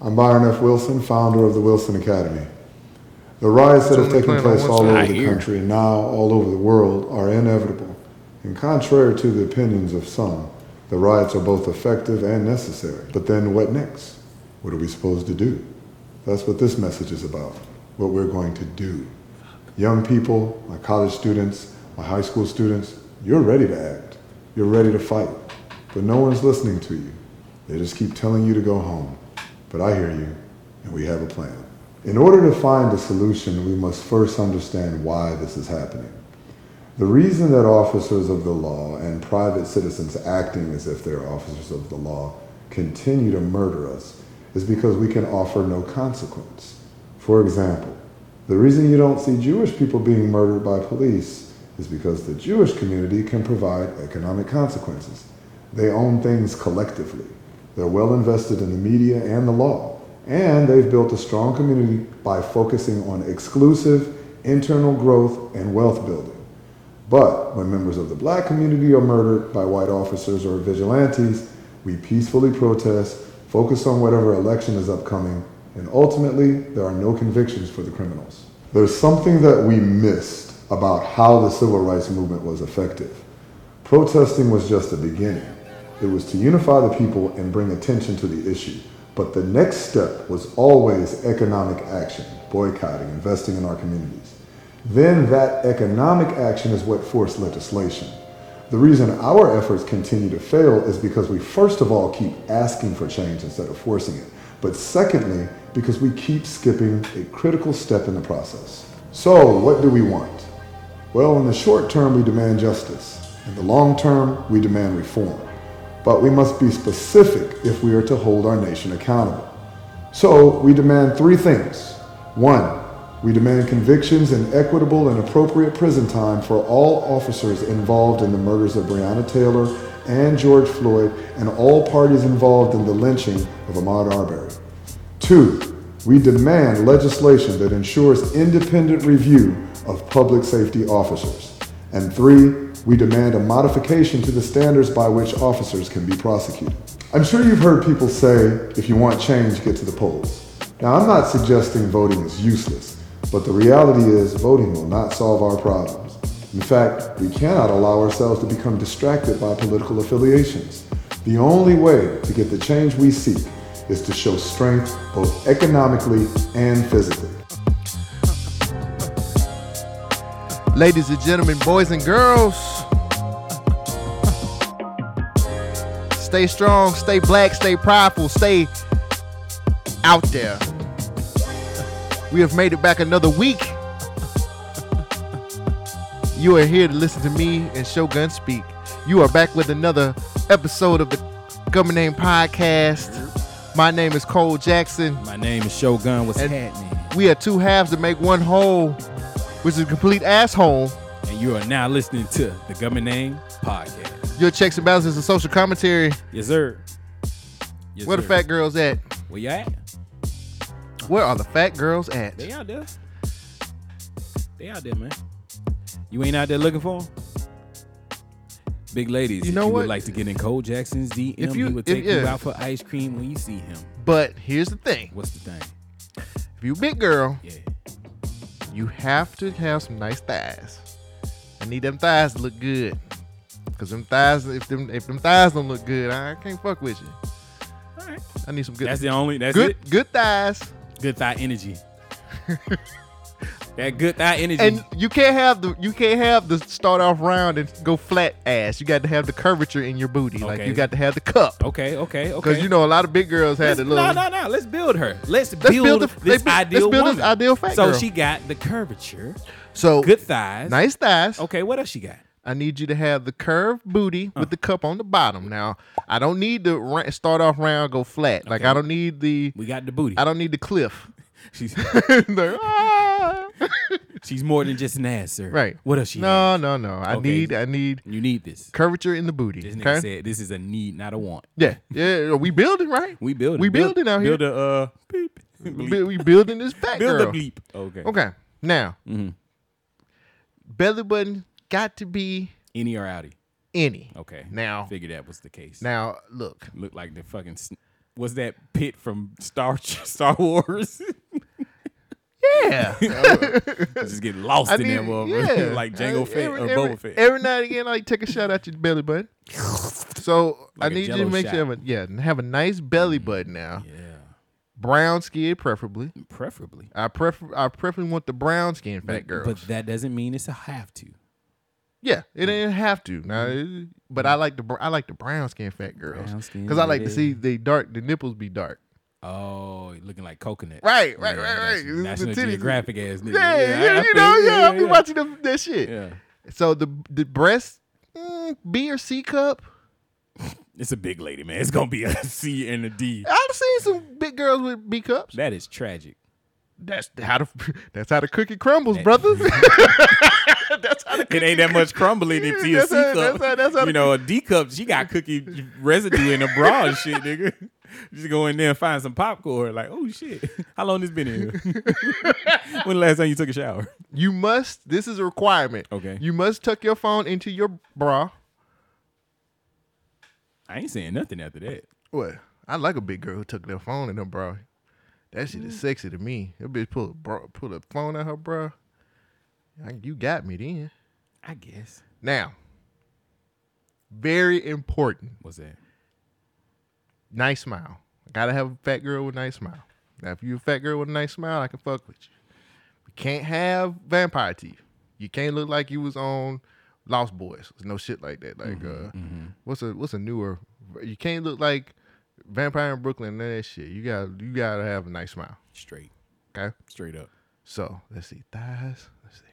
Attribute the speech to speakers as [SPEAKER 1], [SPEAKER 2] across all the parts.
[SPEAKER 1] I'm Byron F. Wilson, founder of the Wilson Academy. The riots that have
[SPEAKER 2] Somebody
[SPEAKER 1] taken
[SPEAKER 2] playing on
[SPEAKER 1] place
[SPEAKER 2] one
[SPEAKER 1] all
[SPEAKER 2] side.
[SPEAKER 1] over
[SPEAKER 3] I
[SPEAKER 1] the
[SPEAKER 3] hear.
[SPEAKER 1] country and now all over the world are inevitable. And contrary to the opinions of some, the riots are both effective and necessary. But then what next? What are we supposed to do? That's what this message is about, what we're going to do. Young people, my college students, my high school students, you're ready to act. You're ready to fight. But no one's listening to you. They just keep telling you to go home. But I hear you, and we have a plan. In order to find a solution, we must first understand why this is happening. The reason that officers of the law and private citizens acting as if they're officers of the law continue to murder us is because we can offer no consequence. For example, the reason you don't see Jewish people being murdered by police is because the Jewish community can provide economic consequences. They own things collectively. They're well invested in the media and the law. And they've built a strong community by focusing on exclusive internal growth and wealth building. But when members of the black community are murdered by white officers or vigilantes, we peacefully protest, focus on whatever election is upcoming, and ultimately, there are no convictions for the criminals. There's something that we missed about how the civil rights movement was effective. Protesting was just the beginning. It was to unify the people and bring attention to the issue. But the next step was always economic action, boycotting, investing in our communities. Then that economic action is what forced legislation. The reason our efforts continue to fail is because we, first of all, keep asking for change instead of forcing it. But secondly, because we keep skipping a critical step in the process. So, what do we want? Well, in the short term, we demand justice. In the long term, we demand reform. But we must be specific if we are to hold our nation accountable. So we demand three things. One, we demand convictions and equitable and appropriate prison time for all officers involved in the murders of Breonna Taylor and George Floyd and all parties involved in the lynching of Ahmaud Arbery. Two, we demand legislation that ensures independent review of public safety officers. And three, we demand a modification to the standards by which officers can be prosecuted. I'm sure you've heard people say, if you want change, get to the polls. Now, I'm not suggesting voting is useless, but the reality is voting will not solve our problems. In fact, we cannot allow ourselves to become distracted by political affiliations. The only way to get the change we seek is to show strength both economically and physically.
[SPEAKER 2] Ladies and gentlemen, boys and girls, stay strong, stay black, stay prideful, stay out there. We have made it back another week. You are here to listen to me and Shogun speak. You are back with another episode of the Government Name Podcast. My name is Cole Jackson.
[SPEAKER 3] My name is Shogun. What's
[SPEAKER 2] And-
[SPEAKER 3] happening?
[SPEAKER 2] We are two halves to make one whole, which is a complete asshole.
[SPEAKER 3] And you are now listening to the Government Name Podcast.
[SPEAKER 2] Your checks and balances and social commentary.
[SPEAKER 3] Yes, sir. Yes,
[SPEAKER 2] Where the
[SPEAKER 3] sir.
[SPEAKER 2] fat girls at?
[SPEAKER 3] Where you at?
[SPEAKER 2] Where are the fat girls at?
[SPEAKER 3] They out there. They out there, man. You ain't out there looking for 'em? Big ladies,
[SPEAKER 2] You
[SPEAKER 3] if
[SPEAKER 2] know
[SPEAKER 3] you
[SPEAKER 2] what?
[SPEAKER 3] would like to get in Cole Jackson's DM,
[SPEAKER 2] If you-
[SPEAKER 3] he would
[SPEAKER 2] if-
[SPEAKER 3] take you
[SPEAKER 2] yeah.
[SPEAKER 3] out for ice cream when you see him.
[SPEAKER 2] But here's the thing:
[SPEAKER 3] What's the thing?
[SPEAKER 2] if you big girl,
[SPEAKER 3] Yeah.
[SPEAKER 2] you have to have some nice thighs. I need them thighs to look good, cause them thighs, if them if them thighs don't look good, I can't fuck with you.
[SPEAKER 3] All right.
[SPEAKER 2] I need some good,
[SPEAKER 3] That's the only. That's
[SPEAKER 2] good,
[SPEAKER 3] it.
[SPEAKER 2] good thighs.
[SPEAKER 3] Good thigh energy. that good thigh energy.
[SPEAKER 2] And you can't have the you can't have the start off round and go flat ass. You got to have the curvature in your booty, like
[SPEAKER 3] Okay.
[SPEAKER 2] you got to have the cup,
[SPEAKER 3] okay, okay, okay.
[SPEAKER 2] because you know a lot of big girls had
[SPEAKER 3] Let's-
[SPEAKER 2] the little.
[SPEAKER 3] No, no, no. Let's build her. Let's,
[SPEAKER 2] build
[SPEAKER 3] build,
[SPEAKER 2] the- they
[SPEAKER 3] this
[SPEAKER 2] bu-
[SPEAKER 3] ideal
[SPEAKER 2] let's build this
[SPEAKER 3] woman.
[SPEAKER 2] ideal fat
[SPEAKER 3] So
[SPEAKER 2] girl.
[SPEAKER 3] she got the curvature,
[SPEAKER 2] So
[SPEAKER 3] good thighs.
[SPEAKER 2] nice thighs.
[SPEAKER 3] Okay, what else she got?
[SPEAKER 2] I need you to have the curved booty with the cup on the bottom. Now, I don't need to ra- start off round go flat. Like I don't need the
[SPEAKER 3] We got the booty.
[SPEAKER 2] I don't need the cliff.
[SPEAKER 3] She's
[SPEAKER 2] Like, ah.
[SPEAKER 3] she's more than just an ass, sir.
[SPEAKER 2] right.
[SPEAKER 3] What else she?
[SPEAKER 2] No, no, no. I
[SPEAKER 3] Okay.
[SPEAKER 2] need I need
[SPEAKER 3] Has? You need this.
[SPEAKER 2] curvature in the booty.
[SPEAKER 3] This nigga
[SPEAKER 2] okay?
[SPEAKER 3] said this is a need, not a want.
[SPEAKER 2] Yeah. Yeah, we building, right?
[SPEAKER 3] We building.
[SPEAKER 2] We building out here.
[SPEAKER 3] Build a uh, beep.
[SPEAKER 2] Bu-
[SPEAKER 3] Bleep.
[SPEAKER 2] we building this fat
[SPEAKER 3] build
[SPEAKER 2] girl.
[SPEAKER 3] Mm-hmm. a bleep. Okay.
[SPEAKER 2] Okay. Now. Belly button got to be
[SPEAKER 3] Any or outie.
[SPEAKER 2] any.
[SPEAKER 3] Okay.
[SPEAKER 2] Now.
[SPEAKER 3] Figure that was the case.
[SPEAKER 2] Now, look.
[SPEAKER 3] Look like the fucking sn- was that pit from Star Star Wars.
[SPEAKER 2] Yeah.
[SPEAKER 3] just get lost
[SPEAKER 2] I
[SPEAKER 3] in
[SPEAKER 2] mean,
[SPEAKER 3] that motherfucker,
[SPEAKER 2] yeah.
[SPEAKER 3] like Jango
[SPEAKER 2] Uh,
[SPEAKER 3] Fett or
[SPEAKER 2] every,
[SPEAKER 3] Boba Fett.
[SPEAKER 2] Every now and again, like take a shot at your belly button. So
[SPEAKER 3] Like a
[SPEAKER 2] I need you
[SPEAKER 3] Jell-O
[SPEAKER 2] to make sure,
[SPEAKER 3] shot. Mm.
[SPEAKER 2] you have a, yeah, have a nice belly button now.
[SPEAKER 3] yeah,
[SPEAKER 2] Brown skin, preferably.
[SPEAKER 3] preferably.
[SPEAKER 2] I prefer, I preferably want the brown skin fat girls.
[SPEAKER 3] But Mm. that doesn't mean it's a have to.
[SPEAKER 2] yeah, it ain't have to now. it- But I like the, br- I like the brown skin fat girls
[SPEAKER 3] Mm. Brown skin,
[SPEAKER 2] because I like to
[SPEAKER 3] baby.
[SPEAKER 2] see the dark, the nipples be dark.
[SPEAKER 3] Oh, looking like coconut.
[SPEAKER 2] Right, right,
[SPEAKER 3] Yeah,
[SPEAKER 2] right,
[SPEAKER 3] that's-
[SPEAKER 2] right. The
[SPEAKER 3] National
[SPEAKER 2] titties.
[SPEAKER 3] Geographic ass nigga.
[SPEAKER 2] Yeah, yeah,
[SPEAKER 3] I- I
[SPEAKER 2] you
[SPEAKER 3] feel
[SPEAKER 2] know, yeah, I'll be
[SPEAKER 3] yeah.
[SPEAKER 2] watching them, that shit.
[SPEAKER 3] Yeah.
[SPEAKER 2] So the the breast, mm, B or C cup.
[SPEAKER 3] It's a big lady, man. It's gonna be a C and a D.
[SPEAKER 2] I've seen some big girls with B cups.
[SPEAKER 3] That is tragic.
[SPEAKER 2] That's how the that's how the cookie crumbles,
[SPEAKER 3] That-
[SPEAKER 2] brothers. that's how the
[SPEAKER 3] It ain't that much crumbling if you a
[SPEAKER 2] That's
[SPEAKER 3] C
[SPEAKER 2] how-
[SPEAKER 3] cup.
[SPEAKER 2] that's how- that's how the
[SPEAKER 3] you know, a D cup, she got cookie residue in the bra and shit, nigga. Just go in there and find some popcorn. Like, oh shit, how long this been in here? when the last time you took a shower?
[SPEAKER 2] you must. This is a requirement.
[SPEAKER 3] Okay.
[SPEAKER 2] You must tuck your phone into your bra.
[SPEAKER 3] I ain't saying nothing after that.
[SPEAKER 2] What? I like a big girl who tuck their phone in her bra. That shit
[SPEAKER 3] Mm.
[SPEAKER 2] is sexy to me. That bitch pull a bra, pull a phone out her bra. I- You got me then.
[SPEAKER 3] I guess.
[SPEAKER 2] Now, very important.
[SPEAKER 3] What's that?
[SPEAKER 2] Nice smile. Gotta have a fat girl with a nice smile. Now, if you a fat girl with a nice smile, I can fuck with you. You can't have vampire teeth. You can't look like you was on Lost Boys. There's no shit like that.
[SPEAKER 3] Mm-hmm,
[SPEAKER 2] Like, uh, what's a what's a newer? You can't look like Vampire in Brooklyn. None of that shit. You got to you gotta have a nice smile.
[SPEAKER 3] Straight,
[SPEAKER 2] Okay.
[SPEAKER 3] straight up.
[SPEAKER 2] So let's see thighs. Let's see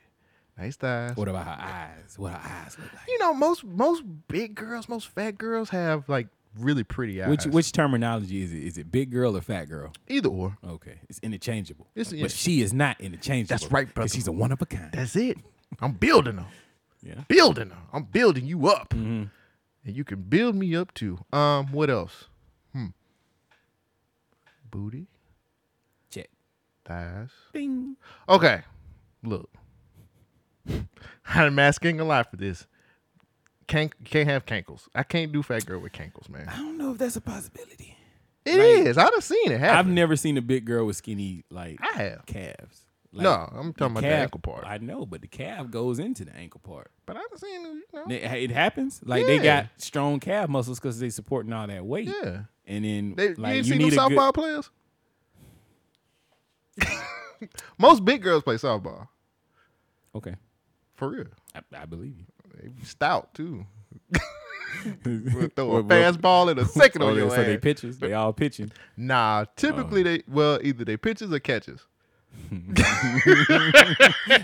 [SPEAKER 2] nice thighs.
[SPEAKER 3] What about her eyes? What her eyes look like?
[SPEAKER 2] You know, most most big girls, most fat girls have like really pretty eyes.
[SPEAKER 3] Which which terminology is it? Is it big girl or fat girl?
[SPEAKER 2] either or.
[SPEAKER 3] Okay, it's interchangeable.
[SPEAKER 2] It's-
[SPEAKER 3] but
[SPEAKER 2] yeah.
[SPEAKER 3] she is not interchangeable.
[SPEAKER 2] That's right, brother.
[SPEAKER 3] Because she's a one of a kind.
[SPEAKER 2] That's it. I'm building them.
[SPEAKER 3] Yeah.
[SPEAKER 2] Building them. I'm building you up.
[SPEAKER 3] Mm-hmm.
[SPEAKER 2] And you can build me up too. Um, what else? Hmm. Booty,
[SPEAKER 3] Check.
[SPEAKER 2] thighs.
[SPEAKER 3] Ding.
[SPEAKER 2] Okay. Look. I'm asking a lot for this. Can't can't have cankles. I can't do fat girl with cankles, man.
[SPEAKER 3] I don't know if that's a possibility.
[SPEAKER 2] It is. I done seen it
[SPEAKER 3] I've
[SPEAKER 2] happen.
[SPEAKER 3] never seen a big girl with skinny like
[SPEAKER 2] I have.
[SPEAKER 3] calves. Like,
[SPEAKER 2] No, I'm talking about the
[SPEAKER 3] calf-
[SPEAKER 2] ankle part.
[SPEAKER 3] I know, but the calf goes into the ankle part.
[SPEAKER 2] But I've seen it, you know.
[SPEAKER 3] It, it happens. Like they
[SPEAKER 2] Yeah.
[SPEAKER 3] got strong calf muscles because they supporting all that weight.
[SPEAKER 2] Yeah.
[SPEAKER 3] And then
[SPEAKER 2] They,
[SPEAKER 3] like
[SPEAKER 2] you ain't
[SPEAKER 3] you
[SPEAKER 2] seen
[SPEAKER 3] need
[SPEAKER 2] them
[SPEAKER 3] a good-
[SPEAKER 2] softball players? Most big girls play softball.
[SPEAKER 3] Okay,
[SPEAKER 2] For real.
[SPEAKER 3] I, I believe you.
[SPEAKER 2] They be stout too. They'll throw
[SPEAKER 3] Well,
[SPEAKER 2] a
[SPEAKER 3] well,
[SPEAKER 2] fastball in a second
[SPEAKER 3] so
[SPEAKER 2] on
[SPEAKER 3] they-
[SPEAKER 2] your
[SPEAKER 3] Oh, so
[SPEAKER 2] ass.
[SPEAKER 3] they Oh. pitches. They all pitching.
[SPEAKER 2] nah, typically they well either they pitches or catches.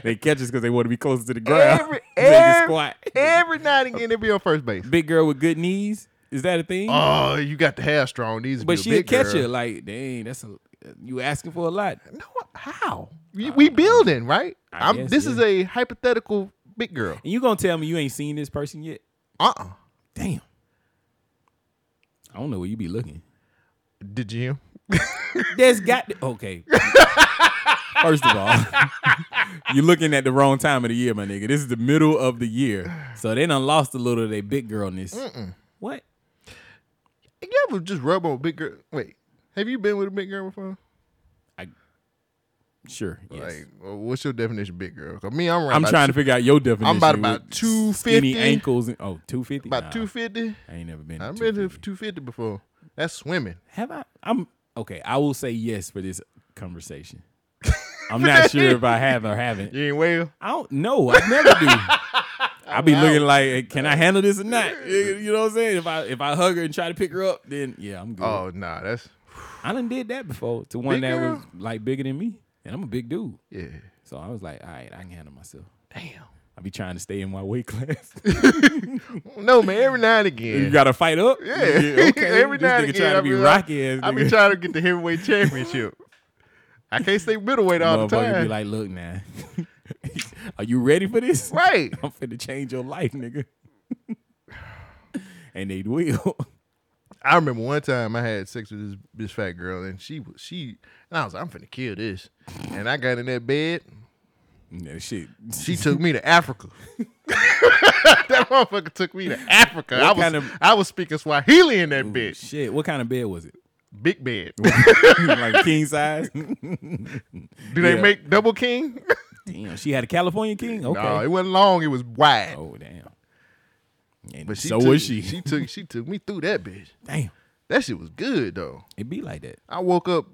[SPEAKER 3] they catches because they want to be closer to the ground.
[SPEAKER 2] Every
[SPEAKER 3] They can
[SPEAKER 2] every,
[SPEAKER 3] squat.
[SPEAKER 2] every night again they be on first base.
[SPEAKER 3] Big girl with good knees. Is that a thing?
[SPEAKER 2] Oh, you got the hair strong. These
[SPEAKER 3] but
[SPEAKER 2] she
[SPEAKER 3] she'll
[SPEAKER 2] a
[SPEAKER 3] catch
[SPEAKER 2] girl.
[SPEAKER 3] you. Like, dang, that's a you asking for a lot.
[SPEAKER 2] No, how? We, we building right.
[SPEAKER 3] I
[SPEAKER 2] I'm.
[SPEAKER 3] guess,
[SPEAKER 2] this
[SPEAKER 3] yeah.
[SPEAKER 2] is a hypothetical big girl.
[SPEAKER 3] And you gonna tell me you ain't seen this person yet?
[SPEAKER 2] Uh. uh
[SPEAKER 3] Damn. I don't know where you be looking.
[SPEAKER 2] Did you?
[SPEAKER 3] There's got to- okay. First of all, you're looking at the wrong time of the year, my nigga. This is the middle of the year, so they done lost a little of their big girlness. What?
[SPEAKER 2] You ever just rub on a big girl? Wait, have you been with a big girl before?
[SPEAKER 3] I sure. Yes.
[SPEAKER 2] Like, well, what's your definition of big girl? Cause me, I'm around.
[SPEAKER 3] I'm
[SPEAKER 2] about
[SPEAKER 3] trying
[SPEAKER 2] two-
[SPEAKER 3] to figure out your definition.
[SPEAKER 2] I'm about
[SPEAKER 3] with
[SPEAKER 2] about
[SPEAKER 3] skinny
[SPEAKER 2] 250.
[SPEAKER 3] ankles. And, oh, 250?
[SPEAKER 2] about
[SPEAKER 3] Nah,
[SPEAKER 2] two fifty.
[SPEAKER 3] I ain't never been. to
[SPEAKER 2] I've been to
[SPEAKER 3] 250.
[SPEAKER 2] two fifty before. That's swimming.
[SPEAKER 3] Have I? I'm okay. I will say yes for this conversation. I'm not sure if I have or haven't.
[SPEAKER 2] You ain't well.
[SPEAKER 3] I don't know. I never do. I be looking like, eh, can I handle this or not? You you know what I'm saying? If I if I hug her and try to pick her up, then yeah, I'm good.
[SPEAKER 2] Oh nah, that's
[SPEAKER 3] I done did that before to one
[SPEAKER 2] Big
[SPEAKER 3] that
[SPEAKER 2] girl?
[SPEAKER 3] was like bigger than me, and I'm a big dude,
[SPEAKER 2] yeah.
[SPEAKER 3] so I was like, all right, I can handle myself.
[SPEAKER 2] Damn.
[SPEAKER 3] I be trying to stay in my weight class.
[SPEAKER 2] No man, every now and
[SPEAKER 3] you
[SPEAKER 2] again.
[SPEAKER 3] got to fight up.
[SPEAKER 2] yeah.
[SPEAKER 3] okay.
[SPEAKER 2] every
[SPEAKER 3] this
[SPEAKER 2] now
[SPEAKER 3] nigga
[SPEAKER 2] and again,
[SPEAKER 3] trying
[SPEAKER 2] I
[SPEAKER 3] to be
[SPEAKER 2] like-
[SPEAKER 3] rocky ass.
[SPEAKER 2] I be
[SPEAKER 3] nigga.
[SPEAKER 2] trying to get the heavyweight championship. I can't stay middleweight all the
[SPEAKER 3] Motherfucker
[SPEAKER 2] time.
[SPEAKER 3] be like, look, man, are you ready for this?
[SPEAKER 2] right.
[SPEAKER 3] I'm finna change your life, nigga. and they will.
[SPEAKER 2] I remember one time I had sex with this this fat girl, and she was she, and I was like, I'm finna kill this, and I got in that bed.
[SPEAKER 3] no shit.
[SPEAKER 2] She took me to Africa. that motherfucker took me to Africa. I was
[SPEAKER 3] kind of-
[SPEAKER 2] I was speaking Swahili in that bitch.
[SPEAKER 3] Shit. What kind of bed was it?
[SPEAKER 2] Big bed.
[SPEAKER 3] like king size.
[SPEAKER 2] Do they
[SPEAKER 3] Yeah.
[SPEAKER 2] make double king?
[SPEAKER 3] damn, she had a California king. Okay.
[SPEAKER 2] No, it wasn't long. It was wide.
[SPEAKER 3] oh damn. And
[SPEAKER 2] but she
[SPEAKER 3] so
[SPEAKER 2] took,
[SPEAKER 3] was she.
[SPEAKER 2] She took she took me through that bitch.
[SPEAKER 3] Damn,
[SPEAKER 2] That shit was good though.
[SPEAKER 3] it be like that.
[SPEAKER 2] I woke up.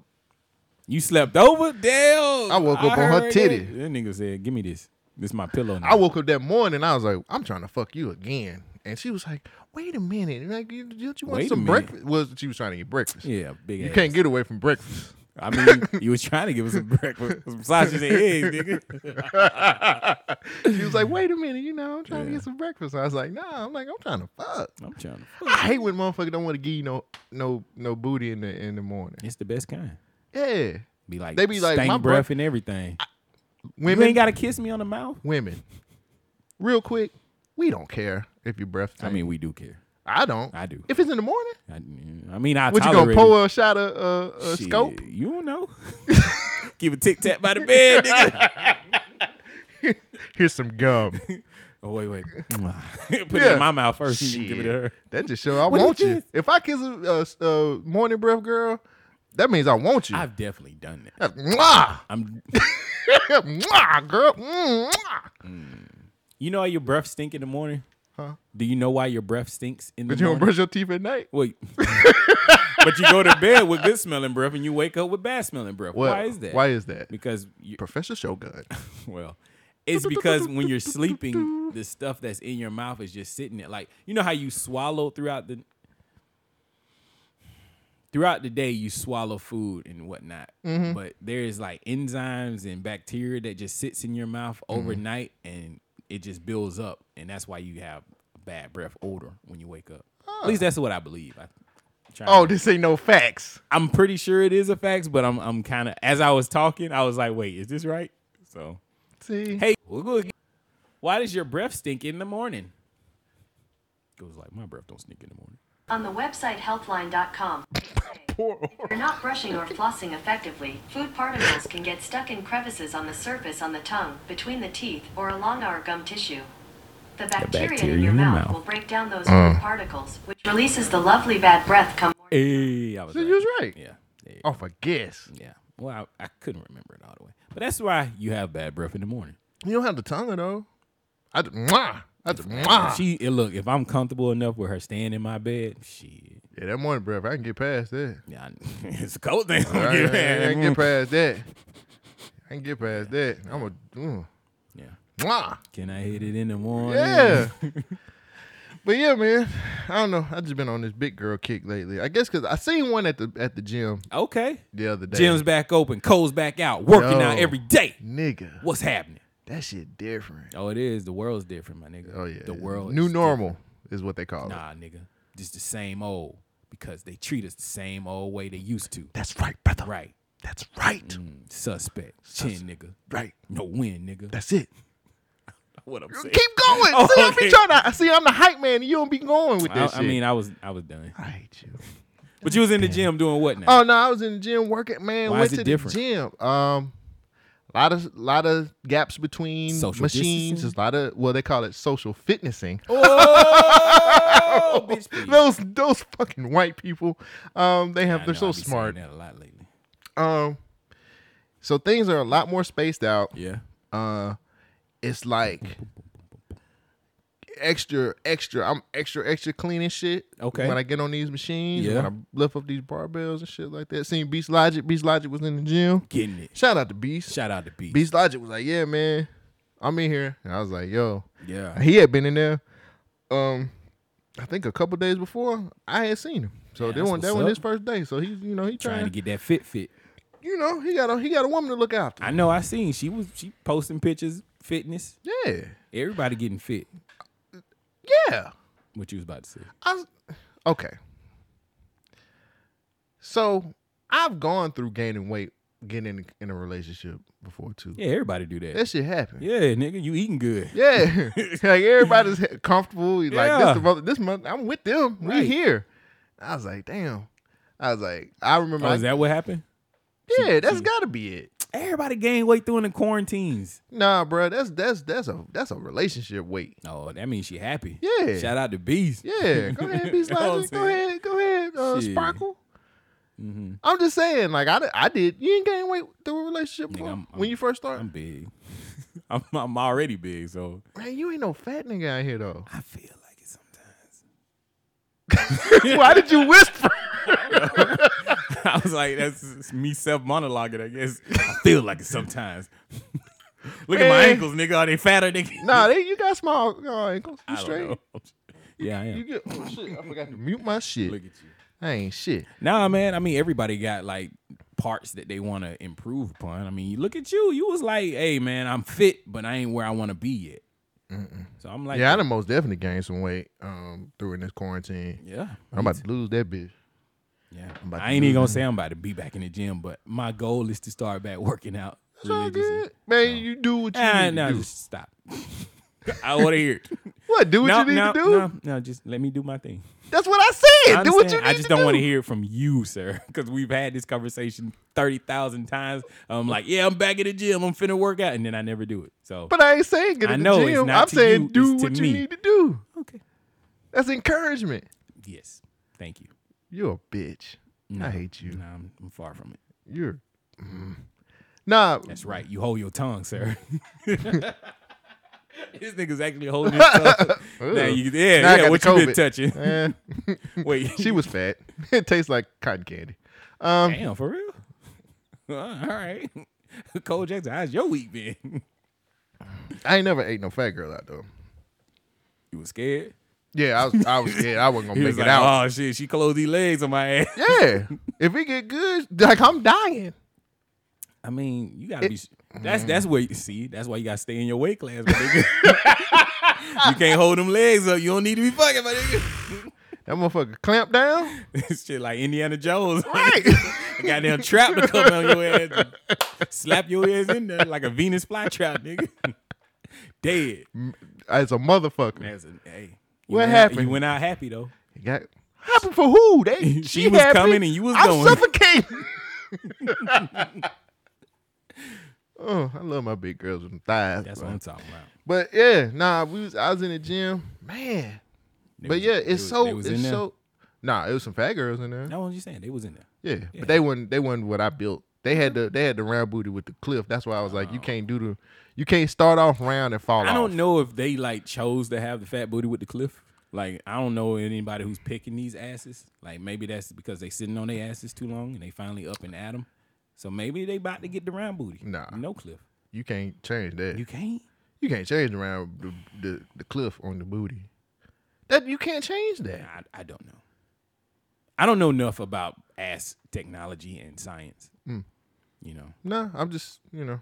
[SPEAKER 3] You slept over, damn.
[SPEAKER 2] I woke up on her
[SPEAKER 3] heard
[SPEAKER 2] titty.
[SPEAKER 3] That. that nigga said, "Give me this. This is my pillow." Now.
[SPEAKER 2] I woke up that morning. I was like, I'm trying to fuck you again. And she was like, Wait a minute. And like, "You- don't you want
[SPEAKER 3] Wait a
[SPEAKER 2] some
[SPEAKER 3] minute.
[SPEAKER 2] breakfast? Was she was trying to get breakfast?
[SPEAKER 3] Yeah, big.
[SPEAKER 2] You
[SPEAKER 3] ass.
[SPEAKER 2] can't get away from breakfast.
[SPEAKER 3] I mean, you was trying to give us some breakfast, some sausage and eggs, nigga.
[SPEAKER 2] She was like, Wait a minute. You know, I'm trying to get some breakfast. I was like, Nah. I'm like, I'm trying to fuck.
[SPEAKER 3] I'm trying to.
[SPEAKER 2] I hate when motherfuckers don't want to give you no no no booty in the in the morning.
[SPEAKER 3] It's the best kind.
[SPEAKER 2] Yeah,
[SPEAKER 3] Be like,
[SPEAKER 2] They be like,
[SPEAKER 3] stank
[SPEAKER 2] my bro-
[SPEAKER 3] breath and everything. you
[SPEAKER 2] women,
[SPEAKER 3] ain't gotta kiss me on the mouth.
[SPEAKER 2] women. Real quick, we don't care if your breath.
[SPEAKER 3] I
[SPEAKER 2] stink.
[SPEAKER 3] mean, we do care.
[SPEAKER 2] I don't.
[SPEAKER 3] I do.
[SPEAKER 2] If it's in the morning,
[SPEAKER 3] I, I mean, I.
[SPEAKER 2] what you
[SPEAKER 3] tolerate
[SPEAKER 2] gonna
[SPEAKER 3] it.
[SPEAKER 2] pull a shot of uh, uh,
[SPEAKER 3] Shit,
[SPEAKER 2] scope?
[SPEAKER 3] You don't know. Give a tic tac by the bed, nigga.
[SPEAKER 2] Here's some gum.
[SPEAKER 3] Oh wait, wait. Put it
[SPEAKER 2] Yeah.
[SPEAKER 3] in my mouth first. and then Give it to her.
[SPEAKER 2] Shit. That just show I
[SPEAKER 3] What is
[SPEAKER 2] want you.
[SPEAKER 3] this?
[SPEAKER 2] If I kiss a, a, a morning breath girl, that means I want you.
[SPEAKER 3] I've definitely done that.
[SPEAKER 2] That's mwah,
[SPEAKER 3] I'm.
[SPEAKER 2] mwah, girl, mwah.
[SPEAKER 3] You know how your breath stink in the morning?
[SPEAKER 2] Huh?
[SPEAKER 3] Do you know why your breath stinks in the
[SPEAKER 2] But you don't
[SPEAKER 3] morning?
[SPEAKER 2] brush your teeth at night.
[SPEAKER 3] Wait. but you go to bed with good smelling breath and you wake up with bad smelling breath.
[SPEAKER 2] Well,
[SPEAKER 3] Why is that?
[SPEAKER 2] Why is that?
[SPEAKER 3] Because you,
[SPEAKER 2] Professor Shogun.
[SPEAKER 3] well, it's because when you're sleeping, the stuff that's in your mouth is just sitting there. Like you know how you swallow throughout the throughout the day, you swallow food and whatnot. But there is like enzymes and bacteria that just sits in your mouth overnight and it just builds up, and that's why you have bad breath odor when you wake up. At least that's what I believe. I, try
[SPEAKER 2] Oh, this ain't no facts.
[SPEAKER 3] I'm pretty sure it is a fact, but I'm I'm kind of as I was talking, I was like, wait, is this right? So
[SPEAKER 2] See,
[SPEAKER 3] hey, we'll go again. why does your breath stink in the morning? It was like my breath don't stink in the morning.
[SPEAKER 4] On the website healthline.com. If you're not brushing or flossing effectively, food particles can get stuck in crevices on the surface on the tongue, between the teeth, or along our gum tissue. The bacteria, in your mouth, Mm. will break down those food particles, which releases the lovely bad breath come morning.
[SPEAKER 3] Hey, I was
[SPEAKER 2] so
[SPEAKER 3] right.
[SPEAKER 2] you was right. Oh,
[SPEAKER 3] Yeah, yeah,
[SPEAKER 2] Off a guess.
[SPEAKER 3] yeah. Well, I, I couldn't remember it all the way, but that's why you have bad breath in the morning.
[SPEAKER 2] You don't have the tongue though. I just mwah. I just mwah.
[SPEAKER 3] She eh, look if I'm comfortable enough with her staying in my bed, shit.
[SPEAKER 2] Yeah, that morning breath. I can get past that.
[SPEAKER 3] Yeah, I, it's a cold thing.
[SPEAKER 2] I, I- I can get past that. I can get past that. I'm a mm,
[SPEAKER 3] yeah. Oh,
[SPEAKER 2] mwah.
[SPEAKER 3] Can I hit it in the morning?
[SPEAKER 2] Yeah. but yeah, man. I don't know. I just been on this big girl kick lately. I guess because I seen one at the at the gym
[SPEAKER 3] Okay.
[SPEAKER 2] the other day.
[SPEAKER 3] Gym's back open, Cole's back out, working out
[SPEAKER 2] Yo.
[SPEAKER 3] every day.
[SPEAKER 2] nigga.
[SPEAKER 3] What's happening?
[SPEAKER 2] That shit different.
[SPEAKER 3] Oh, it is. The world's different, my nigga.
[SPEAKER 2] Oh yeah.
[SPEAKER 3] the world.
[SPEAKER 2] New
[SPEAKER 3] is
[SPEAKER 2] normal is what they call
[SPEAKER 3] different.
[SPEAKER 2] it.
[SPEAKER 3] Nah, nigga, just the same old because they treat us the same old way they used to.
[SPEAKER 2] That's right, brother.
[SPEAKER 3] Right.
[SPEAKER 2] That's right.
[SPEAKER 3] Mm, Suspect. Chin, nigga.
[SPEAKER 2] Right.
[SPEAKER 3] No win, nigga.
[SPEAKER 2] That's it.
[SPEAKER 3] what I'm saying.
[SPEAKER 2] Keep going.
[SPEAKER 3] Oh,
[SPEAKER 2] see, I
[SPEAKER 3] okay.
[SPEAKER 2] be trying to. See, I'm the hype man. And you don't be going with
[SPEAKER 3] I,
[SPEAKER 2] this
[SPEAKER 3] I
[SPEAKER 2] shit.
[SPEAKER 3] mean, I was, I was done.
[SPEAKER 2] I hate you.
[SPEAKER 3] But you was in the gym doing what now?
[SPEAKER 2] Oh no, I was in the gym working. Man,
[SPEAKER 3] Why
[SPEAKER 2] went
[SPEAKER 3] is
[SPEAKER 2] to
[SPEAKER 3] it different?
[SPEAKER 2] the gym. Um, lot of lot of gaps between
[SPEAKER 3] Social
[SPEAKER 2] machines.
[SPEAKER 3] distancing?
[SPEAKER 2] There's a lot of well, they call it social fitnessing.
[SPEAKER 3] Oh, bitch, please.
[SPEAKER 2] Those those fucking white people. Um, they have
[SPEAKER 3] I
[SPEAKER 2] they're
[SPEAKER 3] know,
[SPEAKER 2] so
[SPEAKER 3] I be saying
[SPEAKER 2] smart.
[SPEAKER 3] That a lot lately.
[SPEAKER 2] Um, so things are a lot more spaced out.
[SPEAKER 3] Yeah.
[SPEAKER 2] uh it's like extra extra i'm extra extra clean and shit
[SPEAKER 3] Okay.
[SPEAKER 2] when i get on these machines
[SPEAKER 3] Yeah.
[SPEAKER 2] when i lift up these barbells and shit like that seen beast logic beast logic was in the gym
[SPEAKER 3] Getting it.
[SPEAKER 2] shout out to beast
[SPEAKER 3] Shout out to B.
[SPEAKER 2] beast logic was like yeah man i'm in here and i was like yo
[SPEAKER 3] Yeah.
[SPEAKER 2] he had been in there um i think a couple days before i had seen him so
[SPEAKER 3] Yeah,
[SPEAKER 2] that
[SPEAKER 3] that's
[SPEAKER 2] one that
[SPEAKER 3] what's
[SPEAKER 2] one
[SPEAKER 3] up.
[SPEAKER 2] his first day so he's you know he
[SPEAKER 3] Trying to
[SPEAKER 2] trying,
[SPEAKER 3] get that fit fit.
[SPEAKER 2] you know he got a he got a woman to look after
[SPEAKER 3] I know. I seen she was she posting pictures, fitness.
[SPEAKER 2] yeah
[SPEAKER 3] Everybody getting fit.
[SPEAKER 2] yeah
[SPEAKER 3] What you was about to say?
[SPEAKER 2] I was- okay. So I've gone through gaining weight, getting in, in a relationship before too.
[SPEAKER 3] Yeah, everybody do that.
[SPEAKER 2] That shit happened.
[SPEAKER 3] yeah, nigga, you eating good.
[SPEAKER 2] Yeah. like everybody's he- comfortable. Like
[SPEAKER 3] Yeah.
[SPEAKER 2] this the mother, this month I'm with them.
[SPEAKER 3] Right.
[SPEAKER 2] We here. I was like, damn. I was like, I remember.
[SPEAKER 3] Oh,
[SPEAKER 2] I-
[SPEAKER 3] is that what happened?
[SPEAKER 2] yeah, that's gotta be it.
[SPEAKER 3] Everybody gain weight during the quarantines.
[SPEAKER 2] Nah, bro, that's that's that's a that's a relationship weight.
[SPEAKER 3] Oh, that means she happy.
[SPEAKER 2] Yeah.
[SPEAKER 3] Shout out to Beast.
[SPEAKER 2] Yeah, go ahead, be
[SPEAKER 3] You know what I'm
[SPEAKER 2] Logic. Go
[SPEAKER 3] saying?
[SPEAKER 2] ahead, go ahead, uh,
[SPEAKER 3] Shit. Mm-hmm.
[SPEAKER 2] Sparkle. I'm just saying, like I, di- I did. You ain't gain weight through a relationship before
[SPEAKER 3] I'm- I'm-
[SPEAKER 2] when you first started.
[SPEAKER 3] I'm big. I'm, I'm already big, so
[SPEAKER 2] Man, you ain't no fat nigga out here though.
[SPEAKER 3] I feel like it sometimes.
[SPEAKER 2] Why did you whisper?
[SPEAKER 3] I was like, that's me self monologuing, I guess. I feel like it sometimes. Look at my
[SPEAKER 2] Hey.
[SPEAKER 3] ankles, nigga. Are they fatter, nigga?
[SPEAKER 2] nah, they, you got small uh, ankles. You
[SPEAKER 3] I don't
[SPEAKER 2] straight.
[SPEAKER 3] know. yeah, I am.
[SPEAKER 2] You get. Oh shit! I forgot to mute my shit.
[SPEAKER 3] Look at you.
[SPEAKER 2] I ain't shit.
[SPEAKER 3] Nah, man. I mean, everybody got like parts that they want to improve upon. I mean, you look at you. You was like, hey, man, I'm fit, but I ain't where I want to be yet. So I'm like,
[SPEAKER 2] Yeah, I done most definitely gained some weight um during this quarantine.
[SPEAKER 3] yeah.
[SPEAKER 2] I'm about to lose that bitch.
[SPEAKER 3] Yeah.
[SPEAKER 2] about
[SPEAKER 3] I
[SPEAKER 2] to
[SPEAKER 3] ain't even gonna say I'm about to be back in the gym, but my goal is to start back working out
[SPEAKER 2] It's all
[SPEAKER 3] religiously.
[SPEAKER 2] good. Man, you do what you
[SPEAKER 3] Ah,
[SPEAKER 2] need
[SPEAKER 3] no,
[SPEAKER 2] to do.
[SPEAKER 3] just stop. I want to hear. it.
[SPEAKER 2] What? Do what
[SPEAKER 3] no,
[SPEAKER 2] you need
[SPEAKER 3] no,
[SPEAKER 2] to do.
[SPEAKER 3] No, no, just let me do my thing.
[SPEAKER 2] That's what I said.
[SPEAKER 3] I
[SPEAKER 2] do what you
[SPEAKER 3] understand.
[SPEAKER 2] need
[SPEAKER 3] I just
[SPEAKER 2] to
[SPEAKER 3] don't
[SPEAKER 2] do.
[SPEAKER 3] want to hear it from you, sir, because we've had this conversation thirty thousand times. I'm like, yeah, I'm back in the gym. I'm finna work out, and then I never do it. So,
[SPEAKER 2] But I ain't saying get
[SPEAKER 3] I
[SPEAKER 2] in
[SPEAKER 3] know
[SPEAKER 2] the
[SPEAKER 3] it's
[SPEAKER 2] gym.
[SPEAKER 3] not
[SPEAKER 2] I'm
[SPEAKER 3] to
[SPEAKER 2] saying
[SPEAKER 3] you,
[SPEAKER 2] do
[SPEAKER 3] it's to
[SPEAKER 2] what you
[SPEAKER 3] me.
[SPEAKER 2] need to do.
[SPEAKER 3] okay,
[SPEAKER 2] That's encouragement.
[SPEAKER 3] yes, thank you.
[SPEAKER 2] You're a bitch. I hate you.
[SPEAKER 3] No, I'm, I'm far from it.
[SPEAKER 2] You're. Mm. Nah,
[SPEAKER 3] That's right. You hold your tongue, sir. this nigga's actually holding his tongue. now you, yeah,
[SPEAKER 2] Now I
[SPEAKER 3] yeah.
[SPEAKER 2] got
[SPEAKER 3] What
[SPEAKER 2] the
[SPEAKER 3] you been
[SPEAKER 2] COVID.
[SPEAKER 3] touching?
[SPEAKER 2] eh,
[SPEAKER 3] Wait,
[SPEAKER 2] she was fat. it tastes like cotton candy.
[SPEAKER 3] Damn, for real? All right. Cole Jackson, how's your week been?
[SPEAKER 2] I ain't never ate no fat girl out though.
[SPEAKER 3] You was scared?
[SPEAKER 2] Yeah, I was. I was scared. I wasn't gonna
[SPEAKER 3] He
[SPEAKER 2] make
[SPEAKER 3] was
[SPEAKER 2] it
[SPEAKER 3] like,
[SPEAKER 2] out.
[SPEAKER 3] oh, shit, she closed these legs on my ass.
[SPEAKER 2] Yeah, if it get good, like I'm dying.
[SPEAKER 3] I mean, you gotta be. That's
[SPEAKER 2] Mm.
[SPEAKER 3] that's where you see. That's why you gotta stay in your weight class, my nigga. you can't hold them legs up. You don't need to be fucking, my nigga.
[SPEAKER 2] That motherfucker clamp down.
[SPEAKER 3] This shit like Indiana Jones.
[SPEAKER 2] Right.
[SPEAKER 3] A goddamn trap to come on your ass, and slap your ass in there like a Venus flytrap, nigga. Dead.
[SPEAKER 2] As a motherfucker.
[SPEAKER 3] That's a- hey.
[SPEAKER 2] Mm.
[SPEAKER 3] You
[SPEAKER 2] What
[SPEAKER 3] went out-
[SPEAKER 2] happened?
[SPEAKER 3] you went out happy though.
[SPEAKER 2] It got happy for who? They
[SPEAKER 3] She
[SPEAKER 2] she,
[SPEAKER 3] was
[SPEAKER 2] happy.
[SPEAKER 3] coming and you was
[SPEAKER 2] I'm
[SPEAKER 3] going.
[SPEAKER 2] suffocating. oh, I love my big girls with thighs.
[SPEAKER 3] That's
[SPEAKER 2] bro.
[SPEAKER 3] what I'm talking about.
[SPEAKER 2] But yeah, nah, we was I was in the gym, man.
[SPEAKER 3] They
[SPEAKER 2] but
[SPEAKER 3] was-
[SPEAKER 2] yeah,
[SPEAKER 3] they
[SPEAKER 2] it's
[SPEAKER 3] was-
[SPEAKER 2] so
[SPEAKER 3] they was in
[SPEAKER 2] it's
[SPEAKER 3] there.
[SPEAKER 2] so. Nah, it was some fat girls in there.
[SPEAKER 3] No, I'm just saying they was in there.
[SPEAKER 2] Yeah, but they weren't they weren't what I built. They had the they had the round booty with the cliff. That's why I was like, you can't do the, you can't start off round and fall
[SPEAKER 3] Oh. I
[SPEAKER 2] off.
[SPEAKER 3] don't know if they like chose to have the fat booty with the cliff. Like I don't know anybody who's picking these asses. Like maybe that's because they sitting on their asses too long and they finally up and at 'em. So maybe they about to get the round booty.
[SPEAKER 2] Nah.
[SPEAKER 3] no cliff.
[SPEAKER 2] You can't change that.
[SPEAKER 3] You
[SPEAKER 2] You,
[SPEAKER 3] can't.
[SPEAKER 2] can't change around the, the the cliff on the booty. That you can't change that.
[SPEAKER 3] I, I don't know. I don't know enough about ass technology and science.
[SPEAKER 2] Hmm.
[SPEAKER 3] You know,
[SPEAKER 2] No, I'm just you know.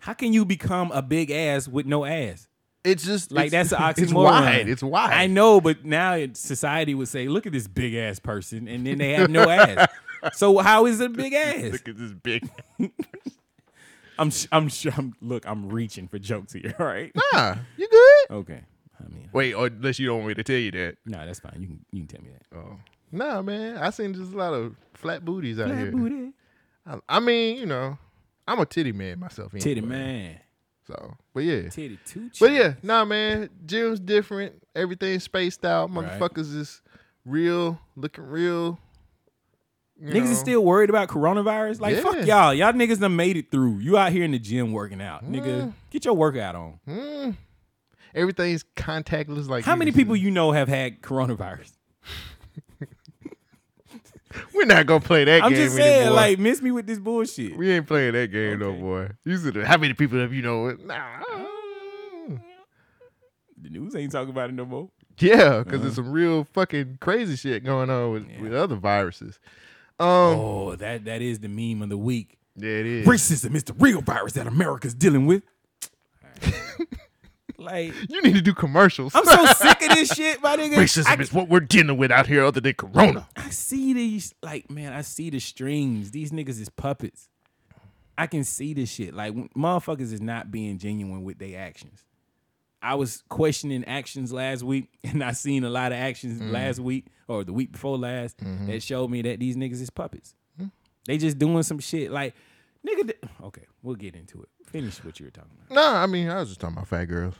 [SPEAKER 3] how can you become a big ass with no ass?
[SPEAKER 2] It's just
[SPEAKER 3] Like
[SPEAKER 2] it's-
[SPEAKER 3] that's an oxymoron.
[SPEAKER 2] It's wide. It's wide.
[SPEAKER 3] I know, but now it, society would say, "Look at this big ass person," and then they have no ass. So how is it a big ass?
[SPEAKER 2] Look at this big.
[SPEAKER 3] I'm sh- I'm sure. I'm, look, I'm reaching for jokes here. All right.
[SPEAKER 2] Nah, you good?
[SPEAKER 3] Okay. I mean,
[SPEAKER 2] Wait, or unless you don't want me to tell you that.
[SPEAKER 3] no, that's fine. You can you can tell me that.
[SPEAKER 2] Oh. Nah, man. I seen just a lot of flat booties out here.
[SPEAKER 3] Flat booty,
[SPEAKER 2] I, I mean, you know, I'm a titty man myself. Anyway,
[SPEAKER 3] titty man,
[SPEAKER 2] So, but yeah.
[SPEAKER 3] titty two.
[SPEAKER 2] But yeah, nah, man. Gym's different. Everything's spaced out.
[SPEAKER 3] Right.
[SPEAKER 2] Motherfuckers is real, looking real. you
[SPEAKER 3] Niggas
[SPEAKER 2] know.
[SPEAKER 3] is still worried about coronavirus. Like fuck
[SPEAKER 2] Yeah.
[SPEAKER 3] y'all. Y'all niggas done made it through. You out here in the gym working out, nigga. Get your workout on.
[SPEAKER 2] Mm. everything's contactless. Like
[SPEAKER 3] How many
[SPEAKER 2] niggas is-
[SPEAKER 3] people you know have had coronavirus?
[SPEAKER 2] We're not gonna play that
[SPEAKER 3] I'm
[SPEAKER 2] game
[SPEAKER 3] just saying,
[SPEAKER 2] anymore.
[SPEAKER 3] like, miss me with this bullshit.
[SPEAKER 2] We ain't playing that game no
[SPEAKER 3] Okay.
[SPEAKER 2] more. You said, how many people have you know? it?" Nah.
[SPEAKER 3] The news ain't talking about it no more.
[SPEAKER 2] Yeah, because there's
[SPEAKER 3] Uh-huh.
[SPEAKER 2] some real fucking crazy shit going on with, with other viruses. Um,
[SPEAKER 3] Oh, that that is the meme of the week.
[SPEAKER 2] yeah, it is.
[SPEAKER 3] Racism is the real virus that America's dealing with. like,
[SPEAKER 2] You need to do commercials.
[SPEAKER 3] I'm so sick of this shit, my nigga.
[SPEAKER 2] Racism
[SPEAKER 3] I,
[SPEAKER 2] is what we're dealing with out here, other than Corona.
[SPEAKER 3] I see these, like, man, I see the strings. These niggas is puppets. I can see this shit. Like, when- motherfuckers is not being genuine with their actions. I was questioning actions last week, and I seen a lot of actions
[SPEAKER 2] Mm.
[SPEAKER 3] last week or the week before last
[SPEAKER 2] Mm-hmm.
[SPEAKER 3] that showed me that these niggas is puppets.
[SPEAKER 2] Hmm.
[SPEAKER 3] They just doing some shit like, nigga. th- okay, we'll get into it. Finish what you were talking about.
[SPEAKER 2] Nah, I mean, I was just talking about fat girls.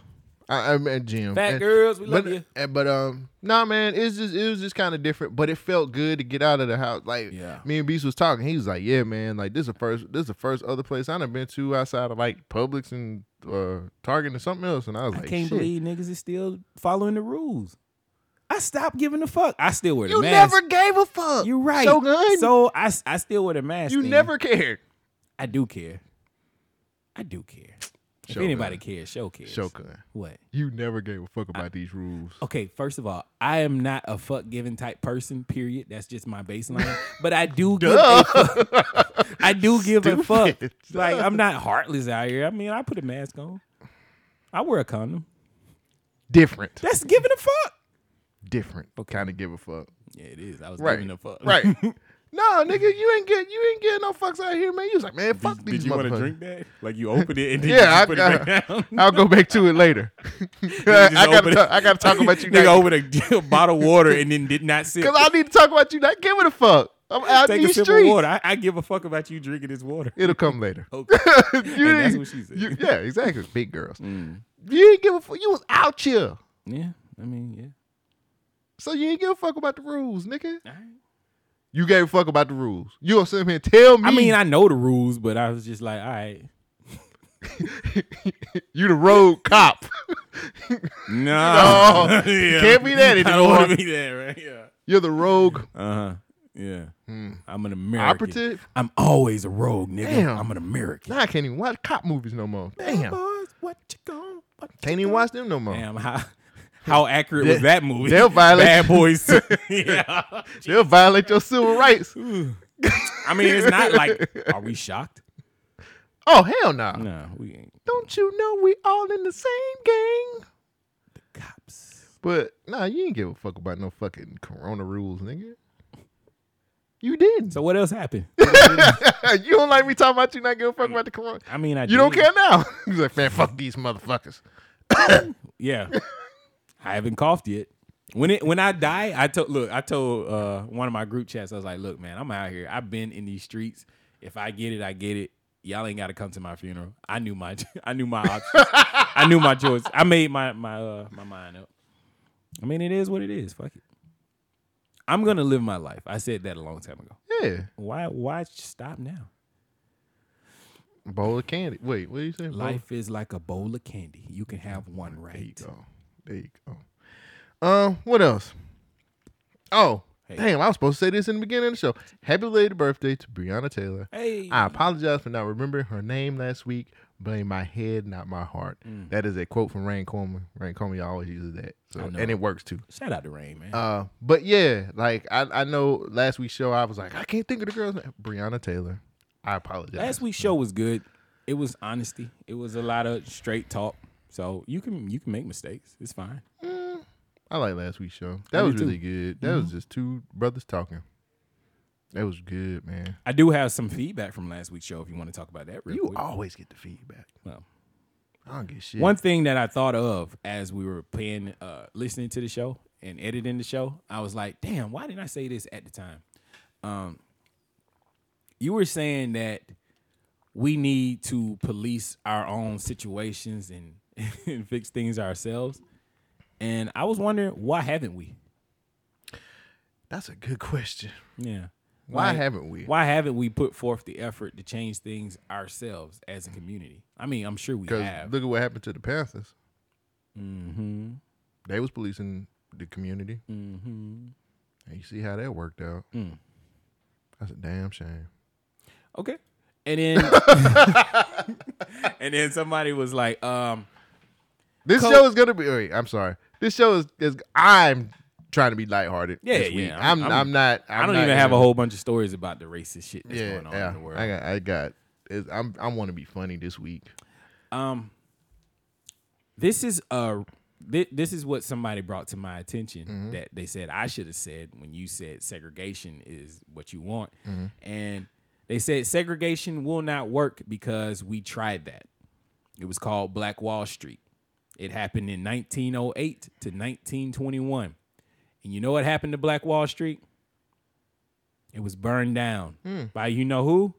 [SPEAKER 2] I, I meant Jim.
[SPEAKER 3] Fat
[SPEAKER 2] And-
[SPEAKER 3] girls, we love
[SPEAKER 2] but,
[SPEAKER 3] you.
[SPEAKER 2] and- But um, nah, man, it's just it was just kind of different, but it felt good to get out of the house. Like,
[SPEAKER 3] Yeah.
[SPEAKER 2] me and Beast was talking. He was like, "Yeah, man, like this is the first this is the first other place I done been to outside of like Publix and uh, Target and something else." And I was
[SPEAKER 3] I
[SPEAKER 2] like,
[SPEAKER 3] can't
[SPEAKER 2] "Shit."
[SPEAKER 3] believe niggas is still following the rules. I stopped giving a fuck. I still wear the
[SPEAKER 2] you
[SPEAKER 3] mask.
[SPEAKER 2] never gave a fuck.
[SPEAKER 3] You're right.
[SPEAKER 2] So good.
[SPEAKER 3] So I, s- I still wear the mask.
[SPEAKER 2] you
[SPEAKER 3] thing.
[SPEAKER 2] never cared.
[SPEAKER 3] I do care. I do care. If
[SPEAKER 2] Show
[SPEAKER 3] anybody
[SPEAKER 2] gun.
[SPEAKER 3] cares, show cares.
[SPEAKER 2] Shokan,
[SPEAKER 3] What?
[SPEAKER 2] you never gave a fuck about these rules.
[SPEAKER 3] Okay, first of all, I am not a fuck giving type person. Period. That's just my baseline. but I do give. A fuck. I do give a fuck.
[SPEAKER 2] Stupid.
[SPEAKER 3] Like I'm not heartless out here. I mean, I put a mask on. I wear a condom.
[SPEAKER 2] Different,
[SPEAKER 3] That's giving a fuck.
[SPEAKER 2] different. Kind of give a fuck.
[SPEAKER 3] Yeah, it is. I was
[SPEAKER 2] Right.
[SPEAKER 3] giving a fuck.
[SPEAKER 2] Right. no, nigga, you ain't get you ain't getting no fucks out here, man. You was like, man, fuck
[SPEAKER 3] Did,
[SPEAKER 2] these
[SPEAKER 3] did you want to
[SPEAKER 2] motherfuckers.
[SPEAKER 3] drink that? Like you opened it and then
[SPEAKER 2] Yeah,
[SPEAKER 3] you
[SPEAKER 2] I,
[SPEAKER 3] put it back down.
[SPEAKER 2] I, will go back to it later. I, gotta talk, I gotta talk about you
[SPEAKER 3] Nigga
[SPEAKER 2] now.
[SPEAKER 3] opened a bottle of water and then did not sip.
[SPEAKER 2] Because I need to talk about you not giving a fuck. I'm out
[SPEAKER 3] Take a
[SPEAKER 2] these
[SPEAKER 3] sip
[SPEAKER 2] streets.
[SPEAKER 3] of water. I, I give a fuck about you drinking this water.
[SPEAKER 2] It'll come later.
[SPEAKER 3] Okay.
[SPEAKER 2] You
[SPEAKER 3] And that's
[SPEAKER 2] didn't-
[SPEAKER 3] what she said. Mm.
[SPEAKER 2] you- yeah, exactly. Big girls. You didn't give a fuck. You was out here.
[SPEAKER 3] Yeah, I mean, yeah.
[SPEAKER 2] So you didn't give a fuck about the rules, nigga.
[SPEAKER 3] All right.
[SPEAKER 2] You gave a fuck about the rules. You gonna sit here and tell me
[SPEAKER 3] I mean, I know the rules, but I was just like, all right.
[SPEAKER 2] you the road cop.
[SPEAKER 3] No.
[SPEAKER 2] No, you can't be that
[SPEAKER 3] I don't want
[SPEAKER 2] anymore.
[SPEAKER 3] to be that, right? Yeah.
[SPEAKER 2] You're the rogue.
[SPEAKER 3] Uh-huh. Yeah.
[SPEAKER 2] Hmm.
[SPEAKER 3] I'm an American.
[SPEAKER 2] Operative?
[SPEAKER 3] I'm always a rogue, nigga.
[SPEAKER 2] Damn.
[SPEAKER 3] I'm an American.
[SPEAKER 2] Now I can't even watch cop movies no more. Damn.
[SPEAKER 3] Boys, what you gonna- what you
[SPEAKER 2] Can't even watch them no more.
[SPEAKER 3] Damn, how how accurate was
[SPEAKER 2] That-
[SPEAKER 3] that movie?
[SPEAKER 2] they'll violate-
[SPEAKER 3] Bad Boys. two. yeah.
[SPEAKER 2] They'll violate your civil rights.
[SPEAKER 3] I mean, it's not like are we shocked?
[SPEAKER 2] Oh hell no! Nah.
[SPEAKER 3] No, we ain't
[SPEAKER 2] Don't you know we all in the same gang?
[SPEAKER 3] cops.
[SPEAKER 2] But nah, you ain't give a fuck about no fucking corona rules, nigga. You did.
[SPEAKER 3] So
[SPEAKER 2] So
[SPEAKER 3] what else happened?
[SPEAKER 2] you don't like me talking about you not giving a fuck about the corona.
[SPEAKER 3] I mean, I
[SPEAKER 2] You don't
[SPEAKER 3] did.
[SPEAKER 2] care now. He's like, man, fuck these motherfuckers.
[SPEAKER 3] Yeah, I haven't coughed yet. When it when I die, I told look, I told uh, one of my group chats, I was like, look, man, I'm out here. I've been in these streets. If I get it, I get it. Y'all ain't got to come to my funeral. I knew my I knew my options. I knew my choice. I made my my uh, my mind up. I mean, it is what it is. Fuck it. I'm gonna live my life. I said that a long time ago.
[SPEAKER 2] Yeah,
[SPEAKER 3] Why why stop now?
[SPEAKER 2] bowl of candy. Wait, what are you saying? Bowl-
[SPEAKER 3] Life is like a bowl of candy. You can have one
[SPEAKER 2] There you
[SPEAKER 3] right.
[SPEAKER 2] go. There you go. Um, what else? Oh, damn! I was supposed to say this in the beginning of the show. Happy belated birthday to Breonna Taylor.
[SPEAKER 3] Hey,
[SPEAKER 2] I apologize for not remembering her name last week. Blame my head, not my heart.
[SPEAKER 3] Mm.
[SPEAKER 2] That is a quote from Rain Coleman. Rain Coleman always uses that, so
[SPEAKER 3] know.
[SPEAKER 2] and it works too.
[SPEAKER 3] shout out to Rain, man.
[SPEAKER 2] Uh, but yeah, like I, I know last week's show, I was like, I can't think of the girl's name. Breonna Taylor. I apologize.
[SPEAKER 3] Last week's show was good. It was honesty. It was a lot of straight talk. So you can you can make mistakes. It's fine.
[SPEAKER 2] I like last week's show. That
[SPEAKER 3] do
[SPEAKER 2] was
[SPEAKER 3] too. Mm-hmm.
[SPEAKER 2] really good. That was just two brothers talking. That was good, man.
[SPEAKER 3] I do have some feedback from last week's show. If you want to talk about that, real
[SPEAKER 2] You
[SPEAKER 3] quick.
[SPEAKER 2] always get the feedback.
[SPEAKER 3] Well,
[SPEAKER 2] I don't get shit.
[SPEAKER 3] One thing that I thought of as we were playing, uh, listening to the show and editing the show, I was like, "Damn, why didn't I say this at the time?" Um, you were saying that we need to police our own situations and, and fix things ourselves, and I was wondering why haven't we?
[SPEAKER 2] That's a good question.
[SPEAKER 3] Yeah.
[SPEAKER 2] Why
[SPEAKER 3] Like,
[SPEAKER 2] haven't we?
[SPEAKER 3] Why haven't we put forth the effort to change things ourselves as a community? I mean, I'm sure we
[SPEAKER 2] Because
[SPEAKER 3] have.
[SPEAKER 2] look at what happened to the Panthers. Mm-hmm. They was policing the community. Mm-hmm. And you see how that worked out.
[SPEAKER 3] Mm.
[SPEAKER 2] That's a damn shame.
[SPEAKER 3] okay. And then And then somebody was like, um,
[SPEAKER 2] This
[SPEAKER 3] Co-
[SPEAKER 2] show is gonna be. Wait, I'm sorry. This show is. is I'm trying to be lighthearted.
[SPEAKER 3] Yeah,
[SPEAKER 2] this week.
[SPEAKER 3] yeah, I'm-
[SPEAKER 2] I'm. I'm,
[SPEAKER 3] I'm-
[SPEAKER 2] not.
[SPEAKER 3] I'm
[SPEAKER 2] I'm
[SPEAKER 3] I do
[SPEAKER 2] not
[SPEAKER 3] not even have a
[SPEAKER 2] gonna-
[SPEAKER 3] whole bunch of stories about the racist shit that's
[SPEAKER 2] Yeah,
[SPEAKER 3] going on
[SPEAKER 2] yeah.
[SPEAKER 3] in the world.
[SPEAKER 2] I got. I got. It's, I'm. I want to be funny this week.
[SPEAKER 3] um this is uh thi- this is what somebody brought to my attention that they said I should have said when you said segregation is what you want and they said segregation will not work because we tried that it was called Black Wall Street it happened in 1908 to 1921 and you know what happened to Black Wall Street it was burned down by you know who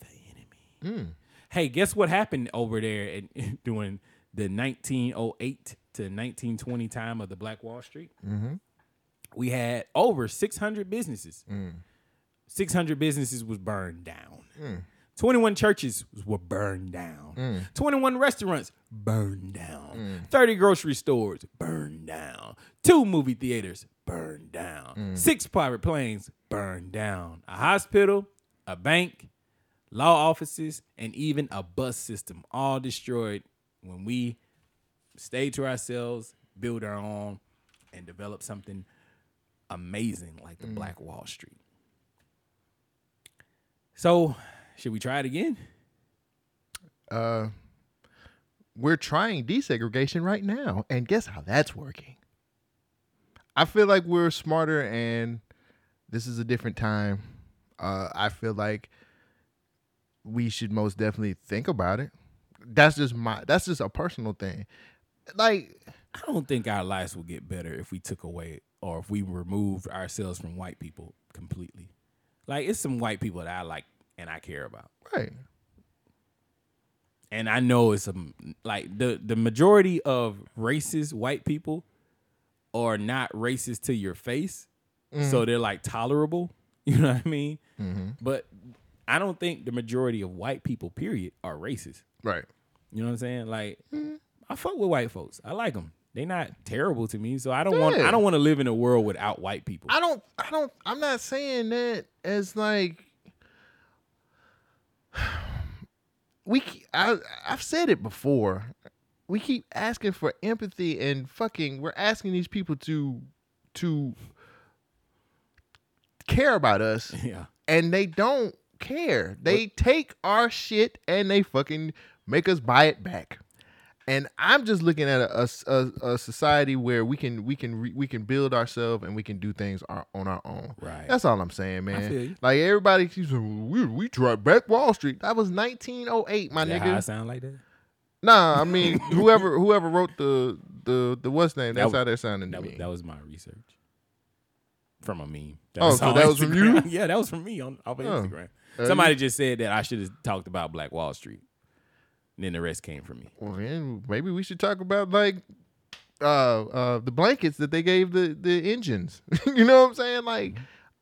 [SPEAKER 3] the enemy hey, guess what happened over there at, during the 1908 to 1920 time of the Black Wall Street, we had over 600 businesses. 600 businesses was burned down. 21 churches were burned down. 21 restaurants burned down. 30 grocery stores burned down. Two movie theaters burned down. Six private planes burned down. A hospital, a bank, law offices, and even a bus system all destroyed when we stay to ourselves, build our own, and develop something amazing like the Black Wall Street. So, should we try it again?
[SPEAKER 2] We're trying desegregation right now, and guess how that's working? I feel like we're smarter, and this is a different time. Uh, I feel like we should most definitely think about it. That's just my. That's just a personal thing. Like
[SPEAKER 3] I don't think our lives will get better if we took away or if we removed ourselves from white people completely. Like it's some white people that I like and I care about.
[SPEAKER 2] right,
[SPEAKER 3] and I know it's some like the the majority of racist white people are not racist to your face, so
[SPEAKER 2] Mm.
[SPEAKER 3] they're like tolerable. You know what I mean?
[SPEAKER 2] Mm-hmm.
[SPEAKER 3] But I don't think the majority of white people, period, are racist.
[SPEAKER 2] right.
[SPEAKER 3] You know what I'm saying? Like
[SPEAKER 2] Mm.
[SPEAKER 3] I fuck with white folks. I like them. They not terrible to me, so I don't want
[SPEAKER 2] Yeah.
[SPEAKER 3] I don't want to live in a world without white people.
[SPEAKER 2] I don't I don't I'm not saying that as like we ke- I I've said it before. We keep asking for empathy and fucking we're asking these people to to care about us
[SPEAKER 3] yeah.
[SPEAKER 2] and they don't care. They take our shit and they fucking make us buy it back. And I'm just looking at a, a, a, a society where we can we can re, we can build ourselves and we can do things our, on our own.
[SPEAKER 3] Right.
[SPEAKER 2] That's all I'm saying, man.
[SPEAKER 3] feel you.
[SPEAKER 2] Like everybody keeps saying, we we tried back Wall Street. That was 1908, my
[SPEAKER 3] That
[SPEAKER 2] nigga.
[SPEAKER 3] how I sound like that?
[SPEAKER 2] Nah, I mean whoever whoever wrote the the the what's name. That's
[SPEAKER 3] was-
[SPEAKER 2] how that sounded to
[SPEAKER 3] That was,
[SPEAKER 2] me.
[SPEAKER 3] that was my research from a meme. That
[SPEAKER 2] Oh, so
[SPEAKER 3] on
[SPEAKER 2] that was from you? Oh. Uh,
[SPEAKER 3] Instagram. yeah, that was from me on off of Instagram. Somebody just said that I should have talked about Black Wall Street. And then the rest came from me.
[SPEAKER 2] Well, then maybe we should talk about like uh uh the blankets that they gave the the engines. you know what I'm saying? Like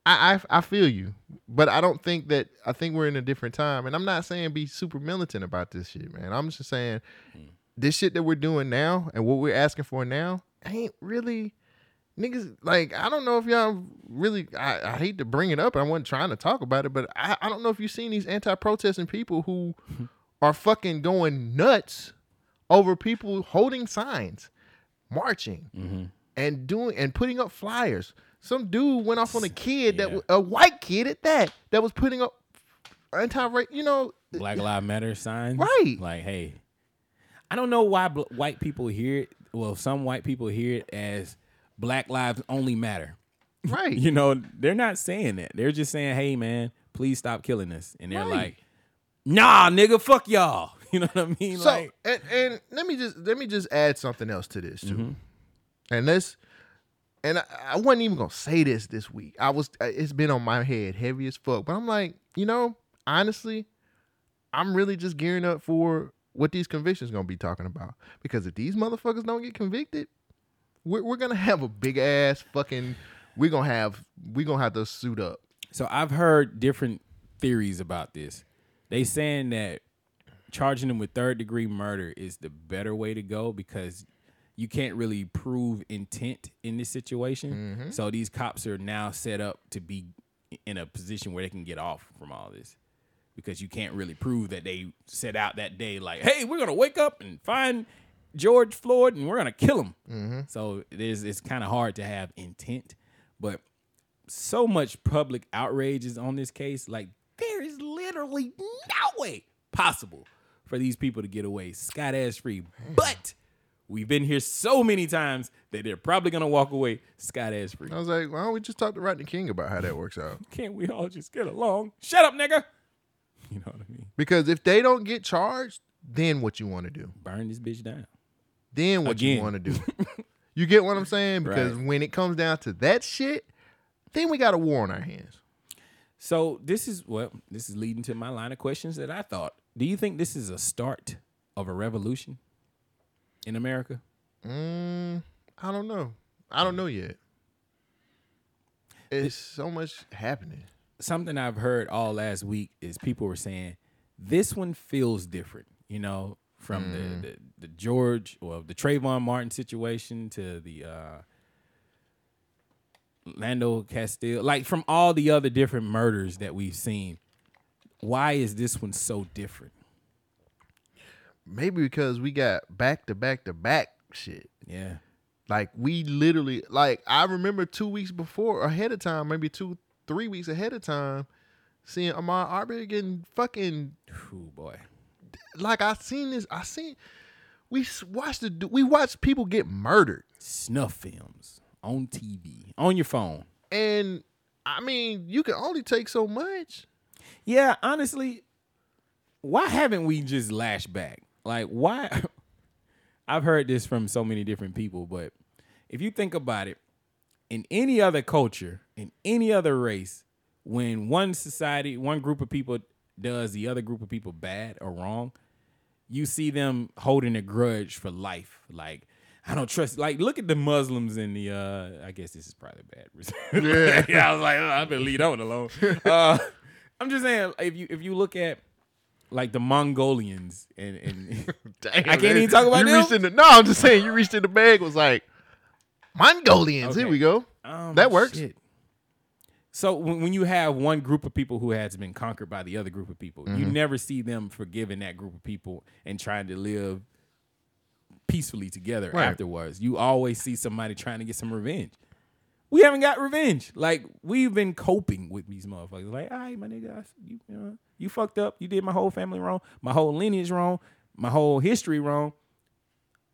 [SPEAKER 2] I, I I feel you, but I don't think that I think we're in a different time. And I'm not saying be super militant about this shit, man. I'm just saying this shit that we're doing now and what we're asking for now ain't really niggas like I don't know if y'all really I, I hate to bring it up. I wasn't trying to talk about it, but I, I don't know if you've seen these anti protesting people who are fucking going nuts over people holding signs, marching, and doing and putting up flyers. Some dude went off on a kid that
[SPEAKER 3] Yeah.
[SPEAKER 2] was a white kid at that that was putting up anti race you know
[SPEAKER 3] Black Lives Matter signs.
[SPEAKER 2] Right.
[SPEAKER 3] Like, hey, I don't know why bl- white people hear it. Well, some white people hear it as Black Lives Only Matter.
[SPEAKER 2] right
[SPEAKER 3] You know, they're not saying that. They're just saying, hey, man, please stop killing us. And they're
[SPEAKER 2] Right.
[SPEAKER 3] like, nah, nigga, fuck y'all. You know what I mean?
[SPEAKER 2] So
[SPEAKER 3] like,
[SPEAKER 2] and, and let me just let me just add something else to this too, and this, and I, I wasn't even gonna say this this week. I was I- it's been on my head heavy as fuck, but I'm like you know honestly, I'm really just gearing up for what these convictions gonna be talking about because if these motherfuckers don't get convicted, we're, we're gonna have a big ass fucking. We're gonna have we're gonna have to suit up.
[SPEAKER 3] So I've heard different theories about this. They saying that charging them with third degree murder is the better way to go because you can't really prove intent in this situation. So these cops are now set up to be in a position where they can get off from all this because you can't really prove that they set out that day like, hey, we're gonna wake up and find George Floyd and we're gonna kill him. So there's it's kind of hard to have intent, but so much public outrage is on this case. Like there is literally no way possible for these people to get away scot ass free. But we've been here so many times that they're probably gonna walk away scot ass free.
[SPEAKER 2] I was like, why don't we just talk to Rodney King about how that works out?
[SPEAKER 3] Can't we all just get along? Shut up, nigga. You know what I mean?
[SPEAKER 2] Because if they don't get charged, then what you want to do?
[SPEAKER 3] Burn this bitch down.
[SPEAKER 2] then what you
[SPEAKER 3] Again.
[SPEAKER 2] want to do. you get what I'm saying? Because
[SPEAKER 3] Right.
[SPEAKER 2] when it comes down to that shit, then we got a war on our hands.
[SPEAKER 3] So this is well, this is leading to my line of questions that I thought. Do you think this is a start of a revolution? in America?
[SPEAKER 2] Mm, I don't know. I don't know yet. It's so much happening.
[SPEAKER 3] something I've heard all last week is people were saying this one feels different, you know, from the, the the George well the Trayvon Martin situation to the uh Lando Castile, like from all the other different murders that we've seen. Why is this one so different?
[SPEAKER 2] Maybe because we got back to back to back shit.
[SPEAKER 3] Yeah.
[SPEAKER 2] Like we literally like I remember two weeks before ahead of time, maybe two, three weeks ahead of time, seeing Amar Arbery getting fucking
[SPEAKER 3] Oh boy.
[SPEAKER 2] like I seen this. I seen we s- watched the du- we watched people get murdered,
[SPEAKER 3] Snuff films on TV, on your phone.
[SPEAKER 2] and I mean you can only take so much.
[SPEAKER 3] Yeah, honestly, why haven't we just lashed back? Like, why? I've heard this from so many different people, but if you think about it, in any other culture, in any other race, when one society, one group of people does the other group of people bad or wrong, you see them holding a grudge for life. Like, I don't trust. Like, look at the Muslims in the. uh I guess this is probably bad. yeah. I was like, "Oh, I'm gonna leave that one alone. Uh, I'm just saying, if you if you look at like the Mongolians and and
[SPEAKER 2] Damn,
[SPEAKER 3] can't
[SPEAKER 2] that-
[SPEAKER 3] even talk about
[SPEAKER 2] you
[SPEAKER 3] them?
[SPEAKER 2] reached in the, No, I'm just saying you reached in the bag was like Mongolians. Here
[SPEAKER 3] Okay.
[SPEAKER 2] we go.
[SPEAKER 3] Um,
[SPEAKER 2] That works.
[SPEAKER 3] shit. So when, when you have one group of people who has been conquered by the other group of people, you never see them forgiving that group of people and trying to live peacefully together
[SPEAKER 2] Right.
[SPEAKER 3] afterwards. You always see somebody trying to get some revenge. We haven't got revenge. Like we've been coping with these motherfuckers. Like, all right, my nigga, I s you you, know, you fucked up. You did my whole family wrong. My whole lineage wrong. My whole history wrong.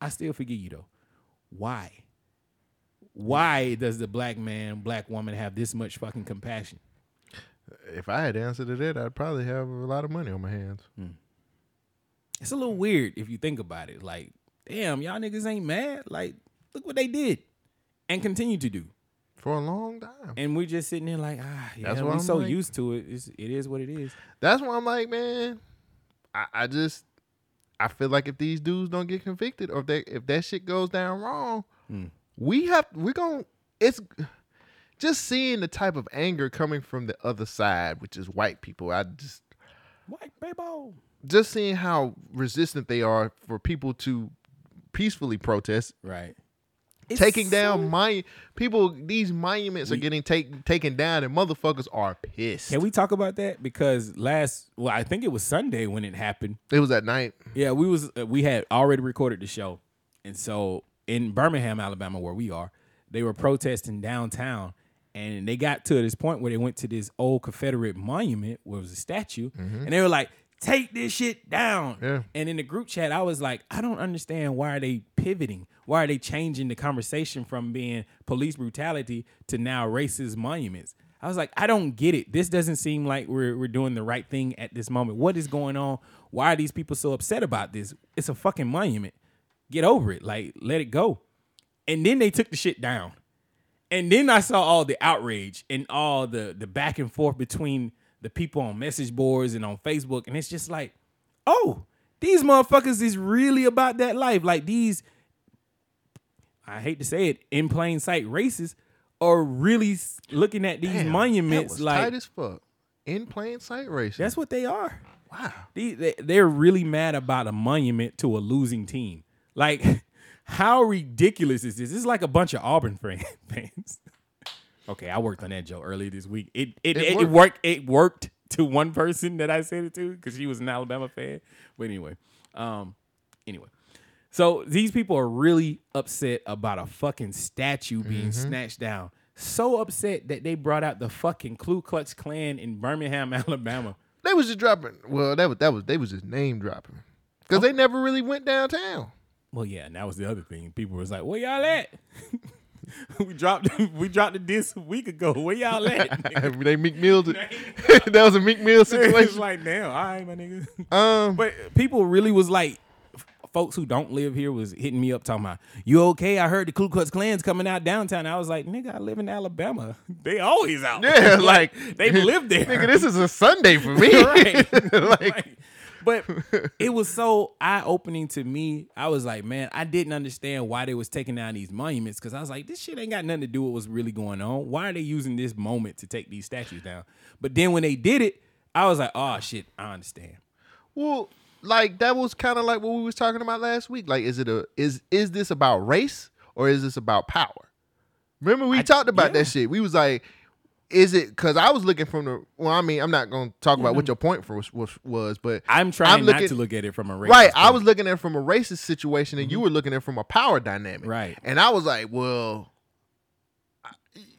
[SPEAKER 3] I still forgive you though. Why? Why does the black man, black woman have this much fucking compassion?
[SPEAKER 2] If I had answered to that, I'd probably have a lot of money on my hands.
[SPEAKER 3] It's a little weird if you think about it. Like, damn, y'all niggas ain't mad. Like, look what they did and continue to do.
[SPEAKER 2] For a long time.
[SPEAKER 3] And we're just sitting there like, ah,
[SPEAKER 2] That's
[SPEAKER 3] yeah, That's
[SPEAKER 2] what
[SPEAKER 3] we're
[SPEAKER 2] I'm
[SPEAKER 3] so
[SPEAKER 2] like.
[SPEAKER 3] used to it. It's, it is what it is.
[SPEAKER 2] That's why I'm like, man, I, I just I feel like if these dudes don't get convicted or if they if that shit goes down wrong,
[SPEAKER 3] Hmm.
[SPEAKER 2] we have we're gonna it's just seeing the type of anger coming from the other side, which is white people. I just
[SPEAKER 3] White people.
[SPEAKER 2] just seeing how resistant they are for people to peacefully protest
[SPEAKER 3] Right.
[SPEAKER 2] taking down my people these monuments are
[SPEAKER 3] We-
[SPEAKER 2] getting take, taken down and motherfuckers are pissed
[SPEAKER 3] Can we talk about that? Because last, well, I think it was Sunday when it happened.
[SPEAKER 2] it was at night
[SPEAKER 3] Yeah, we was uh, we had already recorded the show, and so in Birmingham, Alabama, where we are, they were protesting downtown, and they got to this point where they went to this old Confederate monument where it was a statue, and they were like, "Take this shit down."
[SPEAKER 2] Yeah.
[SPEAKER 3] And in the group chat, I was like, "I don't understand why are they pivoting? Why are they changing the conversation from being police brutality to now racist monuments?" I was like, I don't get it. This doesn't seem like we're, we're doing the right thing at this moment. What is going on? Why are these people so upset about this? It's a fucking monument. Get over it. Like, let it go. And then they took the shit down. And then I saw all the outrage and all the the back and forth between the people on message boards and on Facebook. And it's just like, oh, these motherfuckers is really about that life. Like these, I hate to say it, in plain sight racists are really s- looking at these
[SPEAKER 2] Damn, that
[SPEAKER 3] monuments
[SPEAKER 2] was
[SPEAKER 3] like
[SPEAKER 2] tight as fuck in plain sight race
[SPEAKER 3] that's what they are.
[SPEAKER 2] wow
[SPEAKER 3] These, they, they're really mad about a monument to a losing team. Like, how ridiculous is this? This is like a bunch of Auburn fan- fans. Okay, I worked on that joke earlier this week. It it,
[SPEAKER 2] It
[SPEAKER 3] it,
[SPEAKER 2] worked.
[SPEAKER 3] it worked. It worked to one person that I said it to because she was an Alabama fan. But anyway, um, anyway, so these people are really upset about a fucking statue being snatched down. So upset that they brought out the fucking Ku Klux Klan in Birmingham, Alabama.
[SPEAKER 2] they was just dropping well that was that was they was just name dropping because they never really went downtown
[SPEAKER 3] Well, yeah, and that was the other thing. People was like, "Where y'all at?" we dropped we dropped the diss a week ago. Where y'all at?
[SPEAKER 2] they meek meal that was a meek meal
[SPEAKER 3] it's
[SPEAKER 2] situation
[SPEAKER 3] like, damn, all right, my nigga.
[SPEAKER 2] um
[SPEAKER 3] But people really was like, f- folks who don't live here was hitting me up talking about, "You okay? I heard the Ku Klux Klan's coming out downtown." I was like, "Nigga, I live in Alabama. They always out.
[SPEAKER 2] yeah like
[SPEAKER 3] they've lived there.
[SPEAKER 2] nigga this is a sunday for me
[SPEAKER 3] right.
[SPEAKER 2] like,
[SPEAKER 3] Like, but it was so eye opening to me. I was like, man, I didn't understand why they was taking down these monuments because I was like, this shit ain't got nothing to do with what's really going on. Why are they using this moment to take these statues down? But then when they did it, I was like, oh shit, I understand.
[SPEAKER 2] Well, like that was kind of like what we was talking about last week. Like, is it a is is this about race or is this about power? Remember we talked about that shit. We was like, is it because I was looking from the well, I mean, I'm not gonna talk about what your point for was, was, was but
[SPEAKER 3] Mm-hmm. I'm trying
[SPEAKER 2] looking-
[SPEAKER 3] not to look at it from a race. Mm-hmm.
[SPEAKER 2] Right, I was looking at it from a racist situation, and you were looking at it from a power dynamic.
[SPEAKER 3] Right.
[SPEAKER 2] and I was like, well, I-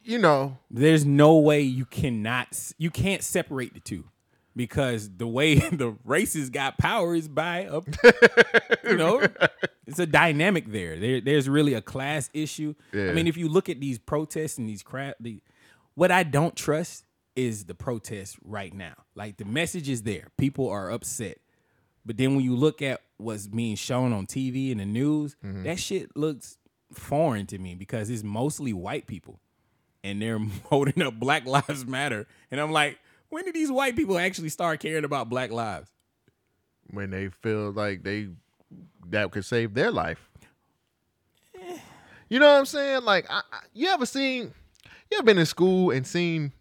[SPEAKER 2] you know,
[SPEAKER 3] there's no way you cannot you can't separate the two because the way the races got power is by a you know it's a dynamic there. there there's really a class issue
[SPEAKER 2] Yeah.
[SPEAKER 3] i mean if you look at these protests and these crap the, what i don't trust is the protests right now like the message is there people are upset but then when you look at what's being shown on TV and the news, that shit looks foreign to me because it's mostly white people and they're holding up Black Lives Matter. And I'm like, when did these white people actually start caring about black lives?
[SPEAKER 2] when they feel like they that could save their life. You know what I'm saying? Like, I, I, you ever seen? You ever been in school and seen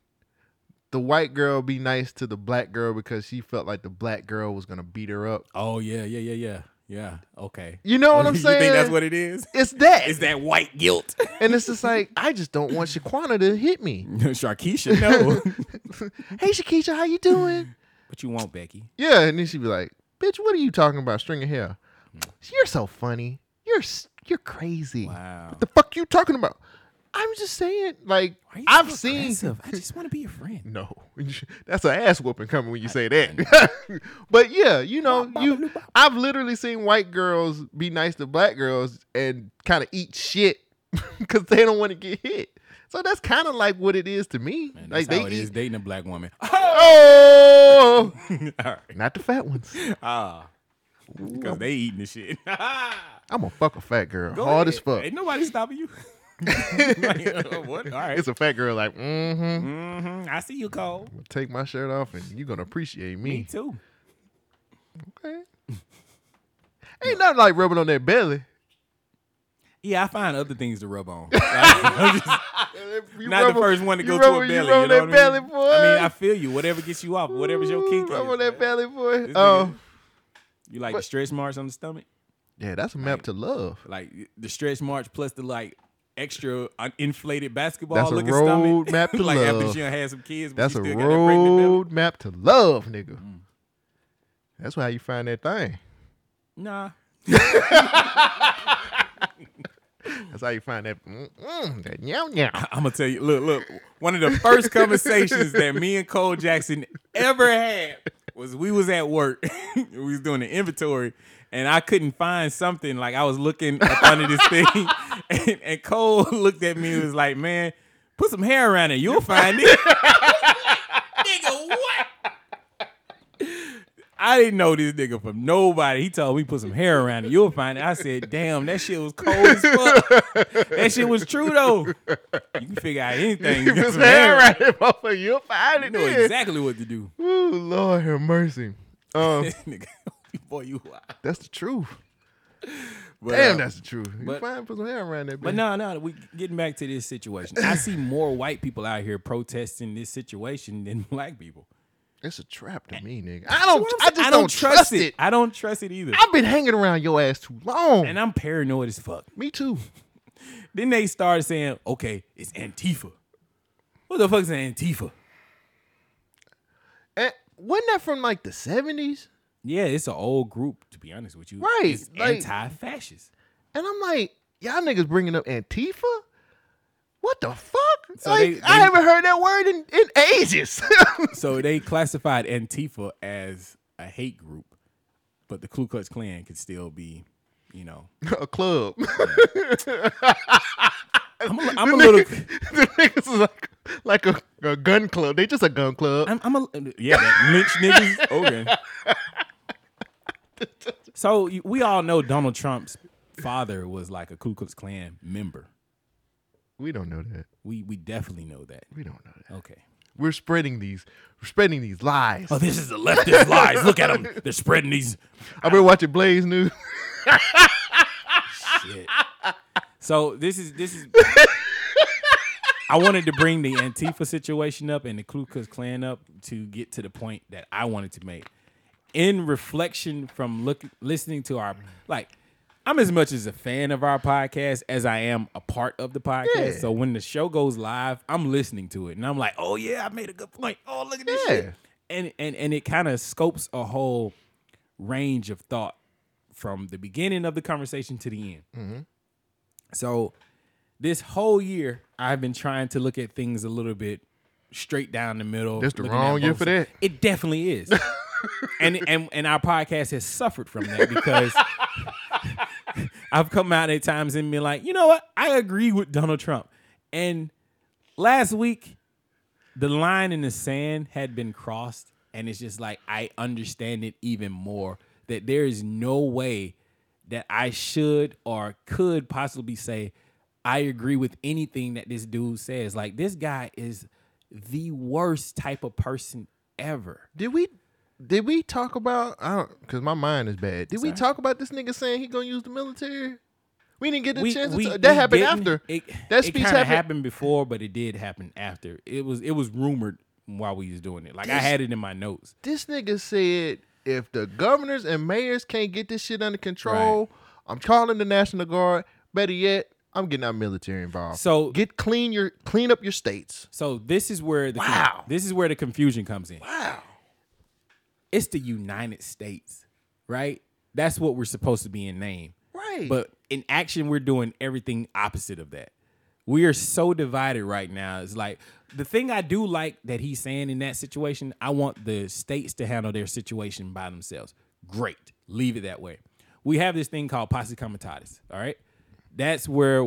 [SPEAKER 2] the white girl be nice to the black girl because she felt like the black girl was gonna beat her up?
[SPEAKER 3] Oh, yeah, yeah, yeah, yeah. Yeah. Okay.
[SPEAKER 2] You know what I'm
[SPEAKER 3] Oh, You think that's
[SPEAKER 2] saying?
[SPEAKER 3] what it is?
[SPEAKER 2] It's that,
[SPEAKER 3] Is that white guilt?
[SPEAKER 2] and it's just like I just don't want Shaquana to hit me.
[SPEAKER 3] Sharkeisha, no.
[SPEAKER 2] hey Shakisha, how you doing?
[SPEAKER 3] but you won't, Becky.
[SPEAKER 2] yeah, and then she'd be like, "Bitch, what are you talking about? String of hair?
[SPEAKER 3] Hmm.
[SPEAKER 2] You're so funny. You're s- you're crazy.
[SPEAKER 3] Wow.
[SPEAKER 2] What the fuck you talking about? I'm just saying, like
[SPEAKER 3] Why you
[SPEAKER 2] I've
[SPEAKER 3] so
[SPEAKER 2] seen.
[SPEAKER 3] aggressive? I just want to be your friend.
[SPEAKER 2] No, that's an ass whooping coming when you say that. but yeah, you know, you I've literally seen white girls be nice to black girls and kind of eat shit because they don't want to get hit. So that's kind of like what it is to me.
[SPEAKER 3] And
[SPEAKER 2] like
[SPEAKER 3] that's
[SPEAKER 2] they
[SPEAKER 3] how it is
[SPEAKER 2] eat-
[SPEAKER 3] dating a black woman.
[SPEAKER 2] Oh,
[SPEAKER 3] All right.
[SPEAKER 2] not the fat ones.
[SPEAKER 3] Ah. Because they eating the shit.
[SPEAKER 2] I'm gonna fuck a fat girl
[SPEAKER 3] Go
[SPEAKER 2] hard
[SPEAKER 3] ahead.
[SPEAKER 2] as fuck.
[SPEAKER 3] Ain't nobody stopping you. Like, uh, what? All right.
[SPEAKER 2] It's a fat girl like, mm-hmm.
[SPEAKER 3] Mhm. I see you, Cole.
[SPEAKER 2] Take my shirt off and you're gonna appreciate
[SPEAKER 3] Me
[SPEAKER 2] me.
[SPEAKER 3] too.
[SPEAKER 2] Okay. Ain't nothing like rubbing on that belly.
[SPEAKER 3] Yeah, I find other things to rub on. Like, I'm just
[SPEAKER 2] You
[SPEAKER 3] not
[SPEAKER 2] rub
[SPEAKER 3] the
[SPEAKER 2] on-
[SPEAKER 3] first one to
[SPEAKER 2] you
[SPEAKER 3] go
[SPEAKER 2] rub
[SPEAKER 3] to a
[SPEAKER 2] on-
[SPEAKER 3] belly.
[SPEAKER 2] You
[SPEAKER 3] You,
[SPEAKER 2] rub on
[SPEAKER 3] know
[SPEAKER 2] that
[SPEAKER 3] what I
[SPEAKER 2] belly,
[SPEAKER 3] mean?
[SPEAKER 2] boy.
[SPEAKER 3] I mean, I feel you. Whatever gets you off, whatever's your kink
[SPEAKER 2] Rub
[SPEAKER 3] is,
[SPEAKER 2] on that
[SPEAKER 3] man.
[SPEAKER 2] belly, boy.
[SPEAKER 3] This
[SPEAKER 2] Oh,
[SPEAKER 3] nigga- You like the stretch marks on the stomach?
[SPEAKER 2] yeah, that's a map to love.
[SPEAKER 3] Like the stretch marks plus the like extra uh, inflated basketball
[SPEAKER 2] That's a
[SPEAKER 3] looking
[SPEAKER 2] road
[SPEAKER 3] stomach.
[SPEAKER 2] map to
[SPEAKER 3] like
[SPEAKER 2] love.
[SPEAKER 3] after she done had some kids, but
[SPEAKER 2] That's
[SPEAKER 3] she
[SPEAKER 2] a
[SPEAKER 3] still got that pregnant belly. Mm.
[SPEAKER 2] road map to love, nigga. That's how you find that thing.
[SPEAKER 3] Nah.
[SPEAKER 2] That's how you find that. Mm-mm, that meow meow.
[SPEAKER 3] I'm gonna tell you. Look, look. One of the first conversations that me and Cole Jackson ever had was we was at work. we was doing an inventory, and I couldn't find something. Like I was looking up under this thing, and, and Cole looked at me and was like, "Man, put some hair around it. You'll find it." nigga, what? I didn't know this nigga from nobody. He told me put some hair around it. You'll find it. I said, "Damn, that shit was cold as fuck." That shit was true though. You can figure out anything. You
[SPEAKER 2] If
[SPEAKER 3] got
[SPEAKER 2] it's
[SPEAKER 3] some hair
[SPEAKER 2] hair right
[SPEAKER 3] right.
[SPEAKER 2] there, motherfucker, you'll find
[SPEAKER 3] You
[SPEAKER 2] it.
[SPEAKER 3] know
[SPEAKER 2] then.
[SPEAKER 3] exactly what to do.
[SPEAKER 2] Ooh, Lord have mercy. Um,
[SPEAKER 3] Nigga, Boy, you wild.
[SPEAKER 2] that's the truth.
[SPEAKER 3] But,
[SPEAKER 2] Damn,
[SPEAKER 3] uh,
[SPEAKER 2] that's the truth. You
[SPEAKER 3] but-
[SPEAKER 2] fine put some hair around that bitch.
[SPEAKER 3] But no, no, we getting back to this situation. I see more white people out here protesting this situation than black people.
[SPEAKER 2] it's a trap to me, nigga. I don't.
[SPEAKER 3] Eh,
[SPEAKER 2] I
[SPEAKER 3] That's what I'm
[SPEAKER 2] just
[SPEAKER 3] saying.
[SPEAKER 2] don't, trust it.
[SPEAKER 3] I don't trust it either.
[SPEAKER 2] I've been hanging around your ass too long.
[SPEAKER 3] and I'm paranoid as fuck.
[SPEAKER 2] me too.
[SPEAKER 3] Then they started saying, okay, it's Antifa. What the fuck is an Antifa?
[SPEAKER 2] And Eh, wasn't that from like the seventies?
[SPEAKER 3] Yeah, it's an old group, to be honest with you.
[SPEAKER 2] Right,
[SPEAKER 3] It's
[SPEAKER 2] like-
[SPEAKER 3] anti-fascist.
[SPEAKER 2] And I'm like, y'all niggas bringing up Antifa? What the fuck?
[SPEAKER 3] So
[SPEAKER 2] like,
[SPEAKER 3] they-
[SPEAKER 2] I
[SPEAKER 3] they-
[SPEAKER 2] haven't heard that word in, in ages.
[SPEAKER 3] So they classified Antifa as a hate group, but the Ku Klux Klan could still be, you know.
[SPEAKER 2] a club.
[SPEAKER 3] I'm a, I'm a little.
[SPEAKER 2] the niggas is like like a, a gun club. They just a gun club.
[SPEAKER 3] I'm, I'm a yeah, that lynch niggas. Okay. So you- we all know Donald Trump's father was like a Ku Klux Klan member.
[SPEAKER 2] we don't know that.
[SPEAKER 3] We we definitely know that.
[SPEAKER 2] We don't know that.
[SPEAKER 3] Okay.
[SPEAKER 2] We're spreading these. We're spreading these lies.
[SPEAKER 3] Oh, this is the leftist lies. Look at them. They're spreading these.
[SPEAKER 2] I've been watching Blaze News.
[SPEAKER 3] Shit. So this is this is. I wanted to bring the Antifa situation up and the Ku Klux Klan up to get to the point that I wanted to make. In reflection from look listening to our like, I'm as much as a fan of our podcast as I am a part of the podcast.
[SPEAKER 2] Yeah.
[SPEAKER 3] So when the show goes live, I'm listening to it and I'm like, oh yeah, I made a good point. Oh look at this
[SPEAKER 2] Yeah.
[SPEAKER 3] shit. And and and it kind of scopes a whole range of thought from the beginning of the conversation to the end.
[SPEAKER 2] Mm-hmm.
[SPEAKER 3] So this whole year, I've been trying to look at things a little bit straight down the middle.
[SPEAKER 2] That's the
[SPEAKER 3] looking at
[SPEAKER 2] wrong year
[SPEAKER 3] both
[SPEAKER 2] for
[SPEAKER 3] sides.
[SPEAKER 2] that.
[SPEAKER 3] It definitely is. and and and our podcast has suffered from that because I've come out at times and been like, you know what? I agree with Donald Trump. And last week, the line in the sand had been crossed, and it's just like I understand it even more that there is no way that I should or could possibly say I agree with anything that this dude says. Like this guy is the worst type of person ever.
[SPEAKER 2] Did we? Did we talk about? I don't because my mind is bad. Did we talk about this nigga saying he gonna use the military? We didn't get a
[SPEAKER 3] We-
[SPEAKER 2] chance.
[SPEAKER 3] we-
[SPEAKER 2] to that
[SPEAKER 3] we
[SPEAKER 2] happened
[SPEAKER 3] didn't-
[SPEAKER 2] after.
[SPEAKER 3] It,
[SPEAKER 2] that
[SPEAKER 3] it
[SPEAKER 2] speech
[SPEAKER 3] kinda
[SPEAKER 2] happened.
[SPEAKER 3] happened before, but it did happen after. It was it was rumored while we was doing it. Like I
[SPEAKER 2] This-
[SPEAKER 3] had it in my notes.
[SPEAKER 2] This nigga said if the governors and mayors can't get this shit under control, I'm calling the national guard. Better yet, I'm getting our military involved.
[SPEAKER 3] So-
[SPEAKER 2] get clean your clean up your states.
[SPEAKER 3] So this is where the con-
[SPEAKER 2] Wow.
[SPEAKER 3] this is where the confusion comes in.
[SPEAKER 2] Wow.
[SPEAKER 3] It's the United States, right? That's what we're supposed to be in name.
[SPEAKER 2] Right.
[SPEAKER 3] But in action, we're doing everything opposite of that. We are so divided right now. It's like the thing I do like that he's saying in that situation, I want the states to handle their situation by themselves. Great. Leave it that way. We have this thing called posse comitatus, all right? That's where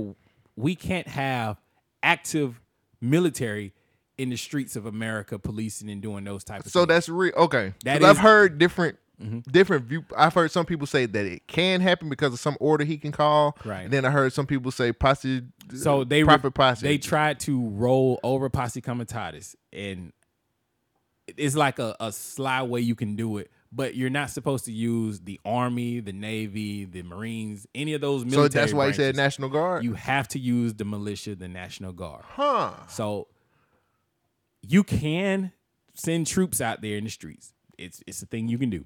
[SPEAKER 3] we can't have active military in the streets of America policing and doing those types of
[SPEAKER 2] So
[SPEAKER 3] things.
[SPEAKER 2] that's real. Okay.
[SPEAKER 3] That
[SPEAKER 2] 'Cause I've
[SPEAKER 3] is- Mm-hmm.
[SPEAKER 2] heard different different view. I've heard some people say that it can happen because of some order he can call.
[SPEAKER 3] Right.
[SPEAKER 2] And then I heard some people say posse.
[SPEAKER 3] So they re-
[SPEAKER 2] proper posse.
[SPEAKER 3] They tried to roll over posse comitatus, and it's like a, a sly way you can do it. But you're not supposed to use the army, the navy, the marines, any of those
[SPEAKER 2] so
[SPEAKER 3] military.
[SPEAKER 2] that's why he said
[SPEAKER 3] branches.
[SPEAKER 2] National Guard.
[SPEAKER 3] You have to use the militia, the national guard.
[SPEAKER 2] huh.
[SPEAKER 3] So you can send troops out there in the streets. It's it's a thing you can do.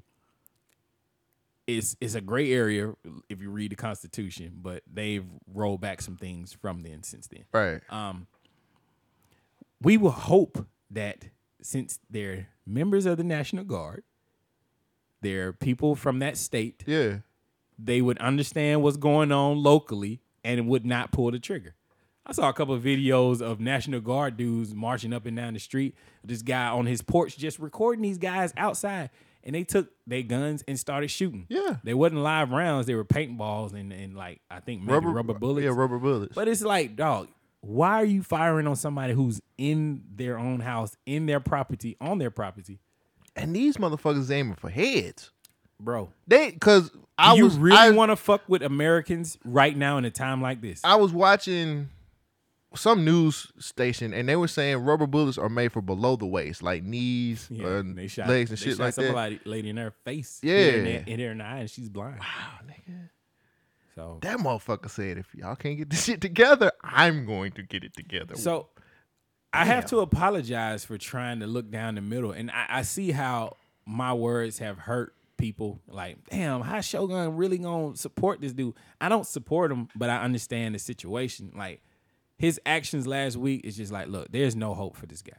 [SPEAKER 3] It's it's a gray area if you read the Constitution, but they've rolled back some things from then since then
[SPEAKER 2] Right.
[SPEAKER 3] um, we will hope that since they're members of the National Guard, they're people from that state,
[SPEAKER 2] yeah.
[SPEAKER 3] they would understand what's going on locally and would not pull the trigger. I saw a couple of videos of National Guard dudes marching up and down the street. This guy on his porch just recording these guys outside, and they took their guns and started shooting.
[SPEAKER 2] Yeah.
[SPEAKER 3] they wasn't live rounds; they were paintballs and and like I think maybe rubber, bullets.
[SPEAKER 2] Yeah, rubber bullets.
[SPEAKER 3] But it's like, dog, why are you firing on somebody who's in their own house, in their property, on their property,
[SPEAKER 2] and these motherfuckers aiming for heads.
[SPEAKER 3] bro?
[SPEAKER 2] They because I
[SPEAKER 3] you
[SPEAKER 2] was
[SPEAKER 3] really
[SPEAKER 2] I,
[SPEAKER 3] want to fuck with Americans right now in a time like this?
[SPEAKER 2] I was watching some news station and they were saying rubber bullets are made for below the waist, like knees,
[SPEAKER 3] Yeah,
[SPEAKER 2] or
[SPEAKER 3] they shot,
[SPEAKER 2] legs, and
[SPEAKER 3] they
[SPEAKER 2] shit
[SPEAKER 3] shot
[SPEAKER 2] like that.
[SPEAKER 3] somebody, lady in her face, here and
[SPEAKER 2] Yeah.
[SPEAKER 3] there- in her in the eye, and she's blind.
[SPEAKER 2] Wow, nigga.
[SPEAKER 3] So,
[SPEAKER 2] That motherfucker said, if y'all can't get this shit together, I'm going to get it together.
[SPEAKER 3] so I have to apologize for trying to look down the middle, and I, I see how my words have hurt people. Like, damn, how Shogun really gonna support this dude? I don't support him, but I understand the situation. Like, his actions last week is just like, look, there's no hope for this guy.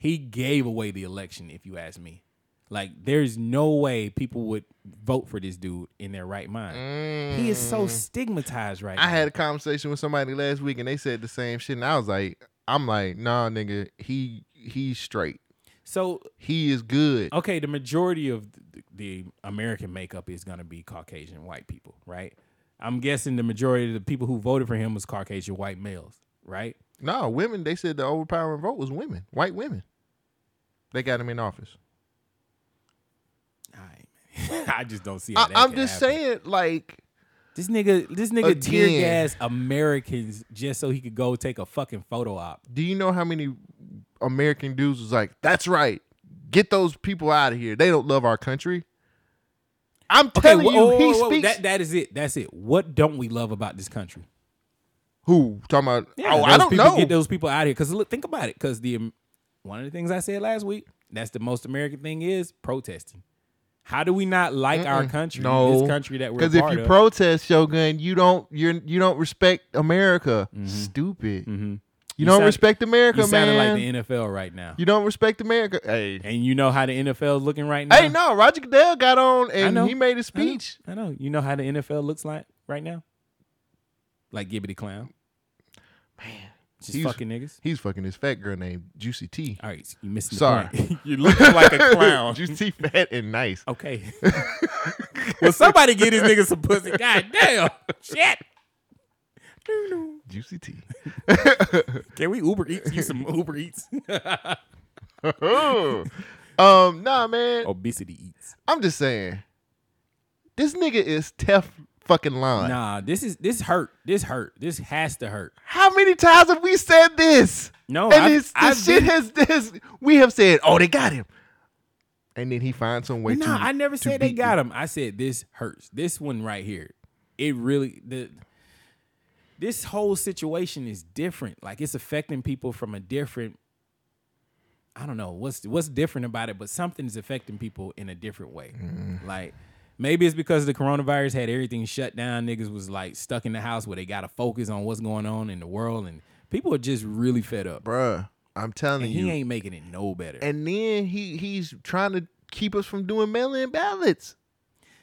[SPEAKER 3] He gave away the election, if you ask me. Like, there's no way people would vote for this dude in their right mind. He is so stigmatized right
[SPEAKER 2] Mm. I
[SPEAKER 3] now.
[SPEAKER 2] had a conversation with somebody last week and they said the same shit. And I was like, I'm like, nah, nigga, he he's straight.
[SPEAKER 3] so
[SPEAKER 2] He is good.
[SPEAKER 3] okay, the majority of th- the American makeup is going to be Caucasian white people, right? I'm guessing the majority of the people who voted for him was Caucasian white males, right?
[SPEAKER 2] No, women, they said the overpowering vote was women, white women. They got him in office.
[SPEAKER 3] All right, man. I just don't see. How
[SPEAKER 2] I,
[SPEAKER 3] that
[SPEAKER 2] I'm
[SPEAKER 3] could
[SPEAKER 2] just
[SPEAKER 3] happen.
[SPEAKER 2] saying, like,
[SPEAKER 3] this nigga, this nigga tear
[SPEAKER 2] Again.
[SPEAKER 3] gas Americans just so he could go take a fucking photo op.
[SPEAKER 2] do you know how many American dudes was like, "That's right, get those people out of here. They don't love our country." I'm
[SPEAKER 3] Okay,
[SPEAKER 2] telling
[SPEAKER 3] whoa,
[SPEAKER 2] you,
[SPEAKER 3] whoa,
[SPEAKER 2] he
[SPEAKER 3] whoa, whoa,
[SPEAKER 2] speaks.
[SPEAKER 3] That, that is it. That's it. What don't we love about this country?
[SPEAKER 2] Who talking about? oh, I
[SPEAKER 3] those
[SPEAKER 2] don't
[SPEAKER 3] people
[SPEAKER 2] know.
[SPEAKER 3] Get those people out of here. Because look, think about it. Because the um, one of the things I said last week, that's the most American thing is protesting. How do we not like our country?
[SPEAKER 2] no,
[SPEAKER 3] this country that we're
[SPEAKER 2] because
[SPEAKER 3] because
[SPEAKER 2] if you
[SPEAKER 3] of?
[SPEAKER 2] protest Shogun, you don't you're you don't respect America. Stupid. You, don't
[SPEAKER 3] Mm-hmm. sound-
[SPEAKER 2] respect America,
[SPEAKER 3] you sounding
[SPEAKER 2] man.
[SPEAKER 3] like the NFL right now,
[SPEAKER 2] you don't respect America. Hey,
[SPEAKER 3] and you know how the NFL is looking right now.
[SPEAKER 2] hey, no. Roger Goodell got on and
[SPEAKER 3] know.
[SPEAKER 2] he made a
[SPEAKER 3] I know,
[SPEAKER 2] speech.
[SPEAKER 3] I know. You know how the NFL looks like right now. Like Gibbity Clown,
[SPEAKER 2] Man,
[SPEAKER 3] just
[SPEAKER 2] He's-
[SPEAKER 3] fucking niggas.
[SPEAKER 2] he's fucking this fat girl named Juicy T.
[SPEAKER 3] All right, you missed.
[SPEAKER 2] Sorry.
[SPEAKER 3] the point. you look like a clown. Oh.
[SPEAKER 2] Juicy T, fat and nice.
[SPEAKER 3] Okay. well, somebody get this nigga some pussy. God damn. Shit.
[SPEAKER 2] Juicy T.
[SPEAKER 3] Can we Uber Eats you some Uber Eats?
[SPEAKER 2] um, nah,
[SPEAKER 3] Oh.
[SPEAKER 2] man.
[SPEAKER 3] Obesity eats.
[SPEAKER 2] I'm just saying, this nigga is Tef fucking line.
[SPEAKER 3] Nah, this is this hurt. This hurt. This has to hurt.
[SPEAKER 2] How many times have we said this?
[SPEAKER 3] No,
[SPEAKER 2] and
[SPEAKER 3] I've-
[SPEAKER 2] it's, the
[SPEAKER 3] I've
[SPEAKER 2] shit
[SPEAKER 3] been-
[SPEAKER 2] has this. We have said, oh, they got him, and then he finds some way
[SPEAKER 3] No,
[SPEAKER 2] to.
[SPEAKER 3] I never
[SPEAKER 2] to
[SPEAKER 3] said they
[SPEAKER 2] beat
[SPEAKER 3] got him. I said this hurts. This one right here. It really the this whole situation is different. Like it's affecting people from a different I don't know what's what's different about it, but something's affecting people in a different way.
[SPEAKER 2] Mm-hmm.
[SPEAKER 3] Like maybe it's because the coronavirus had everything shut down. Niggas was like stuck in the house where they got to focus on what's going on in the world, and people are just really fed up.
[SPEAKER 2] you. bruh. I'm telling
[SPEAKER 3] and
[SPEAKER 2] you.
[SPEAKER 3] he ain't making it no better.
[SPEAKER 2] and then he he's trying to keep us from doing mail-in ballots.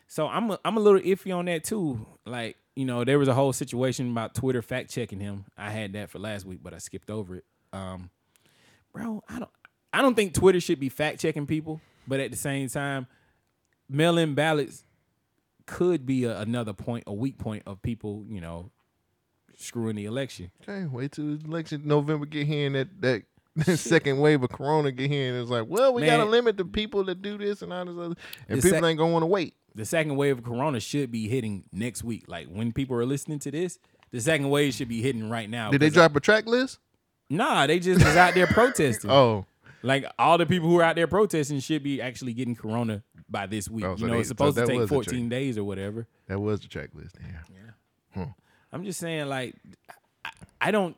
[SPEAKER 3] So I'm a, I'm a little iffy on that too. Like you know, there was a whole situation about Twitter fact checking him. I had that for last week, but I skipped over it. Um, bro, I don't I don't think Twitter should be fact checking people, but at the same time, mail in ballots could be a, another point, a weak point of people, you know, screwing the election.
[SPEAKER 2] Okay, wait till election November get here and that that. that second wave of corona get here and it's like, well, we gotta
[SPEAKER 3] Man.
[SPEAKER 2] limit the people that do this and all this other, and
[SPEAKER 3] The
[SPEAKER 2] people
[SPEAKER 3] sec-
[SPEAKER 2] ain't gonna want to wait.
[SPEAKER 3] the second wave of corona should be hitting next week. Like when people are listening to this, the second wave should be hitting right now.
[SPEAKER 2] Did they
[SPEAKER 3] 'Cause-
[SPEAKER 2] drop a track list?
[SPEAKER 3] Nah, they just was out there protesting.
[SPEAKER 2] Oh,
[SPEAKER 3] Like all the people who are out there protesting should be actually getting corona by this week.
[SPEAKER 2] Oh, so
[SPEAKER 3] you know,
[SPEAKER 2] they-
[SPEAKER 3] it's
[SPEAKER 2] so
[SPEAKER 3] supposed
[SPEAKER 2] that
[SPEAKER 3] to
[SPEAKER 2] was
[SPEAKER 3] take
[SPEAKER 2] the
[SPEAKER 3] 14
[SPEAKER 2] trick.
[SPEAKER 3] days or whatever.
[SPEAKER 2] that was the track list. Yeah.
[SPEAKER 3] I'm just saying, like, I, I don't.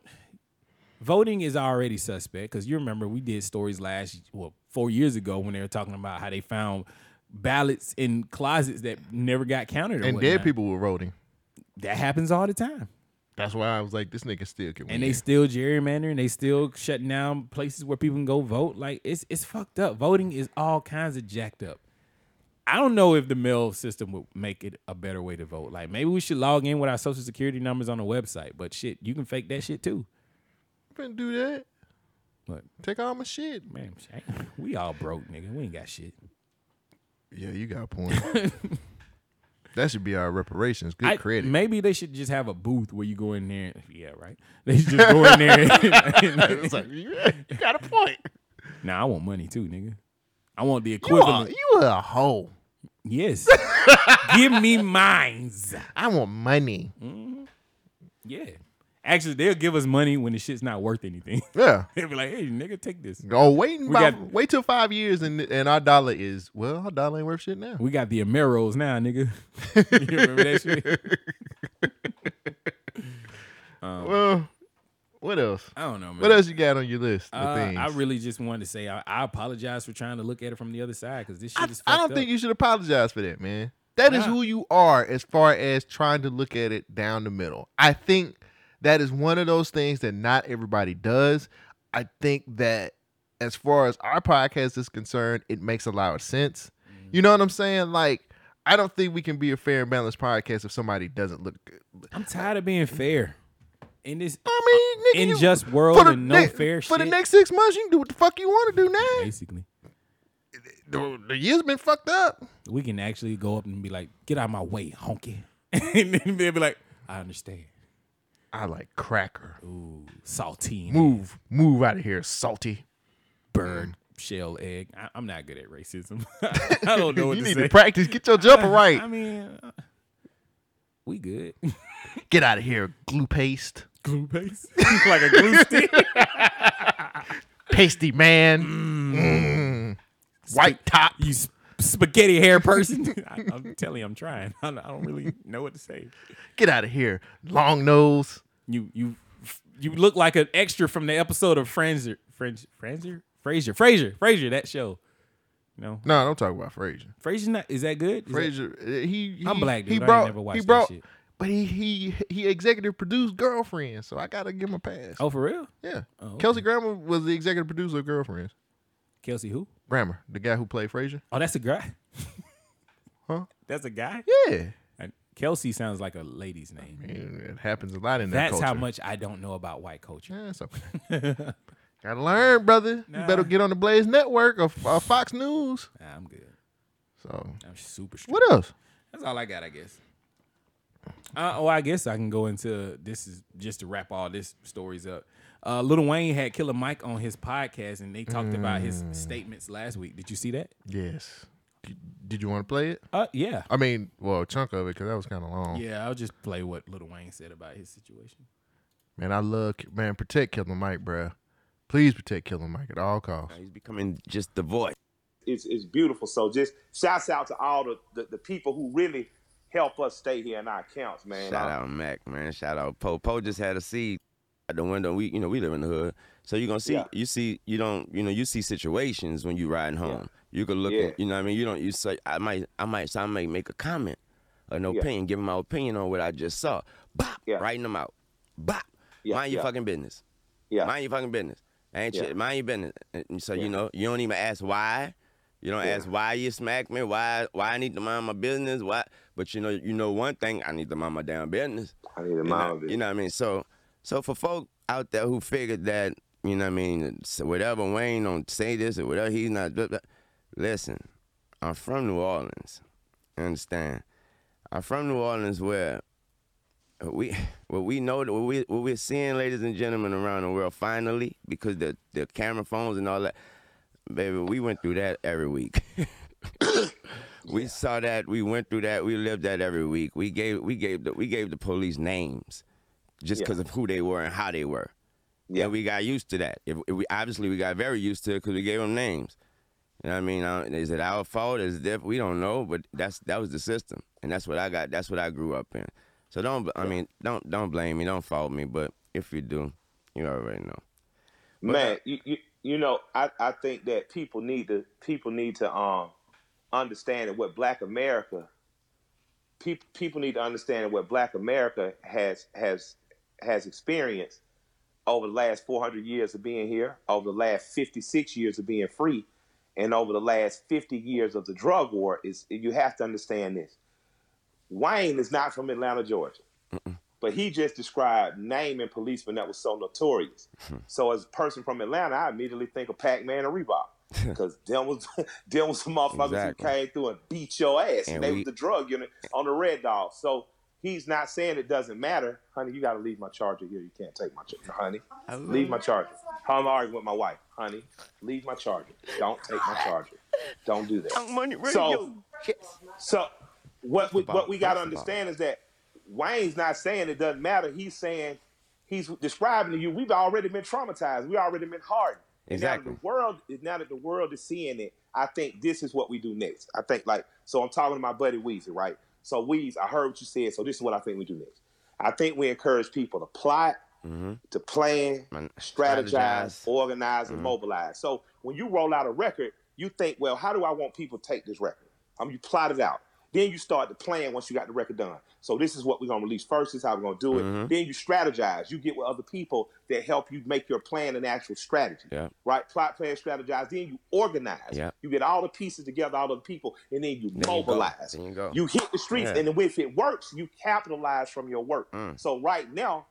[SPEAKER 3] Voting is already suspect because you remember we did stories last, well, four years ago when they were talking about how they found ballots in closets that never got counted or
[SPEAKER 2] And
[SPEAKER 3] whatnot.
[SPEAKER 2] dead people were voting.
[SPEAKER 3] That happens all the time.
[SPEAKER 2] That's why I was like, this nigga still can win.
[SPEAKER 3] and they still gerrymandering. They still shutting down places where people can go vote. Like it's it's fucked up. Voting is all kinds of jacked up. I don't know if the mail system would make it a better way to vote. Like maybe we should log in with our social security numbers on the website. But shit, you can fake that shit too.
[SPEAKER 2] finna do that.
[SPEAKER 3] But
[SPEAKER 2] Take all my shit.
[SPEAKER 3] man, shit, we all broke, nigga. We ain't got shit.
[SPEAKER 2] Yeah, you got a point. that should be our reparations. Good
[SPEAKER 3] I-
[SPEAKER 2] credit.
[SPEAKER 3] Maybe they should just have a booth where you go in there. And, yeah, right. They should just go in there. And,
[SPEAKER 2] it's like, yeah, you got a point.
[SPEAKER 3] nah, I want money too, nigga. I want the
[SPEAKER 2] You are,
[SPEAKER 3] equivalent.
[SPEAKER 2] you are a hoe.
[SPEAKER 3] Yes. Give me mines.
[SPEAKER 2] I want money.
[SPEAKER 3] Mm. Yeah. Actually, they'll give us money when the shit's not worth anything.
[SPEAKER 2] Yeah.
[SPEAKER 3] They'll be like, hey, nigga, take this.
[SPEAKER 2] Oh, wait,
[SPEAKER 3] We
[SPEAKER 2] about,
[SPEAKER 3] got-
[SPEAKER 2] wait till five years and and our dollar is well, our dollar ain't worth shit now.
[SPEAKER 3] We got the Ameros now, nigga. you remember that shit?
[SPEAKER 2] Well, what else?
[SPEAKER 3] I don't know, man.
[SPEAKER 2] What else you got on your list? of
[SPEAKER 3] Uh,
[SPEAKER 2] things?
[SPEAKER 3] I really just wanted to say I, I apologize for trying to look at it from the other side because this shit
[SPEAKER 2] I,
[SPEAKER 3] is fucked
[SPEAKER 2] I don't
[SPEAKER 3] up.
[SPEAKER 2] think you should apologize for that, man. That is
[SPEAKER 3] Nah.
[SPEAKER 2] who you are as far as trying to look at it down the middle. I think that is one of those things that not everybody does. I think that as far as our podcast is concerned, it makes a lot of sense.
[SPEAKER 3] Mm-hmm.
[SPEAKER 2] You know what I'm saying? Like, I don't think we can be a fair and balanced podcast if somebody doesn't look good.
[SPEAKER 3] I'm tired of being fair. In this
[SPEAKER 2] I mean, nigga, you-
[SPEAKER 3] unjust Uh, world
[SPEAKER 2] for the
[SPEAKER 3] and no
[SPEAKER 2] ne-
[SPEAKER 3] fair
[SPEAKER 2] For the
[SPEAKER 3] shit.
[SPEAKER 2] next six months, you can do what the fuck you want to do now.
[SPEAKER 3] basically,
[SPEAKER 2] The, the year's been fucked up.
[SPEAKER 3] we can actually go up and be like, get out of my way, honky. and then they'll be like, I understand.
[SPEAKER 2] I like cracker.
[SPEAKER 3] Ooh, saltine.
[SPEAKER 2] Move, move out of here, salty.
[SPEAKER 3] bird shell egg. I, I'm not good at racism. I don't know what
[SPEAKER 2] you
[SPEAKER 3] to
[SPEAKER 2] need
[SPEAKER 3] say.
[SPEAKER 2] to practice. Get your jumper right.
[SPEAKER 3] I mean, uh, we good.
[SPEAKER 2] Get out of here, glue paste.
[SPEAKER 3] glue paste, like a glue stick.
[SPEAKER 2] pasty man, Mm. white top.
[SPEAKER 3] You sp- spaghetti hair person. I, I'm telling you, I'm trying. I, don't- I don't really know what to say.
[SPEAKER 2] Get out of here, long nose.
[SPEAKER 3] You you you look like an extra from the episode of Franzer Franz Franzer Fraser Fraser Fraser that show. No,
[SPEAKER 2] No, don't talk about Frazier.
[SPEAKER 3] Fraser's not. Is that good? Is that-
[SPEAKER 2] Frazier, uh, he, he
[SPEAKER 3] I'm black, dude. I ain't never watched that shit.
[SPEAKER 2] but he he he executive produced Girlfriends, so I gotta give him a pass.
[SPEAKER 3] oh, for real?
[SPEAKER 2] yeah.
[SPEAKER 3] okay.
[SPEAKER 2] Kelsey Grammer was the executive producer of Girlfriends.
[SPEAKER 3] Kelsey who?
[SPEAKER 2] Grammer, the guy who played Frazier.
[SPEAKER 3] Oh, that's a guy.
[SPEAKER 2] Huh?
[SPEAKER 3] That's a guy.
[SPEAKER 2] Yeah,
[SPEAKER 3] And Kelsey sounds like a lady's name.
[SPEAKER 2] it happens a lot in that
[SPEAKER 3] That's how
[SPEAKER 2] culture.
[SPEAKER 3] much I don't know about white culture.
[SPEAKER 2] Yeah, it's okay. Gotta learn, brother. You better get on the Blaze Network or, or Fox News.
[SPEAKER 3] Nah, I'm good.
[SPEAKER 2] So,
[SPEAKER 3] I'm super. Strict.
[SPEAKER 2] what else?
[SPEAKER 3] That's all I got, I guess. Uh, oh, I guess I can go into this is just to wrap all this stories up. Uh, Little Wayne had Killer Mike on his podcast, and they talked about his statements last week. Did you see that?
[SPEAKER 2] Yes. D- Did you want to play it?
[SPEAKER 3] Uh, yeah,
[SPEAKER 2] I mean, well, a chunk of it because that was kind of long.
[SPEAKER 3] yeah. I'll just play what Little Wayne said about his situation.
[SPEAKER 2] Man, I love man. Protect Killer Mike, bruh. Please protect Killer Mike at all costs.
[SPEAKER 5] He's becoming just the voice.
[SPEAKER 6] it's, it's beautiful. So just shouts out to all the, the, the people who really help us stay here in our accounts, man.
[SPEAKER 5] Shout
[SPEAKER 6] Uh,
[SPEAKER 5] out Mac, man. Shout out Poe. Poe just had a seed out the window. We, you know, we live in the hood, so you're gonna see,
[SPEAKER 6] Yeah.
[SPEAKER 5] you see, you don't, you know, you see situations when you riding home. You could look
[SPEAKER 6] Yeah.
[SPEAKER 5] at, you know, what I mean, you don't, you say, I might, I might, so I might make a comment, an opinion, give him my opinion on what I just saw. Bop,
[SPEAKER 6] Yeah.
[SPEAKER 5] writing them out. Bop,
[SPEAKER 6] Yeah,
[SPEAKER 5] mind your
[SPEAKER 6] yeah.
[SPEAKER 5] fucking business.
[SPEAKER 6] Yeah.
[SPEAKER 5] Mind your fucking business. Ain't
[SPEAKER 6] Yeah.
[SPEAKER 5] you, mind your business. And so you know, you don't even ask why. You don't ask why you smack me, why why I need to mind my business, why but you know you know one thing, I need to mind my damn business.
[SPEAKER 6] I need a
[SPEAKER 5] You know-
[SPEAKER 6] mile of
[SPEAKER 5] You
[SPEAKER 6] it.
[SPEAKER 5] know what I mean? So so for folk out there who figured that, you know what I mean, so whatever Wayne don't say this or whatever he's not blah, blah. listen, I'm from New Orleans. You understand? I'm from New Orleans where we what we know what we what we're seeing, ladies and gentlemen, around the world finally, because the the camera phones and all that, baby, we went through that every week. we saw that, we went through that, we lived that every week. We gave we gave the we gave the police names just
[SPEAKER 6] Yeah.
[SPEAKER 5] because of who they were and how they were. Yeah,
[SPEAKER 6] Yeah.
[SPEAKER 5] we got used to that. If, if we obviously we got very used to it because we gave them names. You know what I mean? I, don't- is it our fault? Is it diff- we don't know, but that's that was the system, and that's what I got. That's what I grew up in. So don't. I mean, don't don't blame me. Don't fault me. But if you do, you already know. uh,
[SPEAKER 6] man, you, you you know, I, I think that people need to people need to um understand that what Black America people people need to understand what Black America has has has experienced over the last 400 years of being here, over the last 56 years of being free, and over the last 50 years of the drug war is you have to understand this. Wayne is not from Atlanta, Georgia. But he just described naming policemen that was so notorious. So as a person from Atlanta, I immediately think of Pac-Man and Reebok. Because them was them was the motherfuckers
[SPEAKER 5] Exactly.
[SPEAKER 6] who came through and beat your ass. And,
[SPEAKER 5] And
[SPEAKER 6] they
[SPEAKER 5] we-
[SPEAKER 6] was the drug unit on the red dog. So he's not saying it doesn't matter. Honey, you gotta leave my charger here. You can't take my charger, honey. Leave my charger. I'm arguing with my wife, honey. Leave my charger. Don't take my charger. Don't do that. So, so what we,
[SPEAKER 5] First of all,
[SPEAKER 6] what we got to
[SPEAKER 5] first of all.
[SPEAKER 6] understand is that Wayne's not saying it doesn't matter. He's saying he's describing to you we've already been traumatized. We've already been hardened. And
[SPEAKER 5] Exactly.
[SPEAKER 6] Now that the world now that the world is seeing it, I think this is what we do next. I think like so. I'm talking to my buddy Weezy, right? So Weez, I heard what you said. So this is what I think we do next. I think we encourage people to plot, to plan,
[SPEAKER 5] Man,
[SPEAKER 6] strategize,
[SPEAKER 5] strategize. Mm-hmm.
[SPEAKER 6] organize, and mobilize. So when you roll out a record, you think, well, how do I want people to take this record? Um, you plot it out. Then you start the plan once you got the record done. So this is what we're gonna release first. This is how we're gonna do it.
[SPEAKER 5] Mm-hmm.
[SPEAKER 6] Then you strategize. You get with other people that help you make your plan an actual strategy.
[SPEAKER 5] Yeah.
[SPEAKER 6] Right? Plot, plan, strategize. Then you organize.
[SPEAKER 5] Yeah.
[SPEAKER 6] You get all the pieces together, all the people, and then you
[SPEAKER 5] go.
[SPEAKER 6] mobilize.
[SPEAKER 5] There you go.
[SPEAKER 6] hit the streets,
[SPEAKER 5] Yeah. Mm.
[SPEAKER 6] and then if it works, you capitalize from your work. So right now,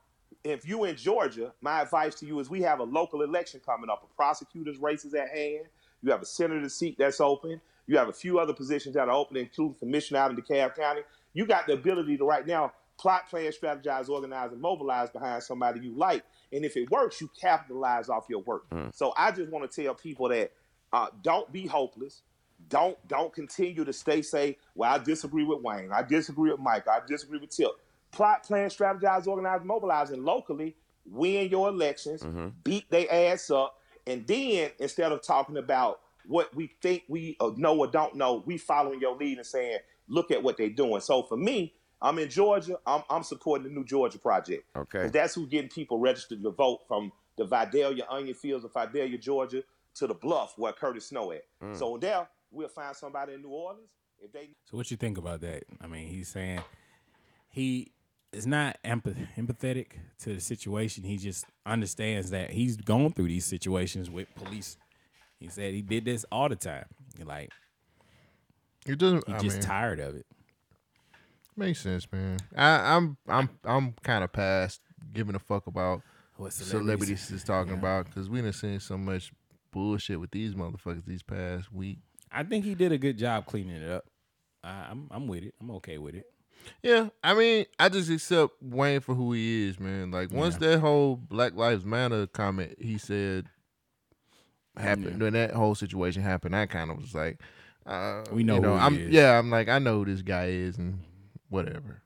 [SPEAKER 6] if you in Georgia, my advice to you is we have a local election coming up. A prosecutor's race is at hand. You have a senator seat that's open. You have a few other positions that are open, including commissioner out in DeKalb County. You got the ability to right now plot, plan, strategize, organize, and mobilize behind somebody you like. And if it works, you capitalize off your work. So I just want to tell people that uh, don't be hopeless. Don't don't continue to stay say, well, I disagree with Wayne. I disagree with Mike. I disagree with Tip. Plot, plan,
[SPEAKER 5] Hmm. Mm-hmm.
[SPEAKER 6] strategize, organize, mobilize, and locally win your elections, beat their ass up, and then instead of talking about what we think we uh, know or don't know, we following your lead and saying, look at what they're doing. So for me, I'm in Georgia. I'm, I'm supporting the New Georgia Project.
[SPEAKER 5] Okay.
[SPEAKER 6] 'Cause That's who getting people registered to vote from the Vidalia onion fields of Vidalia, Georgia, to the Bluff where Curtis Snow at. So there, we'll find somebody in New Orleans if they
[SPEAKER 3] So what you think about that? I mean, he's saying he is not empath- empathetic to the situation. He just understands that he's gone through these situations with police. He said he did this all the time. Like
[SPEAKER 2] It doesn't.
[SPEAKER 3] he's
[SPEAKER 2] I
[SPEAKER 3] just
[SPEAKER 2] mean,
[SPEAKER 3] tired of it.
[SPEAKER 2] makes sense, man. I, I'm I'm I'm kind of past giving a fuck about
[SPEAKER 3] What
[SPEAKER 2] celebrities is talking about because we done seen so much bullshit with these motherfuckers these past week.
[SPEAKER 3] I think he did a good job cleaning it up. I, I'm I'm with it. I'm okay with it.
[SPEAKER 2] Yeah, I mean, I just accept Wayne for who he is, man. Like once that whole Black Lives Matter comment he said happened when that whole situation happened, I kind of was like, uh,
[SPEAKER 3] We know
[SPEAKER 2] you
[SPEAKER 3] who he
[SPEAKER 2] I'm
[SPEAKER 3] is.
[SPEAKER 2] yeah, I'm like I know who this guy is and whatever.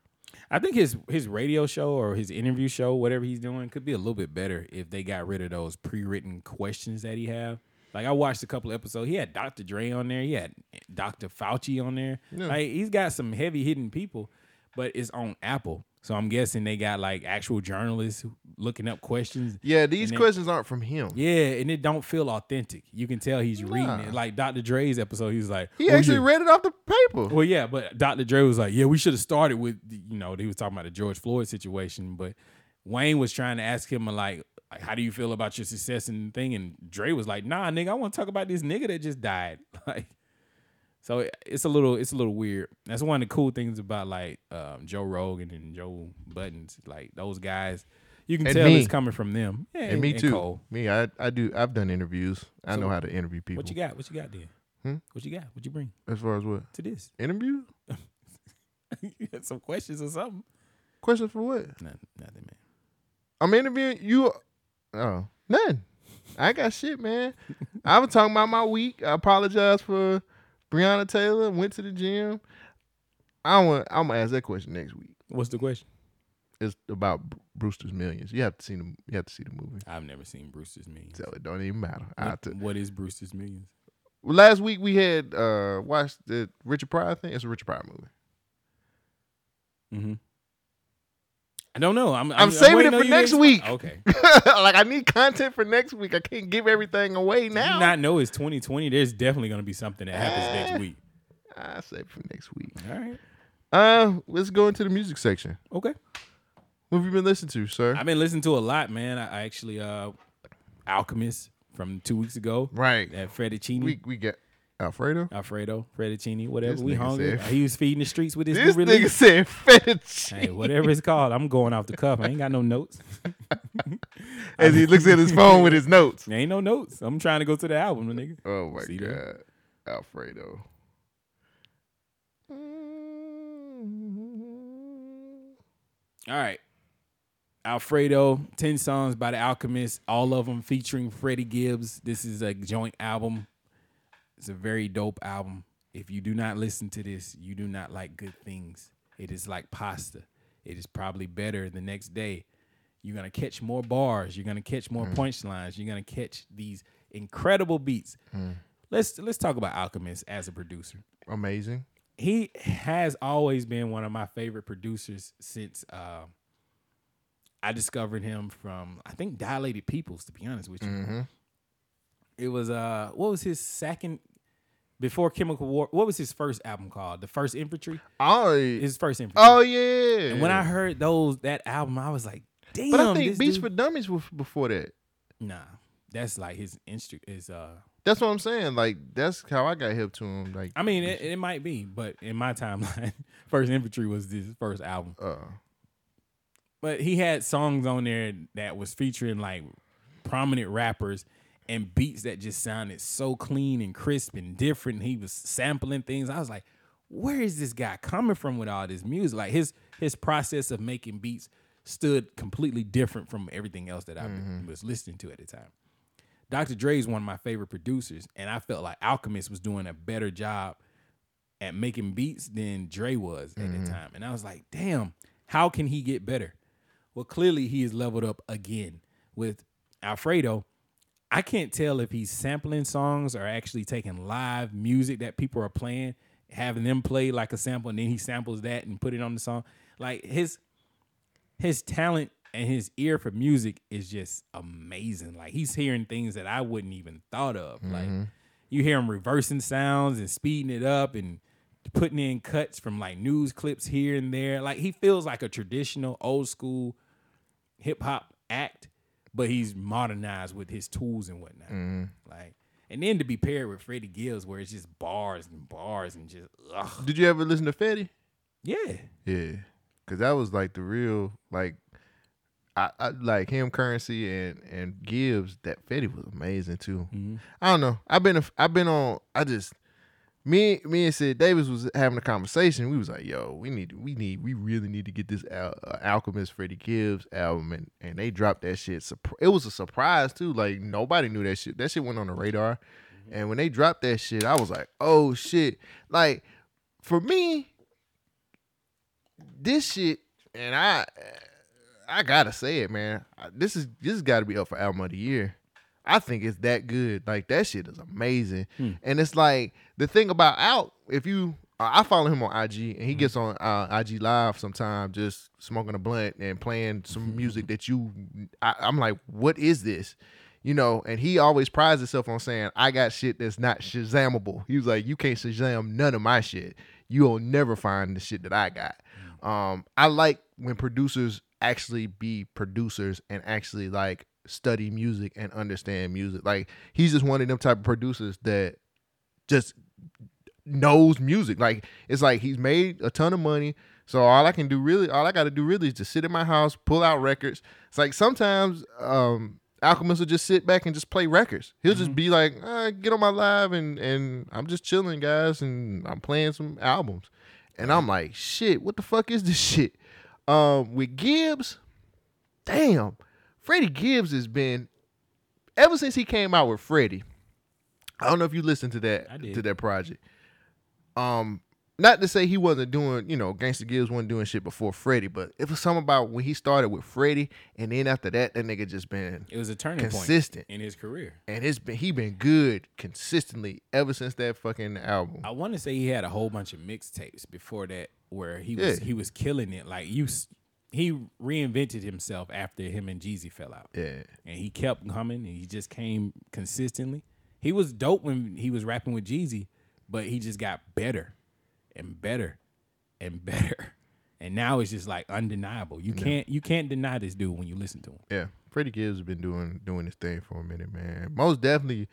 [SPEAKER 3] I think his his radio show or his interview show, whatever he's doing, could be a little bit better if they got rid of those pre written questions that he have. Like I watched a couple of episodes. He had Dr. Dre on there. He had Dr. Fauci on there. Like he's got some heavy hitting people, but it's on Apple. So I'm guessing they got like actual journalists who- looking up questions.
[SPEAKER 2] Yeah, these
[SPEAKER 3] And then-
[SPEAKER 2] questions aren't from him.
[SPEAKER 3] Yeah, and it don't feel authentic. You can tell he's reading
[SPEAKER 2] Nah.
[SPEAKER 3] it. Like Dr. Dre's episode, he was like,
[SPEAKER 2] He
[SPEAKER 3] "Oh,
[SPEAKER 2] actually
[SPEAKER 3] yeah."
[SPEAKER 2] read it off the paper.
[SPEAKER 3] Well, yeah, but Dr. Dre was like, yeah, we should have started with, the- you know, he was talking about the George Floyd situation, but Wayne was trying to ask him, like, like, how do you feel about your success and thing? And Dre was like, nah, nigga, I want to talk about this nigga that just died. Like, so it- it's a little, it's a little weird. That's one of the cool things about like um, Joe Rogan and Joe Buttons, like those guys. You can
[SPEAKER 2] And
[SPEAKER 3] tell
[SPEAKER 2] me.
[SPEAKER 3] it's coming from them. Yeah,
[SPEAKER 2] and me too.
[SPEAKER 3] Cole.
[SPEAKER 2] Me, I, I do. I've done interviews. I
[SPEAKER 3] So,
[SPEAKER 2] know how to interview people.
[SPEAKER 3] What you got? What you got then?
[SPEAKER 2] Hmm?
[SPEAKER 3] What you got? What you bring
[SPEAKER 2] As far as what
[SPEAKER 3] to this?
[SPEAKER 2] interview
[SPEAKER 3] you got some questions or something?
[SPEAKER 2] questions for what?
[SPEAKER 3] Nothing, nothing, man.
[SPEAKER 2] I'm interviewing you. Oh, none. I got shit, man. I was talking about my week. I apologize for Breonna Taylor. Went to the gym. I want. I'm gonna ask that question next week.
[SPEAKER 3] What's the question?
[SPEAKER 2] It's about Bru- Brewster's Millions. You have to see the. You have to see the movie.
[SPEAKER 3] I've never seen Brewster's Millions.
[SPEAKER 2] So it don't even matter. I have
[SPEAKER 3] What-
[SPEAKER 2] to-
[SPEAKER 3] what is Brewster's Millions?
[SPEAKER 2] Last week we had uh watched the Richard Pryor thing. It's a Richard Pryor movie.
[SPEAKER 3] Mm-hmm. I don't know. I'm, I'm,
[SPEAKER 2] saving
[SPEAKER 3] waiting
[SPEAKER 2] it
[SPEAKER 3] on
[SPEAKER 2] for
[SPEAKER 3] you
[SPEAKER 2] next
[SPEAKER 3] to expl-
[SPEAKER 2] week.
[SPEAKER 3] Okay.
[SPEAKER 2] like I need content for next week. I can't give everything away now.
[SPEAKER 3] Now, not know it's 2020. There's definitely going to be something that happens next week.
[SPEAKER 2] I save for next week.
[SPEAKER 3] All right.
[SPEAKER 2] Uh, let's go into the music section.
[SPEAKER 3] Okay.
[SPEAKER 2] What have you been listening to, sir?
[SPEAKER 3] I've been listening to a lot, man. I, I actually, uh, Alchemist from two weeks ago.
[SPEAKER 2] right.
[SPEAKER 3] That Fettuccine.
[SPEAKER 2] We we got Alfredo.
[SPEAKER 3] Alfredo, Fettuccine, whatever.
[SPEAKER 2] This
[SPEAKER 3] we
[SPEAKER 2] nigga
[SPEAKER 3] hungry.
[SPEAKER 2] said-
[SPEAKER 3] He was feeding the streets with his
[SPEAKER 2] This
[SPEAKER 3] new
[SPEAKER 2] nigga
[SPEAKER 3] release.
[SPEAKER 2] said fetch.
[SPEAKER 3] Hey, whatever it's called. I'm going off the cuff. I ain't got no notes.
[SPEAKER 2] As he looks at his phone with his notes.
[SPEAKER 3] There ain't no notes. I'm trying to go to the album, my nigga.
[SPEAKER 2] Oh my
[SPEAKER 3] See
[SPEAKER 2] god,
[SPEAKER 3] that?
[SPEAKER 2] Alfredo.
[SPEAKER 3] All right. Alfredo, 10 songs by The Alchemist, all of them featuring Freddie Gibbs. This is a joint album. It's a very dope album. If you do not listen to this, you do not like good things. It is like pasta. It is probably better the next day. You're going to catch more bars, you're going to catch more punchlines, you're going to catch these incredible beats. Let's let's talk about Alchemist as a producer
[SPEAKER 2] Amazing.
[SPEAKER 3] he has always been one of my favorite producers since uh, I discovered him from I think Dilated Peoples. To be honest with you,
[SPEAKER 2] Mm-hmm.
[SPEAKER 3] it was uh what was his second before Chemical War? What was his first album called? The first Infantry.
[SPEAKER 2] Oh,
[SPEAKER 3] His first Infantry.
[SPEAKER 2] oh yeah.
[SPEAKER 3] And when I heard those that album, I was like, damn.
[SPEAKER 2] but I think
[SPEAKER 3] this
[SPEAKER 2] Beats
[SPEAKER 3] dude-
[SPEAKER 2] for Dummies was before that.
[SPEAKER 3] nah, that's like his instru- is uh.
[SPEAKER 2] That's what I'm saying. Like that's how I got hip to him. Like
[SPEAKER 3] I mean, it, it might be, but in my timeline, First Infantry was his first album.
[SPEAKER 2] uh,
[SPEAKER 3] but he had songs on there that was featuring like prominent rappers and beats that just sounded so clean and crisp and different. He was sampling things. I was like, where is this guy coming from with all this music? Like his his process of making beats stood completely different from everything else that I
[SPEAKER 2] Mm-hmm.
[SPEAKER 3] was listening to at the time. Dr. Dre is one of my favorite producers, and I felt like Alchemist was doing a better job at making beats than Dre was at the time. And I was like, damn, how can he get better? Well, clearly he is leveled up again with Alfredo. I can't tell if he's sampling songs or actually taking live music that people are playing, having them play like a sample, and then he samples that and put it on the song. Like his his talent and his ear for music is just amazing. Like he's hearing things that I wouldn't even thought of. Like you hear him reversing sounds and speeding it up and putting in cuts from like news clips here and there. Like he feels like a traditional old school hip hop act, but he's modernized with his tools and whatnot. Like and then to be paired with Freddie Gibbs, where it's just bars and bars and just ugh.
[SPEAKER 2] Did you ever listen to Fetty?
[SPEAKER 3] yeah.
[SPEAKER 2] Yeah, because that was like the real like, I, I like him currency and and Gibbs. That Fetty was amazing too.
[SPEAKER 3] Mm-hmm.
[SPEAKER 2] I don't know. I've been a, I've been on. I just me me and Sid Davis was having a conversation. We was like, yo, we need we need we really need to get this Al- uh, Alchemist Freddie Gibbs album, and and they dropped that shit. Surpr- It was a surprise too. Like nobody knew that shit. That shit went on the radar. And when they dropped that shit, I was like, "Oh shit!" Like, for me, this shit, and I, I gotta say it, man. I- This is this has got to be up for album of the year. I think it's that good. Like that shit is amazing, and it's like the thing about out. If you, I I follow him on IG, and he gets on uh, IG live sometime, just smoking a blunt and playing some music that you. I, I'm like, what is this? You know, and he always prides himself on saying, "I got shit that's not Shazamable." He was like, "You can't Shazam none of my shit. You'll never find the shit that I got." Um, I like when producers actually be producers and actually like study music and understand music. Like he's just one of them type of producers that just knows music. Like it's like he's made a ton of money. So all I can do really, all I got to do really is just sit in my house, pull out records. It's like sometimes um, Alchemist will just sit back and just play records. He'll just be like, uh, get on my live and and I'm just chilling, guys, and I'm playing some albums. And I'm like, shit, what the fuck is this shit? Um, with Gibbs, damn, Freddie Gibbs has been ever since he came out with Freddie. I don't know if you listened to that
[SPEAKER 3] I did.
[SPEAKER 2] to that project. Um, not to say he wasn't doing, you know, Gangsta Gibbs wasn't doing shit before Freddie, but it was something about when he started with Freddie, and then after that, that nigga just been
[SPEAKER 3] It was a turning
[SPEAKER 2] Consistent.
[SPEAKER 3] point in his career.
[SPEAKER 2] and it's been he been good consistently ever since that fucking album.
[SPEAKER 3] I want to say he had a whole bunch of mixtapes before that where he was
[SPEAKER 2] Yeah.
[SPEAKER 3] he was killing it. Like you, s- he reinvented himself after him and Jeezy fell out,
[SPEAKER 2] Yeah,
[SPEAKER 3] and he kept coming and he just came consistently. He was dope when he was rapping with Jeezy, but he just got better and better and better, and now it's just like undeniable. You can't you can't deny this dude when you listen to him.
[SPEAKER 2] yeah. Freddie Gibbs has been doing doing his thing for a minute, man. Most definitely.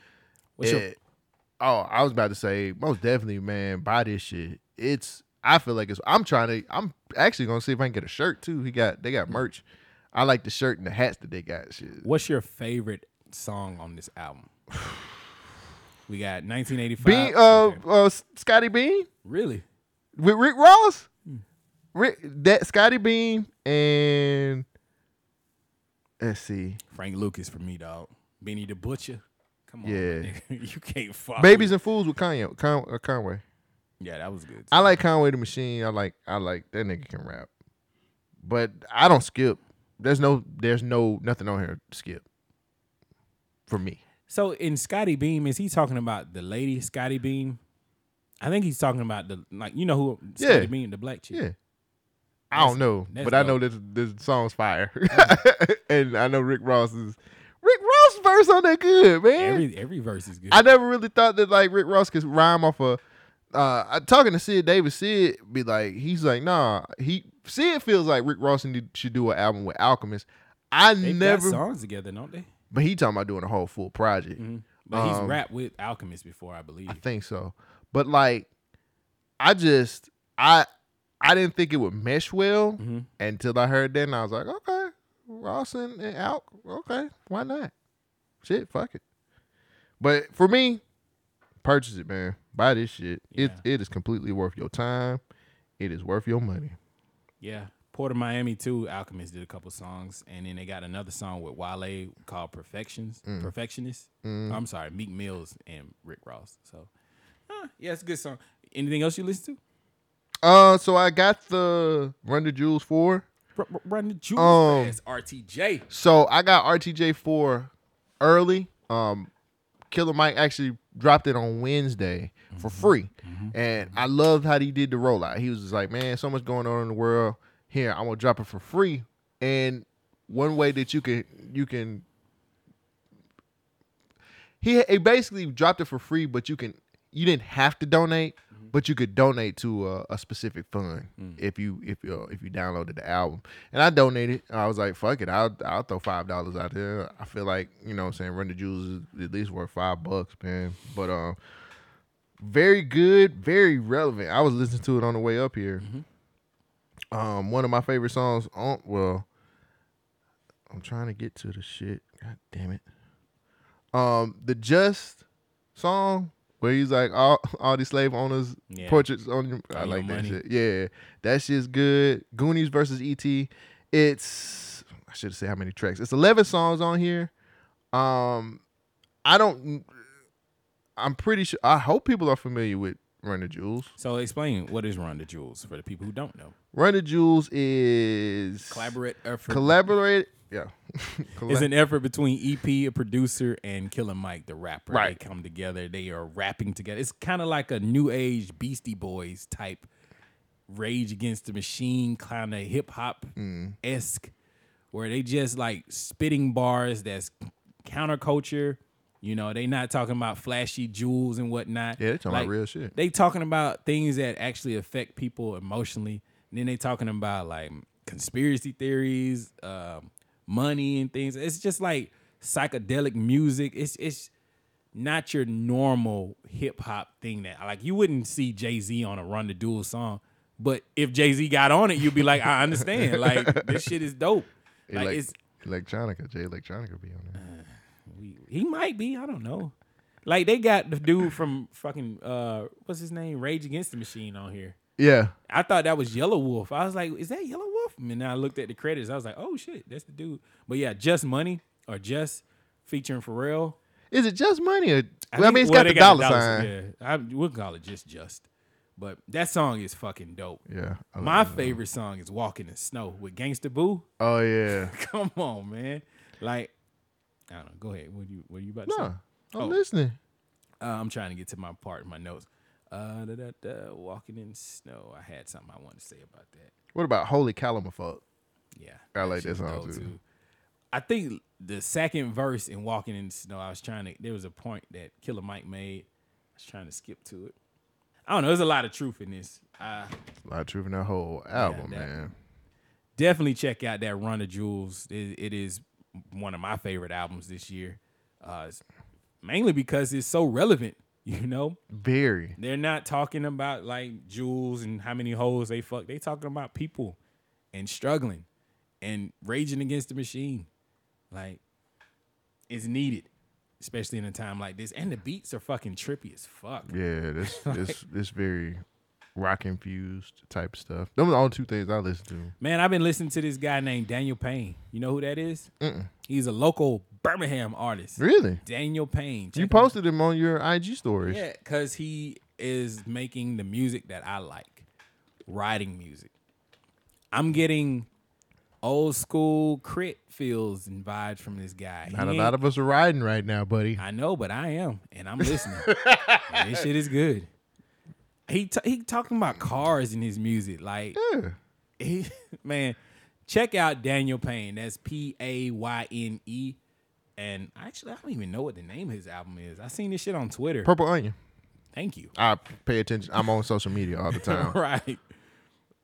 [SPEAKER 3] What's your-
[SPEAKER 2] it- oh, I was about to say most definitely, man. Buy this shit. It's I feel like it's. I'm trying to. I'm actually gonna see if I can get a shirt too. He got they got merch. I like the shirt and the hats that they got. Shit.
[SPEAKER 3] What's your favorite song on this album? We got 1985.
[SPEAKER 2] Bean, uh,
[SPEAKER 3] Okay.
[SPEAKER 2] uh, Scotty Bean
[SPEAKER 3] really?
[SPEAKER 2] with Rick Ross.
[SPEAKER 3] Hmm.
[SPEAKER 2] Rick, that Scotty Bean and let's see,
[SPEAKER 3] Frank Lucas for me, dog. Benny the Butcher. Come on, my
[SPEAKER 2] Yeah.
[SPEAKER 3] nigga. you can't fuck.
[SPEAKER 2] Babies
[SPEAKER 3] with-
[SPEAKER 2] and Fools with Kanye, Con, uh, Conway.
[SPEAKER 3] Yeah, that was good.
[SPEAKER 2] I like Conway the Machine. I like, I like that nigga can rap, but I don't skip. There's no, there's no nothing on here to skip for me.
[SPEAKER 3] so in Scotty Beam, is he talking about the lady Scotty Beam? I think he's talking about the like you know who Scotty
[SPEAKER 2] Yeah.
[SPEAKER 3] Beam, the black chick.
[SPEAKER 2] Yeah. I don't know,
[SPEAKER 3] that's
[SPEAKER 2] but I know this this song's fire, and I know Rick Ross is Rick Ross verse on that good man.
[SPEAKER 3] Every every verse is good.
[SPEAKER 2] I never really thought that like Rick Ross could rhyme off a. Uh, I- talking to Sid Davis, Sid be like, he's like, nah, he Sid feels like Rick Ross need- should do an album with Alchemist. I
[SPEAKER 3] they got
[SPEAKER 2] never,
[SPEAKER 3] songs together, don't they?
[SPEAKER 2] but he talking about doing a whole full project.
[SPEAKER 3] Mm-hmm. But he's
[SPEAKER 2] Um,
[SPEAKER 3] rapped with Alchemist before, I believe.
[SPEAKER 2] I think so, but like, I just I I didn't think it would mesh well until I heard that, and I was like, okay, Ross and, and Alk, okay, why not? Shit, fuck it. But for me, purchase it, man. Buy this shit. It it is completely worth your time. It is worth your money.
[SPEAKER 3] yeah. Port of Miami too. Alchemist did a couple songs, and then they got another song with Wale called "Perfections."
[SPEAKER 2] Mm.
[SPEAKER 3] Perfectionist.
[SPEAKER 2] Mm-hmm.
[SPEAKER 3] I'm sorry, Meek Mills and Rick Ross. So, huh, yeah, it's a good song. Anything else you listen to?
[SPEAKER 2] Uh, so I got the Run the Jewels four.
[SPEAKER 3] R- r- run the jewels
[SPEAKER 2] Um,
[SPEAKER 3] fast, RTJ.
[SPEAKER 2] So I got RTJ four early. Um, Killer Mike actually dropped it on Wednesday for free, and I loved how he did the rollout. He was just like, "Man, so much going on in the world. Here, I'm gonna drop it for free." And one way that you can you can he, he basically dropped it for free, but you can you didn't have to donate, but you could donate to a, a specific fund if you if you uh, if you downloaded the album. And I donated. I was like, fuck it, I'll I'll throw five dollars out there. I feel like you know what I'm saying Run the Jewels is at least worth five bucks, man. But um, very good, very relevant. I was listening to it on the way up here. Um, one of my favorite songs on well, I'm trying to get to the shit. God damn it. Um, the Just song where he's like all all these slave owners
[SPEAKER 3] Yeah.
[SPEAKER 2] portraits on your I
[SPEAKER 3] Your
[SPEAKER 2] like that
[SPEAKER 3] money.
[SPEAKER 2] shit. Yeah. That shit's good. Goonies versus E.T. It's I should say how many tracks. It's eleven songs on here. Um I don't I'm pretty sure I hope people are familiar with Run the Jewels.
[SPEAKER 3] So explain what is Run the Jewels for the people who don't know.
[SPEAKER 2] Run the Jewels is
[SPEAKER 3] Collaborate effort.
[SPEAKER 2] collaborate yeah.
[SPEAKER 3] It's
[SPEAKER 2] Colla-
[SPEAKER 3] an effort between EP, a producer, and Killer Mike, the rapper.
[SPEAKER 2] Right.
[SPEAKER 3] They come together. They are rapping together. It's kind of like a new age Beastie Boys type Rage Against the Machine kind of hip hop esque, where they just like spitting bars that's counterculture. You know, they not talking about flashy jewels and whatnot.
[SPEAKER 2] Yeah, they talking about real shit.
[SPEAKER 3] They talking about things that actually affect people emotionally. And then they talking about like conspiracy theories, um, money and things. It's just like psychedelic music. It's it's not your normal hip hop thing that like you wouldn't see Jay Z on a Run the Duel song, but if Jay Z got on it, you'd be like, I understand. like this shit is Uh, dope. Like,
[SPEAKER 2] Elec-
[SPEAKER 3] it's
[SPEAKER 2] electronica, Jay Electronica be on there.
[SPEAKER 3] he might be, I don't know. Like they got the dude from fucking uh what's his name? Rage Against the Machine on here.
[SPEAKER 2] Yeah,
[SPEAKER 3] I thought that was Yellow Wolf. I was like, is that Yellow Wolf? And then I looked at the credits. I was like, oh shit, that's the dude. But yeah, Just Money or Just featuring Pharrell.
[SPEAKER 2] is it just money or? I, mean,
[SPEAKER 3] think-
[SPEAKER 2] it's
[SPEAKER 3] well,
[SPEAKER 2] got
[SPEAKER 3] they
[SPEAKER 2] the dollar,
[SPEAKER 3] dollar
[SPEAKER 2] sign.
[SPEAKER 3] sign, Yeah, I, we'll call it just Just. But that song is fucking dope.
[SPEAKER 2] Yeah. I love
[SPEAKER 3] My
[SPEAKER 2] that.
[SPEAKER 3] favorite song is Walking in Snow with Gangsta Boo.
[SPEAKER 2] Oh yeah.
[SPEAKER 3] Come on, man. Like, I don't know. Go ahead. What you what you about to
[SPEAKER 2] No,
[SPEAKER 3] say?
[SPEAKER 2] I'm
[SPEAKER 3] Oh.
[SPEAKER 2] listening.
[SPEAKER 3] Uh, I'm trying to get to my part in my notes. Uh, da, da, da, walking in snow. I had something I wanted to say about that.
[SPEAKER 2] What about holy calamufuck?
[SPEAKER 3] Yeah.
[SPEAKER 2] I like that
[SPEAKER 3] shit's
[SPEAKER 2] song,
[SPEAKER 3] dope,
[SPEAKER 2] too.
[SPEAKER 3] I think the second verse in Walking in the Snow, I was trying to there was a point that Killer Mike made. I was trying to skip to it. I don't know, there's a lot of truth in this. I
[SPEAKER 2] A lot of truth in that whole album,
[SPEAKER 3] that-
[SPEAKER 2] man.
[SPEAKER 3] definitely check out that Run of Jewels. It, it is one of my favorite albums this year. Uh it's mainly because it's so relevant, you know.
[SPEAKER 2] Very.
[SPEAKER 3] They're not talking about like jewels and how many holes they fuck. They talking about people and struggling and raging against the machine. Like it's needed, especially in a time like this. And the beats are fucking trippy as fuck.
[SPEAKER 2] Yeah, this this this very rock infused type stuff. Those are the only two things I listen to.
[SPEAKER 3] Man, I've been listening to this guy named Daniel Payne. You know who that is? He's a local Birmingham artist.
[SPEAKER 2] Really?
[SPEAKER 3] Daniel Payne. Check
[SPEAKER 2] You
[SPEAKER 3] him
[SPEAKER 2] posted them on your IG stories.
[SPEAKER 3] Yeah, because he is making the music that I like, writing music. I'm getting old school crit feels and vibes from this guy. He
[SPEAKER 2] Not a
[SPEAKER 3] ain't-
[SPEAKER 2] lot of us are riding right now, buddy.
[SPEAKER 3] I know, but I am, and I'm listening. And this shit is good. He ta he talking about cars in his music, like
[SPEAKER 2] Yeah.
[SPEAKER 3] he, man, check out Daniel Payne. That's P A Y N E. And actually, I don't even know what the name of his album is. I seen this shit on Twitter.
[SPEAKER 2] Purple Onion.
[SPEAKER 3] Thank you.
[SPEAKER 2] I pay attention. I'm on social media all the time.
[SPEAKER 3] right.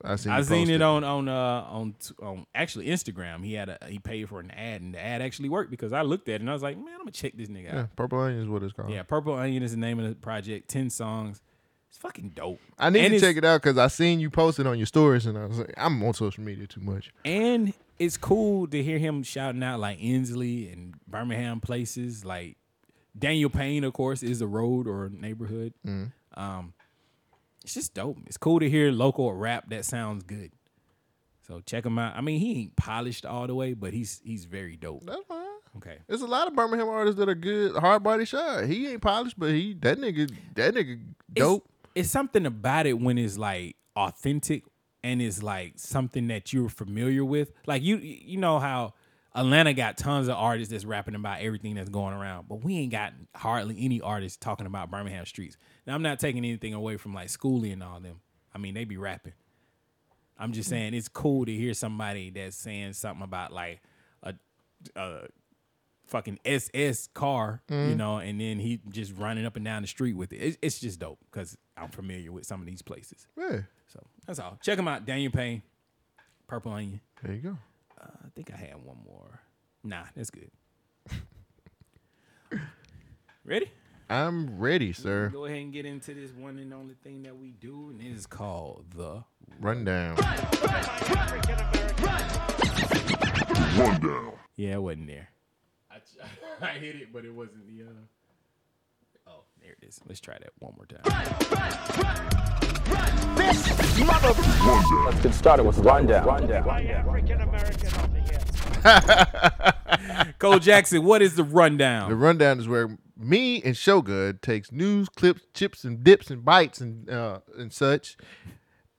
[SPEAKER 2] I seen.
[SPEAKER 3] I
[SPEAKER 2] you
[SPEAKER 3] seen
[SPEAKER 2] post
[SPEAKER 3] it on on uh on t- on actually Instagram. He had a he paid for an ad and the ad actually worked because I looked at it and I was like, man, I'm gonna check this nigga
[SPEAKER 2] Yeah,
[SPEAKER 3] out.
[SPEAKER 2] Purple Onion is what it's called.
[SPEAKER 3] Yeah, Purple Onion is the name of the project. Ten songs. It's fucking dope.
[SPEAKER 2] I need
[SPEAKER 3] and
[SPEAKER 2] to
[SPEAKER 3] it's-
[SPEAKER 2] check it out because I seen you posted on your stories, and I was like, I'm on social media too much.
[SPEAKER 3] And it's cool to hear him shouting out like Inslee and Birmingham places. Like Daniel Payne, of course, is a road or a neighborhood. Um, it's just dope. It's cool to hear local rap that sounds good. So check him out. I mean, he ain't polished all the way, but he's he's very dope.
[SPEAKER 2] That's fine.
[SPEAKER 3] Okay.
[SPEAKER 2] There's a lot of Birmingham artists that are good. Hard body shot. He ain't polished, but he that nigga that nigga
[SPEAKER 3] It's-
[SPEAKER 2] dope.
[SPEAKER 3] It's, something about it when it's like authentic and it's like something that you're familiar with. Like you you know how Atlanta got tons of artists that's rapping about everything that's going around, but we ain't got hardly any artists talking about Birmingham streets. Now I'm not taking anything away from like Schooley and all them. I mean, they be rapping. I'm just saying it's cool to hear somebody that's saying something about like a, a fucking SS car, you know, and then he just running up and down the street with it. It's, it's just dope because I'm familiar with some of these places.
[SPEAKER 2] Yeah.
[SPEAKER 3] So that's all. Check him out, Daniel Payne, Purple Onion.
[SPEAKER 2] There you go.
[SPEAKER 3] I think I had one more. Nah, that's good. Ready?
[SPEAKER 2] I'm ready, sir.
[SPEAKER 3] Go ahead and get into this one and only thing that we do, and it is called the
[SPEAKER 2] Rundown.
[SPEAKER 3] Yeah, it wasn't there. I, tr- I hit it, but it wasn't the. Uh... Oh, there it is. Let's try that one more time.
[SPEAKER 7] Let's get started with rundown.
[SPEAKER 3] Cole Jackson, what is the rundown?
[SPEAKER 2] The rundown is where me and Shogun takes news clips, chips and dips and bites and uh, and such,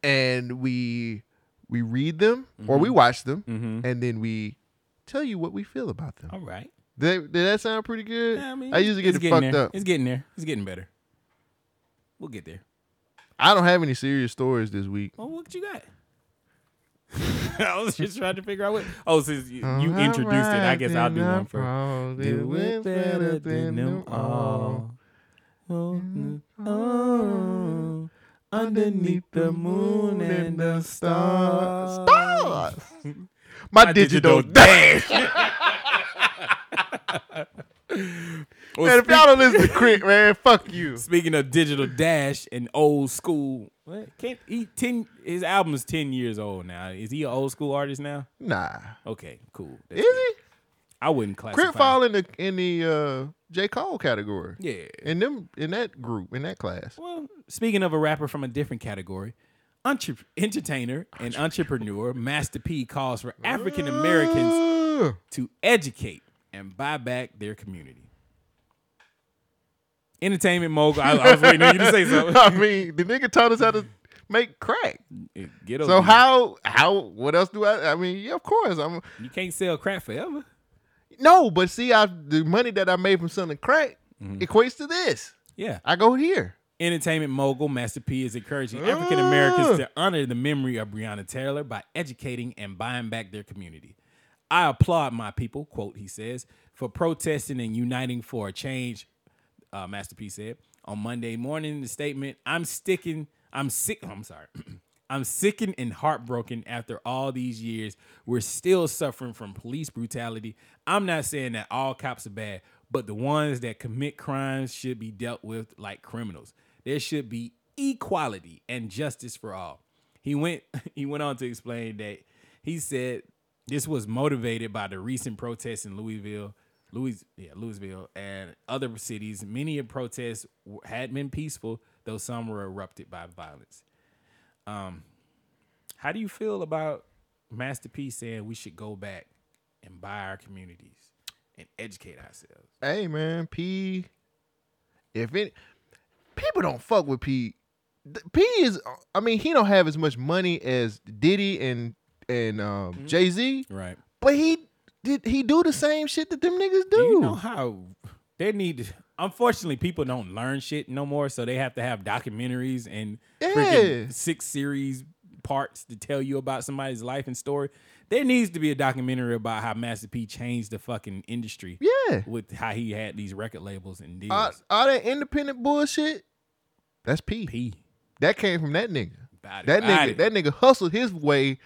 [SPEAKER 2] and we we read them or
[SPEAKER 3] Mm-hmm.
[SPEAKER 2] we watch them, and then we tell you what we feel about them.
[SPEAKER 3] all right.
[SPEAKER 2] Did, did that sound pretty good?
[SPEAKER 3] Yeah,
[SPEAKER 2] I,
[SPEAKER 3] I mean,
[SPEAKER 2] usually
[SPEAKER 3] it's
[SPEAKER 2] get it
[SPEAKER 3] getting
[SPEAKER 2] fucked
[SPEAKER 3] there.
[SPEAKER 2] up.
[SPEAKER 3] It's getting there. It's getting better. We'll get there.
[SPEAKER 2] I don't have any serious stories this week.
[SPEAKER 3] Well, what you got? I was just trying to figure out what. Oh, since you, you
[SPEAKER 2] All
[SPEAKER 3] introduced it, I guess I'll
[SPEAKER 2] right,
[SPEAKER 3] do
[SPEAKER 2] then I
[SPEAKER 3] one
[SPEAKER 2] probably
[SPEAKER 3] first.
[SPEAKER 2] went
[SPEAKER 3] all. Underneath the moon and the stars.
[SPEAKER 2] Stars. My, digital,
[SPEAKER 3] digital
[SPEAKER 2] dash.
[SPEAKER 3] Well,
[SPEAKER 2] man, if y'all don't listen to Crit, man, fuck you.
[SPEAKER 3] Speaking of digital dash and old school, what? Can't he ten? His album's ten years old now. Is he an old school artist now?
[SPEAKER 2] Nah,
[SPEAKER 3] Okay, cool. That's
[SPEAKER 2] is
[SPEAKER 3] good.
[SPEAKER 2] he?
[SPEAKER 3] I wouldn't classify.
[SPEAKER 2] Crit fall in the in the uh, J Cole category.
[SPEAKER 3] Yeah.
[SPEAKER 2] in them in that group in that class.
[SPEAKER 3] Well, speaking of a rapper from a different category, entre- entertainer and entrepreneur Master P calls for African Americans
[SPEAKER 2] Ugh.
[SPEAKER 3] to educate and buy back their community. Entertainment mogul. I, I was waiting on you to say something.
[SPEAKER 2] I mean, the nigga taught us how to make crack.
[SPEAKER 3] Get
[SPEAKER 2] So
[SPEAKER 3] over
[SPEAKER 2] how how what else do I? I mean, yeah, of course I'm.
[SPEAKER 3] it. You can't sell crack forever.
[SPEAKER 2] No, but see, I the money that I made from selling crack
[SPEAKER 3] Mm-hmm.
[SPEAKER 2] equates to this.
[SPEAKER 3] Yeah.
[SPEAKER 2] I go here.
[SPEAKER 3] Entertainment mogul Master P is encouraging African Americans to honor the memory of Breonna Taylor by educating and buying back their community. I applaud my people, quote, he says, for protesting and uniting for a change, uh, Master P said. On Monday morning, in the statement, I'm sticking, I'm sick, oh, I'm sorry. I'm sickened and heartbroken after all these years. We're still suffering from police brutality. I'm not saying that all cops are bad, but the ones that commit crimes should be dealt with like criminals. There should be equality and justice for all. He went he went on to explain that he said this was motivated by the recent protests in Louisville, Louis, yeah, Louisville, and other cities. Many of protests w- had been peaceful, though some were erupted by violence. Um, how do you feel about Master P saying we should go back and buy our communities and educate ourselves?
[SPEAKER 2] Hey man, P. If it people don't fuck with P. Th- P is I mean, he don't have as much money as Diddy and and um,
[SPEAKER 3] Mm-hmm.
[SPEAKER 2] Jay Z,
[SPEAKER 3] Right.
[SPEAKER 2] but he did he do the same shit that them niggas do.
[SPEAKER 3] Do you know how they need? Unfortunately, people don't learn shit no more, so they have to have documentaries and
[SPEAKER 2] Yeah.
[SPEAKER 3] freaking six series parts to tell you about somebody's life and story. There needs to be a documentary about how Master P changed the fucking industry.
[SPEAKER 2] Yeah. Uh,
[SPEAKER 3] with how he had these record labels and deals.
[SPEAKER 2] all, all that independent bullshit. That's P.
[SPEAKER 3] P.
[SPEAKER 2] That came from that nigga.
[SPEAKER 3] About it,
[SPEAKER 2] That
[SPEAKER 3] about
[SPEAKER 2] nigga,
[SPEAKER 3] it.
[SPEAKER 2] that nigga hustled his way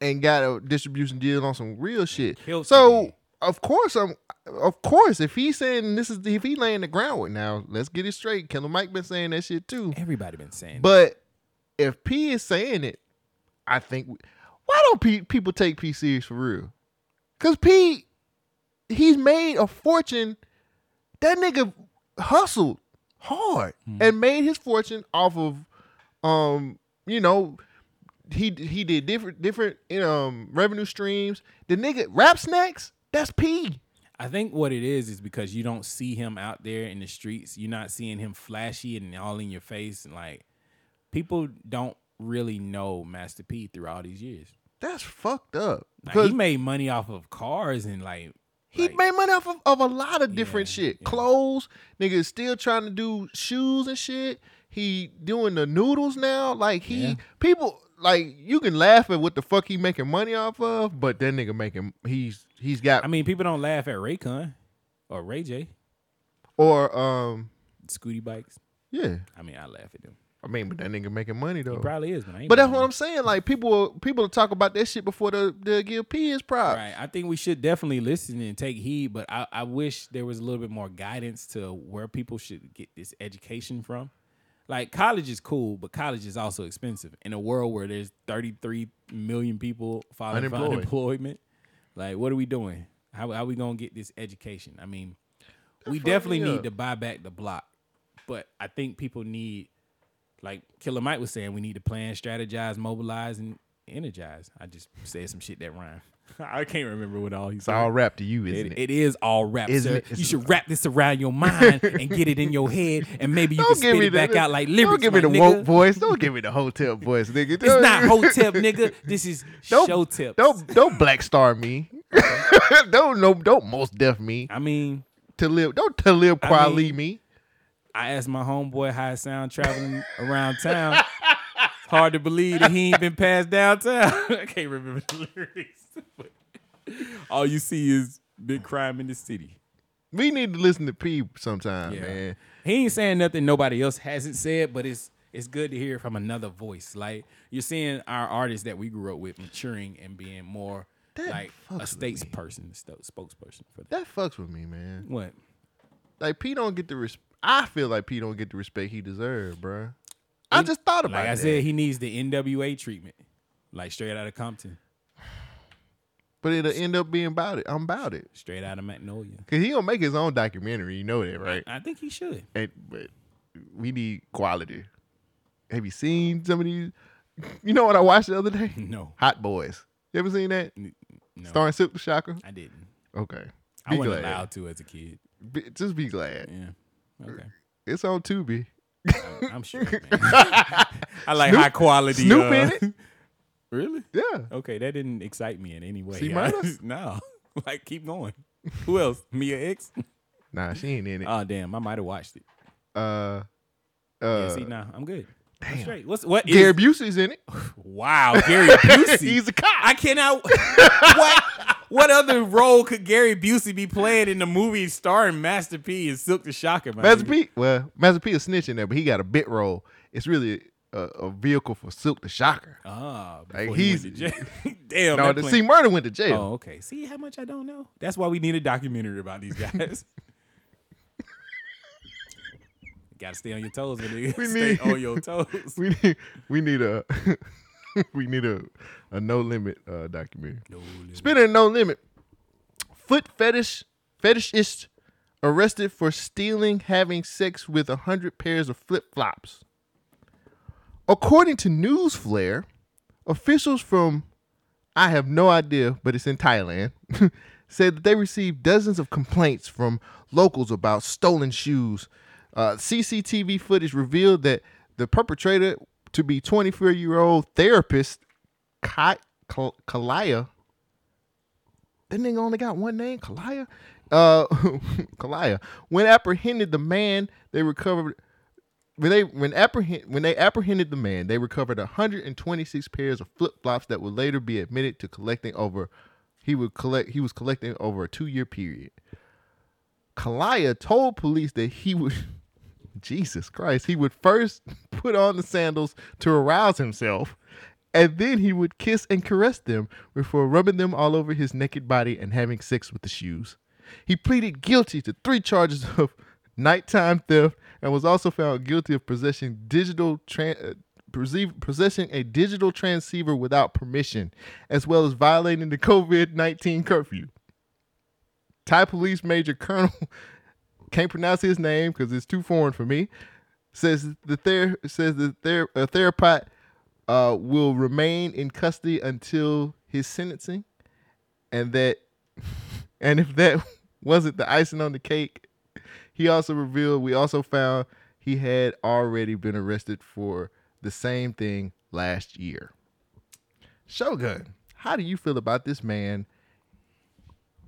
[SPEAKER 2] and got a distribution deal on some real shit.
[SPEAKER 3] killed
[SPEAKER 2] So
[SPEAKER 3] the man.
[SPEAKER 2] of course I'm, of course if he's saying this is if he laying the groundwork now, let's get it straight. Killer Mike been saying that shit too.
[SPEAKER 3] Everybody been saying, that.
[SPEAKER 2] But if P is saying it, I think we- why don't P, people take P serious for real? Cause P, he's made a fortune. That nigga hustled hard and made his fortune off of, um, you know, he he did different different um revenue streams. The nigga rap snacks. That's P.
[SPEAKER 3] I think what it is is because you don't see him out there in the streets. You're not seeing him flashy and all in your face, and like people don't really know Master P through all these years.
[SPEAKER 2] That's fucked up.
[SPEAKER 3] Like,
[SPEAKER 2] 'Cause
[SPEAKER 3] he made money off of cars and like
[SPEAKER 2] he
[SPEAKER 3] like-
[SPEAKER 2] made money off of, of a lot of different
[SPEAKER 3] Yeah,
[SPEAKER 2] shit.
[SPEAKER 3] yeah.
[SPEAKER 2] Clothes, nigga is still trying to do shoes and shit. He doing the noodles now. Like he
[SPEAKER 3] Yeah.
[SPEAKER 2] people like you can laugh at what the fuck he making money off of, but that nigga making he's he's got
[SPEAKER 3] I mean, people don't laugh at Raycon or Ray J,
[SPEAKER 2] or um
[SPEAKER 3] Scooty bikes.
[SPEAKER 2] yeah.
[SPEAKER 3] I mean, I laugh at them.
[SPEAKER 2] I mean, but that nigga making money though.
[SPEAKER 3] He probably is, but I ain't
[SPEAKER 2] But that's
[SPEAKER 3] buying
[SPEAKER 2] what
[SPEAKER 3] it.
[SPEAKER 2] I'm saying. Like people, people talk about that shit before the the give P is props.
[SPEAKER 3] Right. I think we should definitely listen and take heed, but I, I wish there was a little bit more guidance to where people should get this education from. Like college is cool, but college is also expensive in a world where there's 33 million people filing
[SPEAKER 2] Unemployed.
[SPEAKER 3] for unemployment. Like, what are we doing? How how we gonna get this education? I mean, we
[SPEAKER 2] fuck
[SPEAKER 3] definitely
[SPEAKER 2] me
[SPEAKER 3] need
[SPEAKER 2] up.
[SPEAKER 3] to buy back the block, but I think people need, like Killer Mike was saying, we need to plan, strategize, mobilize, and energize. I just said some shit that rhyme. I can't remember what all he
[SPEAKER 2] It's all
[SPEAKER 3] said.
[SPEAKER 2] rap to you, isn't
[SPEAKER 3] It,
[SPEAKER 2] it?
[SPEAKER 3] it is all rap,
[SPEAKER 2] Isn't
[SPEAKER 3] sir.
[SPEAKER 2] it?
[SPEAKER 3] You should wrap this around your mind and get it in your head, and maybe you can spit it back out like lyrics.
[SPEAKER 2] Don't give me
[SPEAKER 3] my
[SPEAKER 2] the
[SPEAKER 3] nigga.
[SPEAKER 2] woke voice. Don't give me the hotel voice, nigga.
[SPEAKER 3] It's not hotep, nigga. This is
[SPEAKER 2] Don't,
[SPEAKER 3] show tips.
[SPEAKER 2] Don't don't black star me. don't no don't most deaf me.
[SPEAKER 3] I mean,
[SPEAKER 2] To live don't to live quietly
[SPEAKER 3] mean-
[SPEAKER 2] me.
[SPEAKER 3] I asked my homeboy how it sound traveling around town. It's hard to believe that he ain't been passed downtown. I can't remember the lyrics. but all you see is big crime in the city.
[SPEAKER 2] We need to listen to P sometime,
[SPEAKER 3] Yeah.
[SPEAKER 2] man.
[SPEAKER 3] He ain't saying nothing nobody else hasn't said, but it's it's good to hear from another voice. Like you're seeing our artists that we grew up with maturing and being more
[SPEAKER 2] That
[SPEAKER 3] like
[SPEAKER 2] fucks
[SPEAKER 3] a
[SPEAKER 2] with
[SPEAKER 3] states
[SPEAKER 2] me.
[SPEAKER 3] person, sto- spokesperson for that.
[SPEAKER 2] That fucks with me, man.
[SPEAKER 3] What?
[SPEAKER 2] Like P don't get the res- I feel like P don't get the respect he deserves, bruh. I just thought about
[SPEAKER 3] Like I
[SPEAKER 2] that.
[SPEAKER 3] said, he needs the NWA treatment, like straight out of Compton,
[SPEAKER 2] but it'll end up being about it. I'm about it.
[SPEAKER 3] straight out of Magnolia.
[SPEAKER 2] Cause he gonna make his own documentary, you know that, right?
[SPEAKER 3] I think he should.
[SPEAKER 2] And, but we need quality. Have you seen some of these? You know what I watched the other day?
[SPEAKER 3] No.
[SPEAKER 2] Hot Boys. You ever seen that?
[SPEAKER 3] No,
[SPEAKER 2] Starring Silk the Shocker.
[SPEAKER 3] I didn't.
[SPEAKER 2] Okay.
[SPEAKER 3] I wasn't allowed to as a kid.
[SPEAKER 2] Be- just be glad.
[SPEAKER 3] Yeah. Okay.
[SPEAKER 2] It's on Tubi.
[SPEAKER 3] I'm, I'm sure. Man. I like high quality.
[SPEAKER 2] Snoop
[SPEAKER 3] uh,
[SPEAKER 2] in it.
[SPEAKER 3] Really?
[SPEAKER 2] Yeah.
[SPEAKER 3] Okay, that didn't excite me in any way.
[SPEAKER 2] See,
[SPEAKER 3] I-
[SPEAKER 2] minus?
[SPEAKER 3] no. Like, keep going. Who else? Mia X?
[SPEAKER 2] Nah, she ain't in it. Uh,
[SPEAKER 3] Oh, damn. I might have watched it.
[SPEAKER 2] uh,
[SPEAKER 3] Yeah, see, nah, I'm good. I'm straight. What's, what is-
[SPEAKER 2] Gary Busey's in it.
[SPEAKER 3] Wow, Gary Busey.
[SPEAKER 2] He's a cop.
[SPEAKER 3] I cannot. what? What other role could Gary Busey be playing in the movie starring Master P and Silk the Shocker? my
[SPEAKER 2] Master
[SPEAKER 3] nigga?
[SPEAKER 2] P. Well, Master P is snitching there, but he got a bit role. It's really a, a vehicle for Silk the Shocker.
[SPEAKER 3] Ah,
[SPEAKER 2] Like,
[SPEAKER 3] before he went
[SPEAKER 2] he's-
[SPEAKER 3] to jail. damn.
[SPEAKER 2] no,
[SPEAKER 3] that
[SPEAKER 2] the
[SPEAKER 3] plan-
[SPEAKER 2] see, Murder went to jail.
[SPEAKER 3] Oh, okay. See how much I don't know. That's why we need a documentary about these guys. Got to stay on your toes, my nigga.
[SPEAKER 2] We
[SPEAKER 3] stay
[SPEAKER 2] need-
[SPEAKER 3] on your toes.
[SPEAKER 2] we need we need a we need a a no limit uh documentary. No limit. Spinner no limit. Foot fetish fetishist arrested for stealing having sex with a hundred pairs of flip flops. According to Newsflare, officials from I have no idea, but it's in Thailand, said that they received dozens of complaints from locals about stolen shoes. Uh, CCTV footage revealed that the perpetrator to be 24 year old therapist Kai, Kal- Kalaya. That nigga only got one name, Kalaya. Uh, Kalaya. When apprehended the man, they recovered when they when apprehend when they apprehended the man, they recovered 126 pairs of flip flops that would later be admitted to collecting over. He would collect. He was collecting over a two year period. Kalaya told police that he would. Jesus Christ! He would first put on the sandals to arouse himself, and then he would kiss and caress them before rubbing them all over his naked body and having sex with the shoes. He pleaded guilty to three charges of nighttime theft and was also found guilty of possessing digital tran- uh, perceive- possessing a digital transceiver without permission, as well as violating the COVID nineteen curfew. Thai police major colonel can't pronounce his name because it's too foreign for me. Says the ther- says the ther- uh, therapist uh, will remain in custody until his sentencing, and that and if that wasn't the icing on the cake, he also revealed we also found he had already been arrested for the same thing last year. Shogun, How do you feel about this man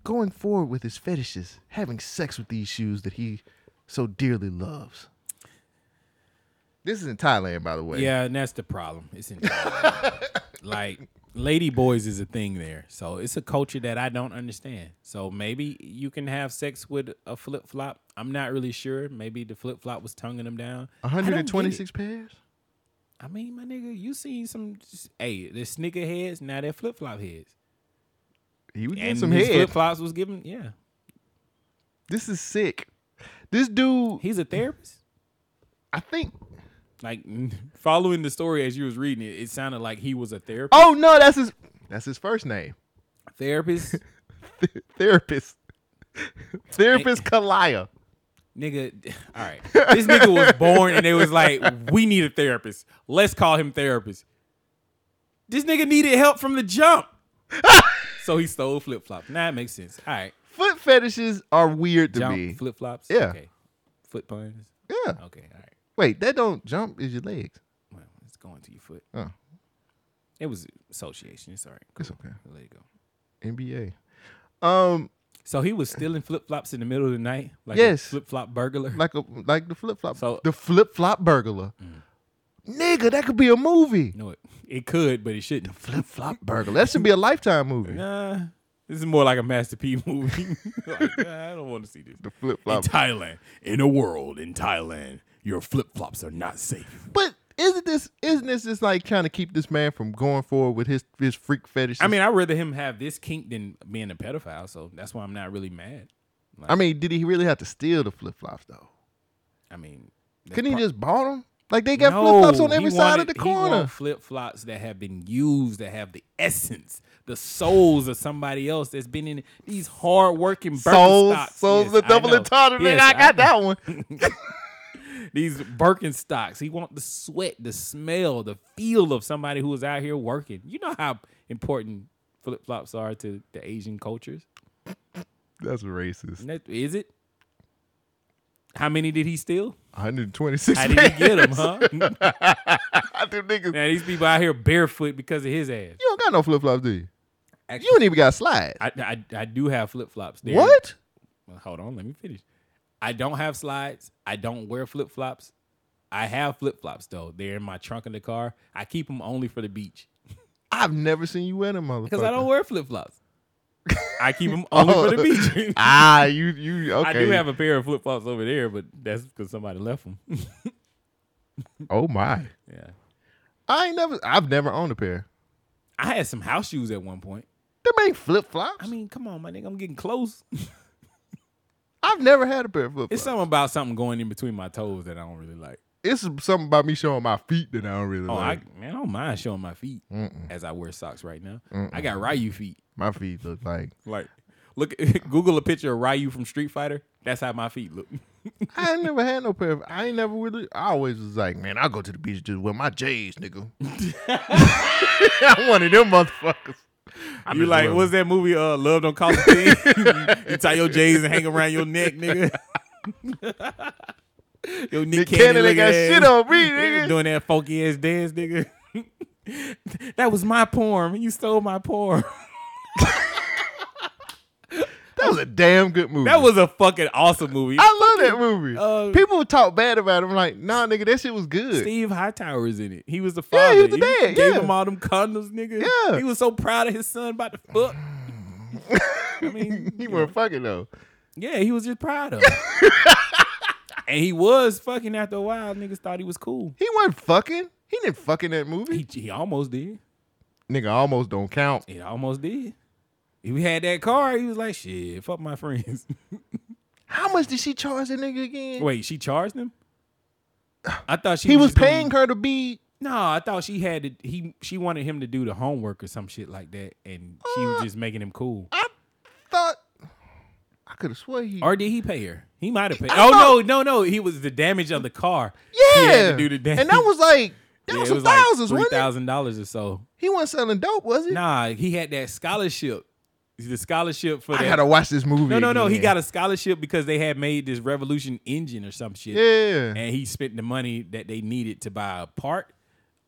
[SPEAKER 2] going forward with his fetishes, having sex with these shoes that he so dearly loves? This is in Thailand, by the way.
[SPEAKER 3] Yeah, and that's the problem. It's in Thailand. like lady boys is a thing there, so it's a culture that I don't understand. So maybe you can have sex with a flip flop. I'm not really sure. Maybe the flip flop was tonguing them down. I don't get it.
[SPEAKER 2] 126 pairs?
[SPEAKER 3] I mean, my nigga, you seen some? Hey, the sneaker heads now they're flip flop heads.
[SPEAKER 2] He was getting
[SPEAKER 3] And
[SPEAKER 2] some
[SPEAKER 3] his
[SPEAKER 2] head.
[SPEAKER 3] flip flops was given. Yeah,
[SPEAKER 2] This is sick. This dude,
[SPEAKER 3] he's a therapist.
[SPEAKER 2] I think.
[SPEAKER 3] Like following the story as you was reading it, it sounded like he was a therapist.
[SPEAKER 2] Oh no, that's his. That's his first name.
[SPEAKER 3] Therapist,
[SPEAKER 2] Therapist. Therapist Kalaya.
[SPEAKER 3] nigga. All right, this nigga was born and they was like, we need a therapist. Let's call him therapist. This nigga needed help from the jump, so he stole flip flops. Nah, it makes sense. All right,
[SPEAKER 2] Foot fetishes are weird to me.
[SPEAKER 3] jump flip flops.
[SPEAKER 2] Yeah.
[SPEAKER 3] okay. foot puns.
[SPEAKER 2] Yeah.
[SPEAKER 3] Okay, all right.
[SPEAKER 2] Wait, that don't jump is your legs.
[SPEAKER 3] Well, it's going to your foot.
[SPEAKER 2] Oh.
[SPEAKER 3] It was association. It's all right.
[SPEAKER 2] It's
[SPEAKER 3] cool.
[SPEAKER 2] okay.
[SPEAKER 3] I'll Let it go.
[SPEAKER 2] NBA. Um,
[SPEAKER 3] So he was stealing flip flops in the middle of the night, like
[SPEAKER 2] Yes.
[SPEAKER 3] flip flop burglar.
[SPEAKER 2] like a like the flip flop.
[SPEAKER 3] So- Mm.
[SPEAKER 2] the flip flop burglar. Nigga, that could be a movie.
[SPEAKER 3] no, it, it could, but it shouldn't. Flip flop
[SPEAKER 2] Burglar. That should be a lifetime movie.
[SPEAKER 3] Nah, this is more like a Master P movie. like, nah, I don't want to see this.
[SPEAKER 2] The flip
[SPEAKER 3] In
[SPEAKER 2] flop.
[SPEAKER 3] Thailand, in a world in Thailand, your flip flops are not safe.
[SPEAKER 2] But isn't this isn't this just like trying to keep this man from going forward with his his freak fetish?
[SPEAKER 3] I mean, I'd rather him have this kink than being a pedophile, so that's why I'm not really mad.
[SPEAKER 2] I mean, did he really have to steal the flip flops though?
[SPEAKER 3] I mean, that's
[SPEAKER 2] Couldn't he
[SPEAKER 3] part-
[SPEAKER 2] just bought them? Like they got flip flops on every side of the corner.
[SPEAKER 3] Flip flops that have been used that have the essence, the souls of somebody else that's been in these hard working
[SPEAKER 2] Souls,
[SPEAKER 3] Birkenstocks.
[SPEAKER 2] souls,
[SPEAKER 3] Yes,
[SPEAKER 2] the
[SPEAKER 3] I
[SPEAKER 2] double
[SPEAKER 3] know.
[SPEAKER 2] entendre.
[SPEAKER 3] Yes,
[SPEAKER 2] nigga, I got
[SPEAKER 3] know.
[SPEAKER 2] that one.
[SPEAKER 3] These Birkenstocks. He want the sweat, the smell, the feel of somebody who is out here working. You know how important flip flops are to the Asian cultures.
[SPEAKER 2] That's racist.
[SPEAKER 3] Isn't that- Is it? How many did he steal?
[SPEAKER 2] 126.
[SPEAKER 3] How did he get them, huh? now
[SPEAKER 2] Them niggas.
[SPEAKER 3] these people out here barefoot because of his ass.
[SPEAKER 2] You don't got no flip flops, do you? You don't even got slides.
[SPEAKER 3] I, I, I do have flip flops.
[SPEAKER 2] what?
[SPEAKER 3] Well, hold on, let me finish. I don't have slides. I don't wear flip flops. I have flip flops though. They're in my trunk in the car. I keep them only for the beach
[SPEAKER 2] I've never seen you wear them, motherfucker.
[SPEAKER 3] because I don't wear flip flops. I keep them only for the beach.
[SPEAKER 2] Oh. ah, you you okay?
[SPEAKER 3] I do have a pair of flip flops over there, but that's because somebody left them.
[SPEAKER 2] Oh my!
[SPEAKER 3] yeah,
[SPEAKER 2] I ain't never. I've never owned a pair.
[SPEAKER 3] I had some house shoes at one point.
[SPEAKER 2] They make flip flops.
[SPEAKER 3] I mean, come on, my nigga, I'm getting close.
[SPEAKER 2] I've never had a pair of flip flops.
[SPEAKER 3] It's
[SPEAKER 2] It's,
[SPEAKER 3] something about something going in between my toes that I don't really like.
[SPEAKER 2] something about me showing my feet that I don't really
[SPEAKER 3] Oh,
[SPEAKER 2] like.
[SPEAKER 3] I, man, I don't mind showing my feet as I wear socks right now. I got Ryu feet.
[SPEAKER 2] my feet look like.
[SPEAKER 3] Like, look, Google a picture of Ryu from Street Fighter. That's how my feet look.
[SPEAKER 2] I ain't never had no pair. Of, I ain't never really. I always was like, man, I go to the beach just wear my J's, nigga. I'm one of them motherfuckers. I
[SPEAKER 3] you
[SPEAKER 2] just
[SPEAKER 3] like,
[SPEAKER 2] wear-
[SPEAKER 3] what's that movie? Uh, Love Don't Cost a Thing. you tie your J's and hang 'em around your neck, nigga. Yo, Nick,
[SPEAKER 2] Nick Cannon
[SPEAKER 3] looking
[SPEAKER 2] ain't got
[SPEAKER 3] ass.
[SPEAKER 2] shit on me, nigga.
[SPEAKER 3] Doing that funky ass dance, nigga. that was my porn. You stole my porn.
[SPEAKER 2] That was a damn good movie.
[SPEAKER 3] that was a fucking awesome movie.
[SPEAKER 2] I love that movie.
[SPEAKER 3] Uh,
[SPEAKER 2] People talk bad about it. I'm like, nah, nigga, that shit was good.
[SPEAKER 3] Steve Hightower's in it. He was the
[SPEAKER 2] Yeah,
[SPEAKER 3] father.
[SPEAKER 2] he was the
[SPEAKER 3] You
[SPEAKER 2] dad,
[SPEAKER 3] Gave
[SPEAKER 2] yeah.
[SPEAKER 3] him all them condoms, nigga.
[SPEAKER 2] Yeah.
[SPEAKER 3] He was so proud of his son about the fuck. I mean,
[SPEAKER 2] he weren't fucking though.
[SPEAKER 3] yeah, he was just proud of. it. and he was fucking after a while. Niggas thought he was cool.
[SPEAKER 2] He wasn't fucking. He didn't fuck in that movie.
[SPEAKER 3] He, he almost did.
[SPEAKER 2] nigga almost don't count.
[SPEAKER 3] It almost did. If we had that car, he was like, shit, fuck my friends.
[SPEAKER 2] How much did she charge that nigga again?
[SPEAKER 3] Wait, she charged him? I thought she
[SPEAKER 2] he was
[SPEAKER 3] just gonna-
[SPEAKER 2] paying her to be.
[SPEAKER 3] No, I thought she had to, he she wanted him to do the homework or some shit like that, and she
[SPEAKER 2] Uh,
[SPEAKER 3] was just making him cool.
[SPEAKER 2] I thought I could have swear he.
[SPEAKER 3] Or did he pay her? He might have paid.
[SPEAKER 2] I
[SPEAKER 3] Oh
[SPEAKER 2] thought-
[SPEAKER 3] no, no, no! He was the damage of the car. he had
[SPEAKER 2] yeah,
[SPEAKER 3] to do the damage.
[SPEAKER 2] and that was like that
[SPEAKER 3] Yeah,
[SPEAKER 2] was
[SPEAKER 3] it
[SPEAKER 2] some
[SPEAKER 3] like
[SPEAKER 2] thousands,
[SPEAKER 3] three
[SPEAKER 2] wasn't it?
[SPEAKER 3] thousand dollars or so.
[SPEAKER 2] He wasn't selling dope, was he?
[SPEAKER 3] Nah, he had that scholarship. The scholarship for
[SPEAKER 2] I
[SPEAKER 3] that.
[SPEAKER 2] gotta watch this movie.
[SPEAKER 3] no, no, no. He
[SPEAKER 2] again.
[SPEAKER 3] got a scholarship because they had made this revolution engine or some shit.
[SPEAKER 2] Yeah.
[SPEAKER 3] and he spent the money that they needed to buy a part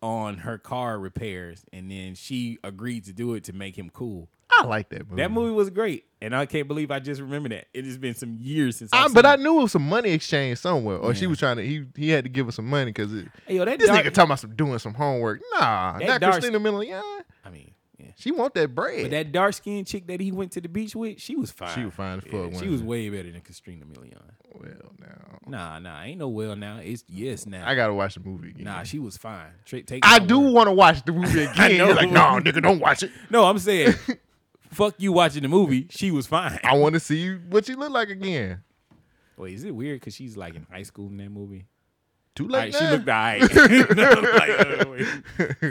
[SPEAKER 3] on her car repairs, and then she agreed to do it to make him cool.
[SPEAKER 2] I like that movie.
[SPEAKER 3] That movie was great, and I can't believe I just remember that. It has been some years since.
[SPEAKER 2] I,
[SPEAKER 3] I've
[SPEAKER 2] but
[SPEAKER 3] seen
[SPEAKER 2] I
[SPEAKER 3] it.
[SPEAKER 2] knew it was some money exchange somewhere, or she was trying to. He he had to give her some money because this
[SPEAKER 3] Hey, yo, that dark-
[SPEAKER 2] nigga talking about some doing some homework. Nah,
[SPEAKER 3] That
[SPEAKER 2] not
[SPEAKER 3] dark-
[SPEAKER 2] Christina Milian.
[SPEAKER 3] I mean, yeah.
[SPEAKER 2] She want that bread.
[SPEAKER 3] But that dark skinned chick that he went to the beach with, she was fine.
[SPEAKER 2] She was fine as fuck,
[SPEAKER 3] Yeah,
[SPEAKER 2] wasn't
[SPEAKER 3] she was
[SPEAKER 2] she?
[SPEAKER 3] way better than Katrina Milian.
[SPEAKER 2] well, now
[SPEAKER 3] Nah, nah, ain't no well now. It's yes now.
[SPEAKER 2] I gotta watch the movie again.
[SPEAKER 3] nah, she was fine. Tra- take
[SPEAKER 2] I
[SPEAKER 3] my
[SPEAKER 2] do
[SPEAKER 3] word.
[SPEAKER 2] want to watch the movie again.
[SPEAKER 3] I know.
[SPEAKER 2] You're like, nah, nigga, don't watch it.
[SPEAKER 3] No, I'm saying, fuck you watching the movie. She was fine.
[SPEAKER 2] I want to see what you look like again.
[SPEAKER 3] Wait, is it weird because she's like in high school in that movie?
[SPEAKER 2] Too
[SPEAKER 3] Like,
[SPEAKER 2] late.
[SPEAKER 3] she
[SPEAKER 2] now.
[SPEAKER 3] looked alright. No, like, uh,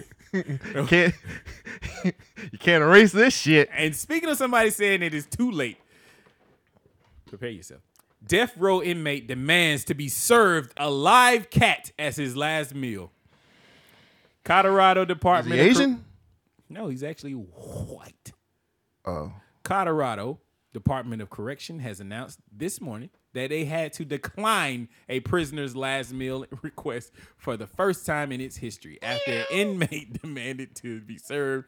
[SPEAKER 3] wait.
[SPEAKER 2] can't you can't erase this shit.
[SPEAKER 3] and speaking of somebody saying it is too late, prepare yourself. Death row inmate demands to be served a live cat as his last meal. Colorado
[SPEAKER 2] Is
[SPEAKER 3] Department.
[SPEAKER 2] he
[SPEAKER 3] of Cor-
[SPEAKER 2] Asian?
[SPEAKER 3] no, he's actually white.
[SPEAKER 2] Oh,
[SPEAKER 3] Colorado Department of Correction has announced this morning that they had to decline a prisoner's last meal request for the first time in its history after an inmate demanded to be served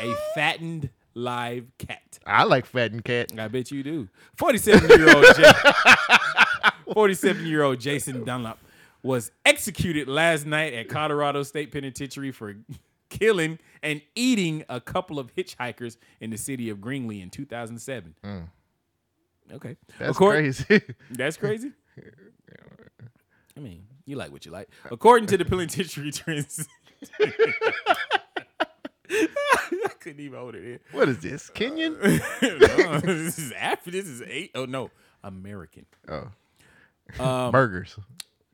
[SPEAKER 3] a fattened live cat.
[SPEAKER 2] I like fattened cat.
[SPEAKER 3] I bet you do. 47 year old Ja- 47 year old Jason Dunlop was executed last night at Colorado State Penitentiary for killing and eating a couple of hitchhikers in the city of Greenlee in 2007. Okay.
[SPEAKER 2] Mm. That's
[SPEAKER 3] Accord-
[SPEAKER 2] crazy.
[SPEAKER 3] That's crazy. I mean, you like what you like. According to the penitentiary trends. I couldn't even hold it in.
[SPEAKER 2] what is this? Kenyan?
[SPEAKER 3] No, this is after this is eight. Oh no, American. Um,
[SPEAKER 2] Burgers.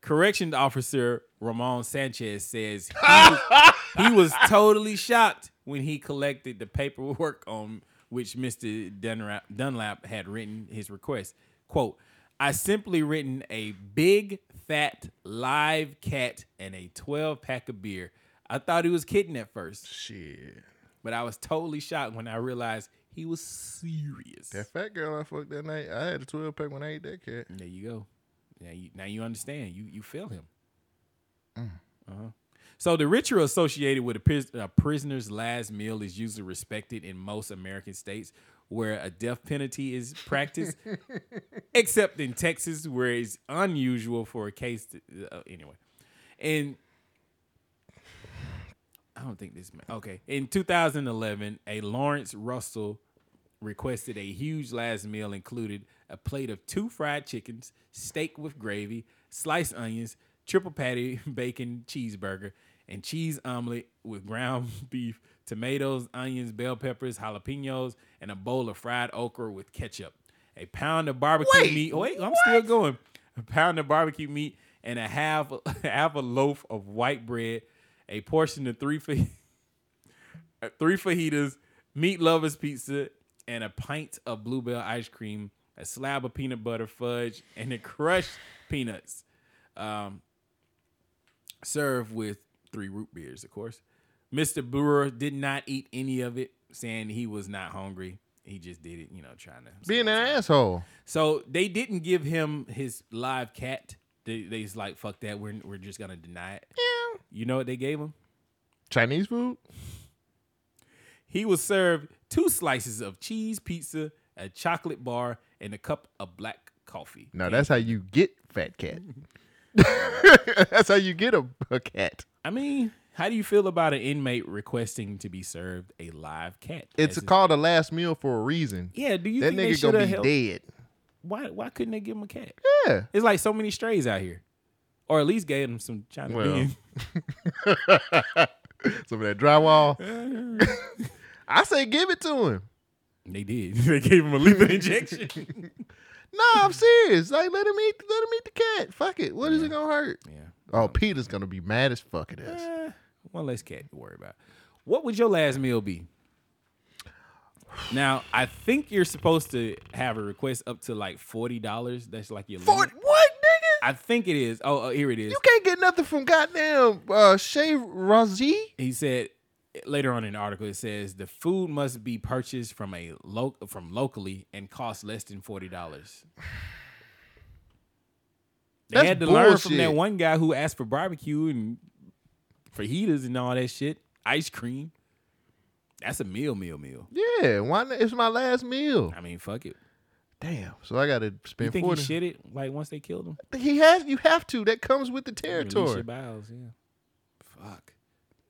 [SPEAKER 3] Corrections officer Ramon Sanchez says he was, he was totally shocked when he collected the paperwork on which Mr. Dunlap, Dunlap had written his request. Quote, I simply written a big fat live cat and a 12 pack of beer. I thought he was kidding at first,
[SPEAKER 2] Shit.
[SPEAKER 3] but I was totally shocked when I realized he was serious.
[SPEAKER 2] That fat girl I fucked that night, I had a 12 pack when I ate that cat.
[SPEAKER 3] There you go. Now you now you understand. You you feel him. Uh-huh. So the ritual associated with a, pris- a prisoner's last meal is usually respected in most American states where a death penalty is practiced, except in Texas where it's unusual for a case. To, uh, anyway, and I don't think this. ma- Okay, in 2011, a Lawrence Russell requested a huge last meal included a plate of two fried chickens, steak with gravy, sliced onions, triple patty bacon cheeseburger, and cheese omelet with ground beef, tomatoes, onions, bell peppers, jalapenos, and a bowl of fried okra with ketchup. A pound of barbecue
[SPEAKER 2] Wait,
[SPEAKER 3] meat. oh, Wait, I'm still going. A pound of barbecue meat and a half half a loaf of white bread, a portion of three fa- uh, three fajitas, meat lovers pizza, and a pint of bluebell ice cream, a slab of peanut butter fudge, and a crushed peanuts. Um, served with three root beers, of course. Mr. Brewer did not eat any of it, saying he was not hungry. He just did it, you know, trying to
[SPEAKER 2] Being an asshole.
[SPEAKER 3] so they didn't give him his live cat. They they's like fuck that. We're we're just gonna deny it. Yeah. You know what they gave him?
[SPEAKER 2] Chinese food?
[SPEAKER 3] He was served two slices of cheese pizza, a chocolate bar, and a cup of black coffee.
[SPEAKER 2] No, that's how you get fat cat. that's how you get a, a cat.
[SPEAKER 3] I mean, how do you feel about an inmate requesting to be served a live cat?
[SPEAKER 2] It's
[SPEAKER 3] As a-
[SPEAKER 2] called a last meal for a reason.
[SPEAKER 3] Yeah. Do you
[SPEAKER 2] that
[SPEAKER 3] think they
[SPEAKER 2] nigga
[SPEAKER 3] should
[SPEAKER 2] gonna
[SPEAKER 3] have
[SPEAKER 2] be
[SPEAKER 3] helped?
[SPEAKER 2] dead.
[SPEAKER 3] Why why couldn't they give him a cat?
[SPEAKER 2] Yeah.
[SPEAKER 3] It's like so many strays out here, or at least gave him some China
[SPEAKER 2] Well.
[SPEAKER 3] beans.
[SPEAKER 2] Some of that drywall. I say give it to him.
[SPEAKER 3] They did. they gave him a lethal injection.
[SPEAKER 2] No, I'm serious. Like let him eat let him eat the cat. Fuck it. What is it gonna hurt?
[SPEAKER 3] yeah.
[SPEAKER 2] Oh, Peter's gonna be mad as fuck at us.
[SPEAKER 3] Eh, one less cat to worry about. What would your last meal be? Now, I think you're supposed to have a request up to like forty dollars. That's like your
[SPEAKER 2] For what,
[SPEAKER 3] limit.
[SPEAKER 2] nigga?
[SPEAKER 3] I think it is. Oh, oh, here it is.
[SPEAKER 2] You can't get nothing from goddamn uh Shay Razi.
[SPEAKER 3] he said later on in the article it says the food must be purchased from a lo- from locally and cost less than forty dollars. They
[SPEAKER 2] That's
[SPEAKER 3] had to learn from that
[SPEAKER 2] bullshit.
[SPEAKER 3] one guy who asked for barbecue and fajitas and all that shit, ice cream. That's a meal, meal, meal.
[SPEAKER 2] Yeah, why not? It's my last meal.
[SPEAKER 3] I mean, fuck it.
[SPEAKER 2] Damn. So I got to
[SPEAKER 3] You
[SPEAKER 2] spend
[SPEAKER 3] think he
[SPEAKER 2] forty.
[SPEAKER 3] shit it like once they killed him?
[SPEAKER 2] He has. You have to. That comes with the
[SPEAKER 3] Release
[SPEAKER 2] territory.
[SPEAKER 3] your bowels, yeah. Fuck.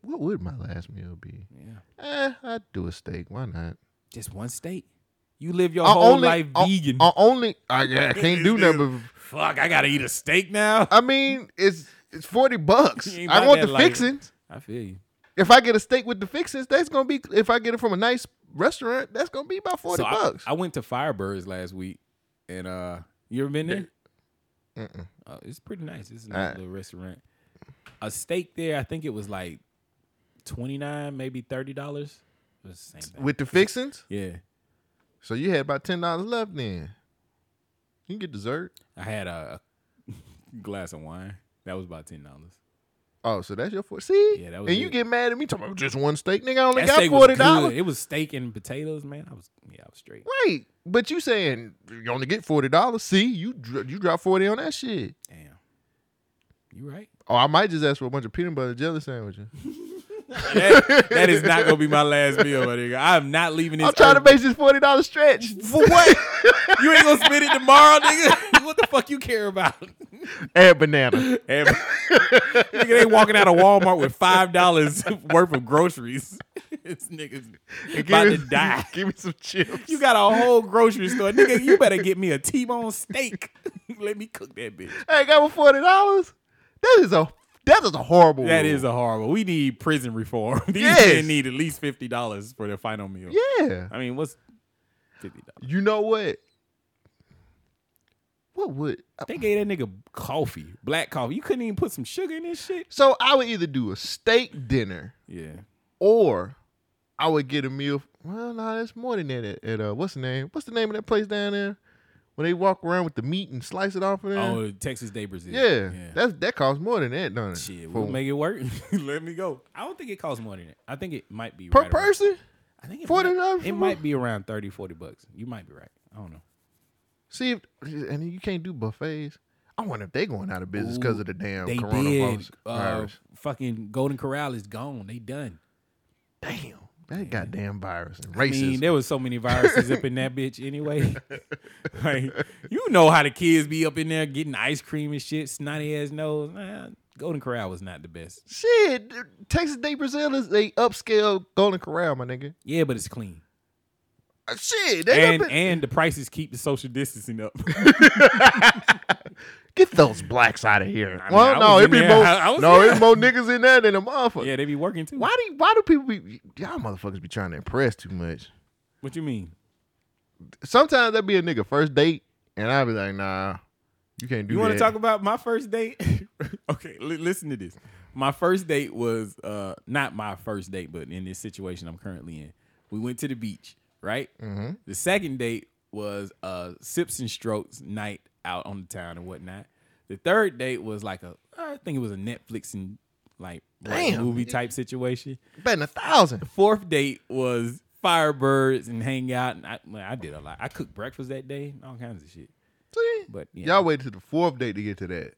[SPEAKER 2] What would my last meal be?
[SPEAKER 3] Yeah.
[SPEAKER 2] Eh, I'd do a steak. Why not?
[SPEAKER 3] Just one steak. You live your
[SPEAKER 2] I
[SPEAKER 3] whole
[SPEAKER 2] only-
[SPEAKER 3] life
[SPEAKER 2] I-
[SPEAKER 3] vegan.
[SPEAKER 2] I only. I, I can't do nothing. but-
[SPEAKER 3] Fuck, I gotta eat a steak now.
[SPEAKER 2] I mean, it's it's forty bucks.
[SPEAKER 3] You ain't
[SPEAKER 2] I
[SPEAKER 3] about
[SPEAKER 2] want
[SPEAKER 3] that
[SPEAKER 2] the
[SPEAKER 3] life.
[SPEAKER 2] fixings.
[SPEAKER 3] I feel you.
[SPEAKER 2] If I get a steak with the fixings, that's gonna be. If I get it from a nice restaurant, that's gonna be about forty
[SPEAKER 3] So I-
[SPEAKER 2] bucks.
[SPEAKER 3] I, went to Firebirds last week, and uh, you ever been there? Oh, it's pretty nice. It's a nice
[SPEAKER 2] Alright.
[SPEAKER 3] little restaurant. A steak there, I think it was like twenty nine, maybe thirty dollars. It was the same thing.
[SPEAKER 2] with the fixings,
[SPEAKER 3] yeah,
[SPEAKER 2] so you had about ten dollars left. Then you can get dessert.
[SPEAKER 3] I had a glass of wine. That was about ten dollars.
[SPEAKER 2] Oh, so that's your four. See,
[SPEAKER 3] Yeah, that was
[SPEAKER 2] and you
[SPEAKER 3] it.
[SPEAKER 2] get mad at me talking about just one steak, nigga. I only
[SPEAKER 3] That
[SPEAKER 2] got
[SPEAKER 3] steak was
[SPEAKER 2] forty
[SPEAKER 3] good.
[SPEAKER 2] dollars.
[SPEAKER 3] It was steak and potatoes, man. I was yeah, I was straight.
[SPEAKER 2] Right, but you saying you only get forty dollars. See, you dr- you drop forty on that shit.
[SPEAKER 3] Damn, you right.
[SPEAKER 2] Oh, I might just ask for a bunch of peanut butter and jelly sandwiches.
[SPEAKER 3] That- that is not gonna be my last meal, my nigga. I'm not leaving this.
[SPEAKER 2] I'm trying to
[SPEAKER 3] earth.
[SPEAKER 2] make this forty dollars stretch.
[SPEAKER 3] For what? you ain't gonna spend it tomorrow, nigga. what the fuck you care about?
[SPEAKER 2] And banana.
[SPEAKER 3] And- nigga, they walking out of Walmart with five dollars worth of groceries. this nigga's about to die.
[SPEAKER 2] Give me some chips.
[SPEAKER 3] You got a whole grocery store, nigga. You better get me a T-bone steak. Let me cook that bitch.
[SPEAKER 2] I ain't got but forty dollars. That is a that is a horrible.
[SPEAKER 3] That
[SPEAKER 2] rule.
[SPEAKER 3] is a horrible. We need prison reform. These
[SPEAKER 2] Yes.
[SPEAKER 3] men need at least fifty dollars for their final meal.
[SPEAKER 2] yeah.
[SPEAKER 3] I mean, what's fifty dollars?
[SPEAKER 2] You know what? What would
[SPEAKER 3] They gave that nigga coffee, black coffee. You couldn't even put some sugar in this shit.
[SPEAKER 2] so I would either do a steak dinner
[SPEAKER 3] Yeah.
[SPEAKER 2] or I would get a meal. Well, no, that's more than that. At, at, uh, what's the name? What's the name of that place down there? When they walk around with the meat and slice it off of there.
[SPEAKER 3] Oh, Texas Day Brazil.
[SPEAKER 2] yeah, that's that costs more than that, don't it?
[SPEAKER 3] Shit,
[SPEAKER 2] For-
[SPEAKER 3] we'll make it work. Let me go. I don't think it costs more than that. I think it might be
[SPEAKER 2] per
[SPEAKER 3] right around-
[SPEAKER 2] person.
[SPEAKER 3] I think it
[SPEAKER 2] $40
[SPEAKER 3] might, it
[SPEAKER 2] for-
[SPEAKER 3] might be around 30, 40 bucks. You might be right. I don't know.
[SPEAKER 2] See, if, and you can't do buffets. I wonder if they going out of business because of the damn
[SPEAKER 3] They did.
[SPEAKER 2] coronavirus.
[SPEAKER 3] Uh,
[SPEAKER 2] virus.
[SPEAKER 3] fucking Golden Corral is gone. They done.
[SPEAKER 2] Damn, that goddamn virus and
[SPEAKER 3] I mean,
[SPEAKER 2] racism.
[SPEAKER 3] there was so many viruses up in that bitch anyway. like, you know how the kids be up in there getting ice cream and shit, snotty ass nose. Nah, Golden Corral was not the best.
[SPEAKER 2] Shit, Texas Day Brazil is a upscale Golden Corral, my nigga.
[SPEAKER 3] Yeah, but it's clean.
[SPEAKER 2] Uh, Shit, they
[SPEAKER 3] And
[SPEAKER 2] up in-
[SPEAKER 3] and the prices keep the social distancing up.
[SPEAKER 2] get those blacks out of here.
[SPEAKER 3] mean,
[SPEAKER 2] well,
[SPEAKER 3] I
[SPEAKER 2] no,
[SPEAKER 3] was
[SPEAKER 2] it
[SPEAKER 3] in
[SPEAKER 2] be
[SPEAKER 3] there.
[SPEAKER 2] more,
[SPEAKER 3] I- I was
[SPEAKER 2] no,
[SPEAKER 3] there.
[SPEAKER 2] it more niggas in there than a motherfucker.
[SPEAKER 3] yeah, they be working too.
[SPEAKER 2] Why do why do people be y'all motherfuckers be trying to impress too much?
[SPEAKER 3] What you mean?
[SPEAKER 2] Sometimes that be a nigga first date, and I be like, nah, you can't do
[SPEAKER 3] You
[SPEAKER 2] that.
[SPEAKER 3] want to talk about my first date? okay, li- listen to this. My first date was uh not my first date, but in this situation I'm currently in, we went to the beach, right? Mm-hmm. The second date was uh sips and strokes night out on the town and whatnot. The third date was like a I think it was a Netflix and like like
[SPEAKER 2] Damn.
[SPEAKER 3] movie type situation.
[SPEAKER 2] betting a thousand.
[SPEAKER 3] Fourth date was Firebirds and hang out, and I, well, I did a lot. I cooked breakfast that day, all kinds of shit.
[SPEAKER 2] See?
[SPEAKER 3] But yeah.
[SPEAKER 2] Y'all waited to the fourth date to get to that.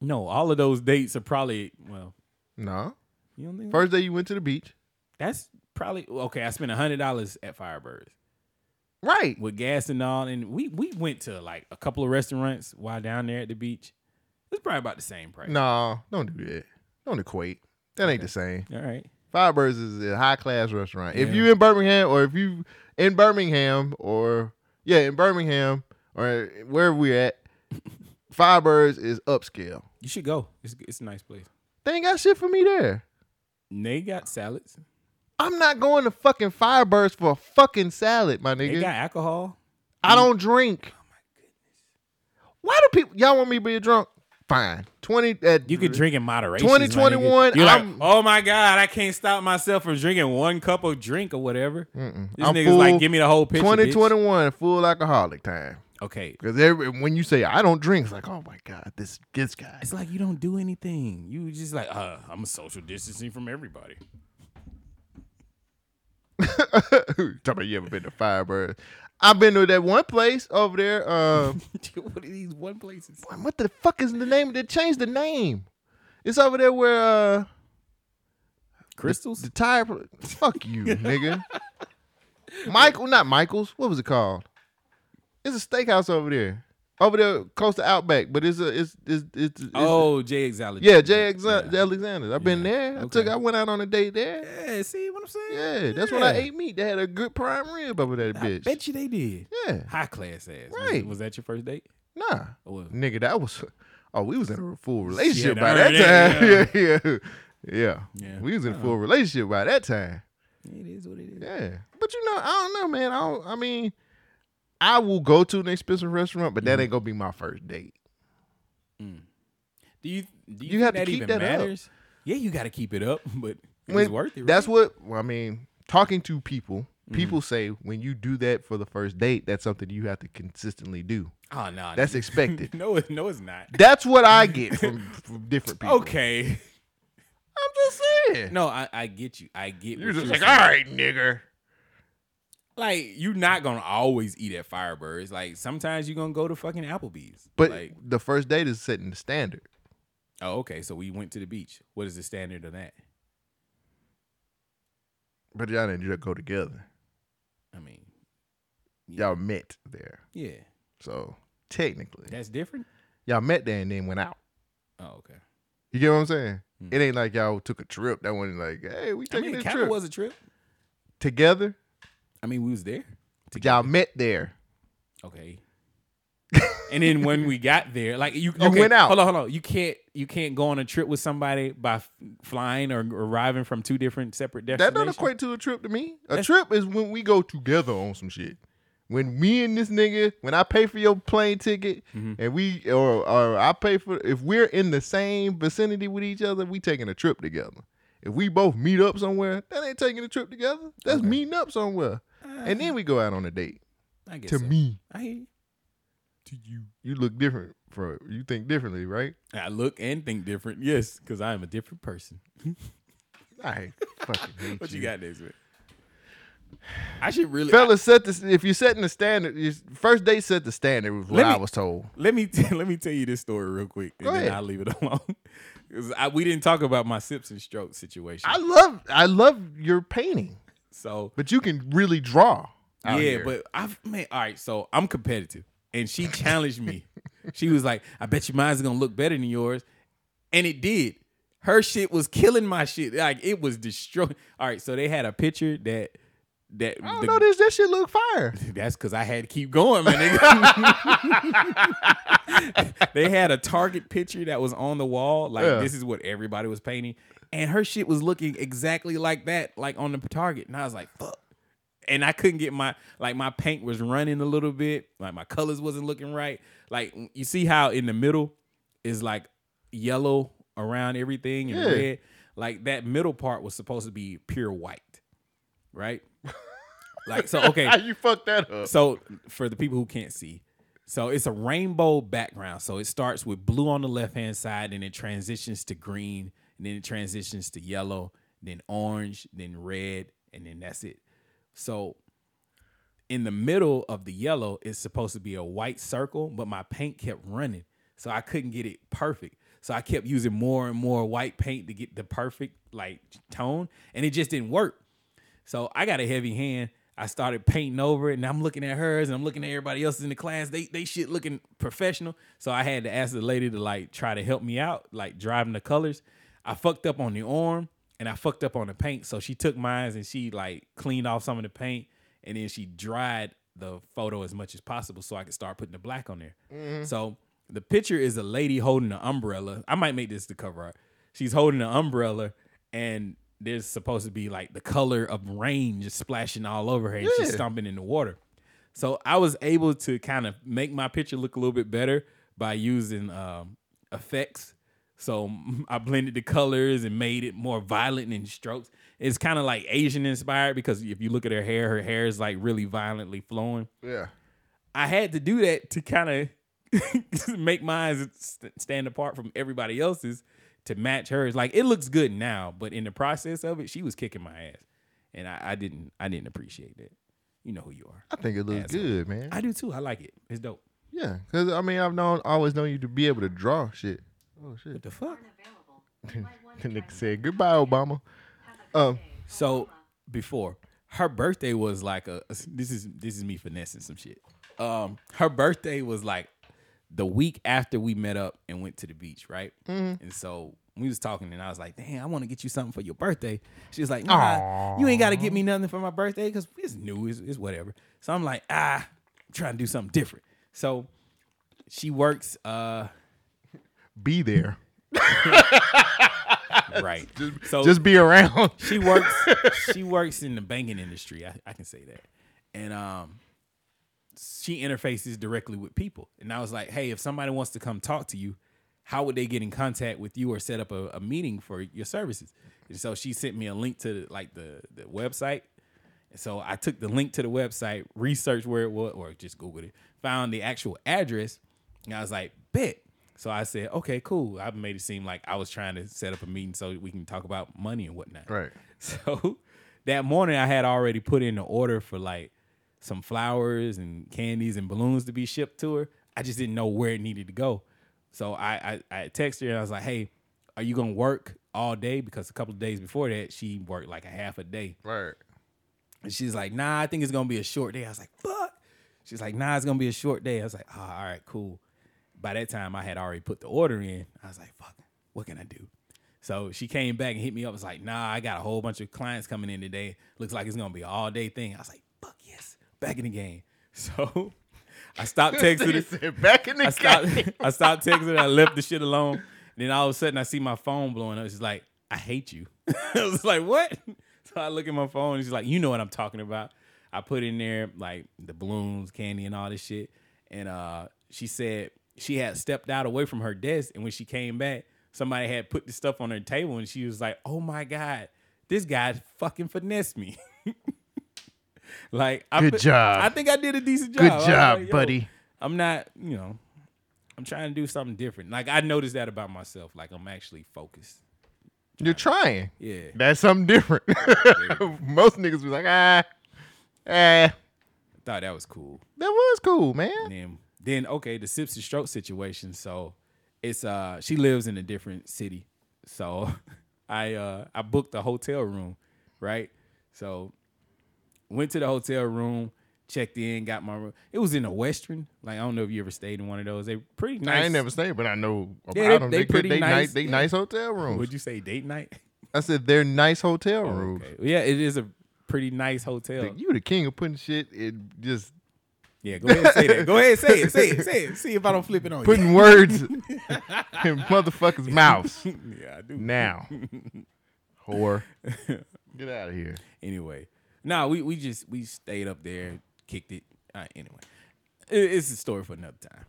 [SPEAKER 3] No, all of those dates are probably well.
[SPEAKER 2] No.
[SPEAKER 3] You don't think
[SPEAKER 2] First day you went to the beach.
[SPEAKER 3] that's probably okay. I spent hundred dollars at Firebirds
[SPEAKER 2] Right.
[SPEAKER 3] with gas and all, and we we went to like a couple of restaurants while down there at the beach. It's probably about the same price.
[SPEAKER 2] No, don't do that. Don't equate. That ain't the same.
[SPEAKER 3] all right.
[SPEAKER 2] Firebirds is a high class restaurant. If
[SPEAKER 3] Yeah.
[SPEAKER 2] you in Birmingham or if you in Birmingham or yeah, in Birmingham or wherever we're at, Firebirds is upscale.
[SPEAKER 3] You should go. It's it's a nice place.
[SPEAKER 2] They ain't got shit for me there.
[SPEAKER 3] And They got salads.
[SPEAKER 2] I'm not going to fucking Firebirds for a fucking salad, my
[SPEAKER 3] They
[SPEAKER 2] nigga.
[SPEAKER 3] got alcohol.
[SPEAKER 2] I don't drink. Oh my goodness. Why do people y'all want me to be a drunk? Fine. Twenty at
[SPEAKER 3] You could drink in moderation.
[SPEAKER 2] 2021,
[SPEAKER 3] You're like,
[SPEAKER 2] I'm-
[SPEAKER 3] oh my god, I can't stop myself from drinking one cup of drink or whatever. This
[SPEAKER 2] I'm
[SPEAKER 3] nigga's
[SPEAKER 2] full
[SPEAKER 3] like, give me the whole picture.
[SPEAKER 2] Twenty
[SPEAKER 3] Twenty
[SPEAKER 2] twenty
[SPEAKER 3] twenty.
[SPEAKER 2] one full alcoholic time.
[SPEAKER 3] Okay,
[SPEAKER 2] Because when you say I don't drink, it's like, oh my god, this this guy.
[SPEAKER 3] It's like you don't do anything. You just like, uh, I'm social distancing from everybody.
[SPEAKER 2] Talking about you ever been to Firebird? I've been to that one place over there. Uh,
[SPEAKER 3] what are these one places?
[SPEAKER 2] what the fuck is the name? They changed the name. It's over there where uh
[SPEAKER 3] Crystals?
[SPEAKER 2] the tire. pl- Fuck you, nigga. Michael, not Michael's. What was it called? It's a steakhouse over there, over there close to Outback. But it's a it's it's it's, it's
[SPEAKER 3] Oh, Jay Alexander.
[SPEAKER 2] yeah, Jay Ex- Alexander's. I've been
[SPEAKER 3] Yeah.
[SPEAKER 2] there. I took
[SPEAKER 3] Okay.
[SPEAKER 2] I went out on a date there.
[SPEAKER 3] Yeah, see what I'm saying?
[SPEAKER 2] Yeah, that's when I
[SPEAKER 3] Yeah.
[SPEAKER 2] ate meat. They had a good prime rib over that
[SPEAKER 3] I
[SPEAKER 2] bitch.
[SPEAKER 3] bet you they did.
[SPEAKER 2] Yeah,
[SPEAKER 3] High class ass. Was-
[SPEAKER 2] Right. Mm.
[SPEAKER 3] Was, that your first date?
[SPEAKER 2] nah,
[SPEAKER 3] Or was-
[SPEAKER 2] nigga, that was. Oh, we was in a full relationship
[SPEAKER 3] I
[SPEAKER 2] by that
[SPEAKER 3] heard
[SPEAKER 2] time.
[SPEAKER 3] that,
[SPEAKER 2] Yeah. yeah, yeah,
[SPEAKER 3] Yeah. Uh-huh.
[SPEAKER 2] We was in a full relationship by that time.
[SPEAKER 3] It is what it is.
[SPEAKER 2] Yeah, but you know, I don't know, man. I don't, I mean, I will go to an expensive restaurant, but
[SPEAKER 3] Mm-hmm.
[SPEAKER 2] that ain't gonna be my first date.
[SPEAKER 3] Do you do you,
[SPEAKER 2] You
[SPEAKER 3] think
[SPEAKER 2] have to
[SPEAKER 3] that
[SPEAKER 2] keep
[SPEAKER 3] even
[SPEAKER 2] that up.
[SPEAKER 3] matters? Yeah, you got to keep it up, but it's
[SPEAKER 2] When-
[SPEAKER 3] worth it. Right? Mm-hmm.
[SPEAKER 2] That's what well, I mean. Talking to people, people say when you do that for the first date, that's something you have to consistently do.
[SPEAKER 3] oh no,
[SPEAKER 2] That's expected.
[SPEAKER 3] no, it- no, it's not.
[SPEAKER 2] That's what I get from, from different people.
[SPEAKER 3] Okay,
[SPEAKER 2] I'm just saying.
[SPEAKER 3] no, I, I get you. I get
[SPEAKER 2] you're
[SPEAKER 3] what
[SPEAKER 2] just
[SPEAKER 3] you're
[SPEAKER 2] like,
[SPEAKER 3] saying.
[SPEAKER 2] all right, nigger.
[SPEAKER 3] Like you're not gonna always eat at Firebirds. Like sometimes you're gonna go to fucking Applebee's.
[SPEAKER 2] But
[SPEAKER 3] like,
[SPEAKER 2] the first date is setting the standard.
[SPEAKER 3] oh, okay. So we went to the beach. What is the standard of that?
[SPEAKER 2] But y'all didn't just go together.
[SPEAKER 3] I mean,
[SPEAKER 2] Y'all met there,
[SPEAKER 3] yeah,
[SPEAKER 2] so technically,
[SPEAKER 3] that's different.
[SPEAKER 2] y'all met there and then went out.
[SPEAKER 3] Oh, okay.
[SPEAKER 2] You get what I'm saying? It ain't like y'all took a trip. That wasn't like, hey, we
[SPEAKER 3] Hmm. I
[SPEAKER 2] taking
[SPEAKER 3] mean, it
[SPEAKER 2] this
[SPEAKER 3] kind of
[SPEAKER 2] trip
[SPEAKER 3] was a trip.
[SPEAKER 2] together.
[SPEAKER 3] I mean, we was there.
[SPEAKER 2] But y'all met there.
[SPEAKER 3] Okay. and then when we got there, like you,
[SPEAKER 2] You
[SPEAKER 3] okay,
[SPEAKER 2] went out.
[SPEAKER 3] Hold on, hold on. You can't, you can't go on a trip with somebody by f- flying or arriving from two different separate
[SPEAKER 2] That
[SPEAKER 3] destinations.
[SPEAKER 2] don't equate to a trip to me. A trip is when we go together on some shit. When me and this nigga, when I pay for your plane ticket,
[SPEAKER 3] Mm-hmm.
[SPEAKER 2] and we or or I pay for if we're in the same vicinity with each other, we taking a trip together. If we both meet up somewhere, that ain't taking a trip together. That's meeting up somewhere, and then we go out on a date.
[SPEAKER 3] I guess
[SPEAKER 2] To
[SPEAKER 3] so.
[SPEAKER 2] me,
[SPEAKER 3] I hear you.
[SPEAKER 2] you look different for you think differently, right?
[SPEAKER 3] I look and think different. Yes, because I am a different person.
[SPEAKER 2] I fucking hate
[SPEAKER 3] What you got next week? I should really,
[SPEAKER 2] Fellas, set this. If you're setting the standard, your first date set the standard was what
[SPEAKER 3] Let
[SPEAKER 2] I
[SPEAKER 3] me-
[SPEAKER 2] was told.
[SPEAKER 3] Let me let me tell you this story real quick, and
[SPEAKER 2] Go
[SPEAKER 3] then
[SPEAKER 2] ahead.
[SPEAKER 3] I'll leave it alone. 'Cause I, we didn't talk about my Simpson stroke situation.
[SPEAKER 2] I love, I love your painting,
[SPEAKER 3] so
[SPEAKER 2] but you can really draw. out
[SPEAKER 3] yeah,
[SPEAKER 2] here.
[SPEAKER 3] but I've man, all right, so I'm competitive. And she challenged me. she was like, I bet your mine's gonna look better than yours. And it did. Her shit was killing my shit. Like it was destroying. All right, so they had a picture that that
[SPEAKER 2] I don't
[SPEAKER 3] the-
[SPEAKER 2] know this. That shit look fire.
[SPEAKER 3] that's because I had to keep going, my nigga. they had a target picture that was on the wall. Like
[SPEAKER 2] Yeah.
[SPEAKER 3] this is what everybody was painting, and her shit was looking exactly like that, like on the target. And I was like, fuck. And I couldn't get my like my paint was running a little bit, like my colors wasn't looking right. Like you see how in the middle is like yellow around everything and
[SPEAKER 2] Yeah.
[SPEAKER 3] red. Like that middle part was supposed to be pure white, right? like so okay.
[SPEAKER 2] How you fucked that up?
[SPEAKER 3] So for the people who can't see, so it's a rainbow background. So it starts with blue on the left hand side, and it transitions to green, and then it transitions to yellow, then orange, then red, and then that's it. So in the middle of the yellow is supposed to be a white circle, but my paint kept running, so I couldn't get it perfect. So I kept using more and more white paint to get the perfect like tone, and it just didn't work. So I got a heavy hand. I started painting over it, and I'm looking at hers, and I'm looking at everybody else in the class. They they shit looking professional. So I had to ask the lady to like try to help me out, like driving the colors. I fucked up on the arm, and I fucked up on the paint. So she took mine and she like cleaned off some of the paint, and then she dried the photo as much as possible so I could start putting the black on there. So the picture is a lady holding an umbrella. I might make this the cover art. She's holding an umbrella and there's supposed to be like the color of rain just splashing all over her and she's
[SPEAKER 2] Yeah.
[SPEAKER 3] stomping in the water. So I was able to kind of make my picture look a little bit better by using um, effects. So mm, I blended the colors and made it more violent in strokes. It's kind of like Asian inspired because if you look at her hair, her hair is like really violently flowing.
[SPEAKER 2] yeah.
[SPEAKER 3] I had to do that to kind of make mine st- stand apart from everybody else's to match hers. Like it looks good now, but in the process of it, she was kicking my ass, and I, I didn't. I didn't appreciate that. You know who you are.
[SPEAKER 2] I think it looks
[SPEAKER 3] Asshole.
[SPEAKER 2] good, man.
[SPEAKER 3] I do too. I like it. It's dope.
[SPEAKER 2] yeah, because I mean, I've known, always known you to be able to draw shit. Oh shit.
[SPEAKER 3] What the fuck?
[SPEAKER 4] Available.
[SPEAKER 2] The nigga said, Goodbye, Obama. Um,
[SPEAKER 3] So before her birthday was like a this is this is me finessing some shit. Um, her birthday was like the week after we met up and went to the beach, right? And so we was talking, and I was like, "Damn, I want to get you something for your birthday." She was like, "Nah, you ain't got to get me nothing for my birthday because it's new, it's, it's whatever." So I'm like, "Ah, I'm trying to do something different." So she works, uh,
[SPEAKER 2] be there.
[SPEAKER 3] right? so
[SPEAKER 2] Just be around.
[SPEAKER 3] she works she works in the banking industry. I, I can say that. And um she interfaces directly with people. And I was like, hey, if somebody wants to come talk to you, how would they get in contact with you or set up a, a meeting for your services? And so she sent me a link to like the, the website. And so I took the link to the website, researched where it was, or just Googled it, found the actual address, and I was like, bet. So I said, okay, cool. I made it seem like I was trying to set up a meeting so we can talk about money and whatnot.
[SPEAKER 2] Right.
[SPEAKER 3] So that morning, I had already put in an order for like some flowers and candies and balloons to be shipped to her. I just didn't know where it needed to go. So I I, I texted her and I was like, "Hey, are you gonna work all day?" Because a couple of days before that, she worked like a half a day.
[SPEAKER 2] Right.
[SPEAKER 3] And she's like, nah, I think it's gonna be a short day. I was like, fuck. She's like, nah, it's gonna be a short day. I was like, ah, all right, cool. By that time, I had already put the order in. I was like, fuck, what can I do? So she came back and hit me up. Was like, nah, I got a whole bunch of clients coming in today. Looks like it's gonna be an all day thing. I was like, fuck yes, back in the game. So I stopped texting
[SPEAKER 2] He
[SPEAKER 3] her.
[SPEAKER 2] said, Back in the
[SPEAKER 3] I stopped,
[SPEAKER 2] game.
[SPEAKER 3] I stopped texting her. I left the shit alone. then all of a sudden, I see my phone blowing up. She's like, I hate you. I was like, what? So I look at my phone. And she's like, you know what I'm talking about. I put in there like the balloons, candy, and all this shit. And uh, she said she had stepped out away from her desk. And when she came back, somebody had put the stuff on her table. And she was like, oh my God, this guy fucking finessed me. like, I
[SPEAKER 2] Good
[SPEAKER 3] fi-
[SPEAKER 2] job.
[SPEAKER 3] I think I did a decent job.
[SPEAKER 2] Good
[SPEAKER 3] I was
[SPEAKER 2] job,
[SPEAKER 3] like, yo,
[SPEAKER 2] buddy.
[SPEAKER 3] I'm not, you know, I'm trying to do something different. Like I noticed that about myself. Like I'm actually focused.
[SPEAKER 2] You're trying.
[SPEAKER 3] Yeah.
[SPEAKER 2] That's something different. Most niggas be like, ah, ah.
[SPEAKER 3] I thought that was cool.
[SPEAKER 2] That was cool, man.
[SPEAKER 3] And then then okay, the sips and stroke situation. So it's uh she lives in a different city. So I uh I booked a hotel room, right? So went to the hotel room, checked in, got my room. It was in a western. Like I don't know if you ever stayed in one of those. They pretty nice.
[SPEAKER 2] I ain't never stayed, but I know about
[SPEAKER 3] Yeah, they-
[SPEAKER 2] them.
[SPEAKER 3] they
[SPEAKER 2] They, good-
[SPEAKER 3] pretty
[SPEAKER 2] they
[SPEAKER 3] nice.
[SPEAKER 2] nice. They
[SPEAKER 3] Yeah.
[SPEAKER 2] nice hotel rooms.
[SPEAKER 3] Would you say date night?
[SPEAKER 2] I said they're nice hotel rooms.
[SPEAKER 3] Okay. Oh. Yeah, it is a pretty nice hotel.
[SPEAKER 2] You the king of putting shit in just
[SPEAKER 3] Yeah, go ahead and say that. Go ahead, say it, say it, say it. See if I don't flip it on
[SPEAKER 2] putting words in motherfuckers' mouths.
[SPEAKER 3] you. Yeah, I do.
[SPEAKER 2] Now, whore, get out of here.
[SPEAKER 3] Anyway, nah, we we just we stayed up there, kicked it. Uh, anyway, It- it's a story for another time.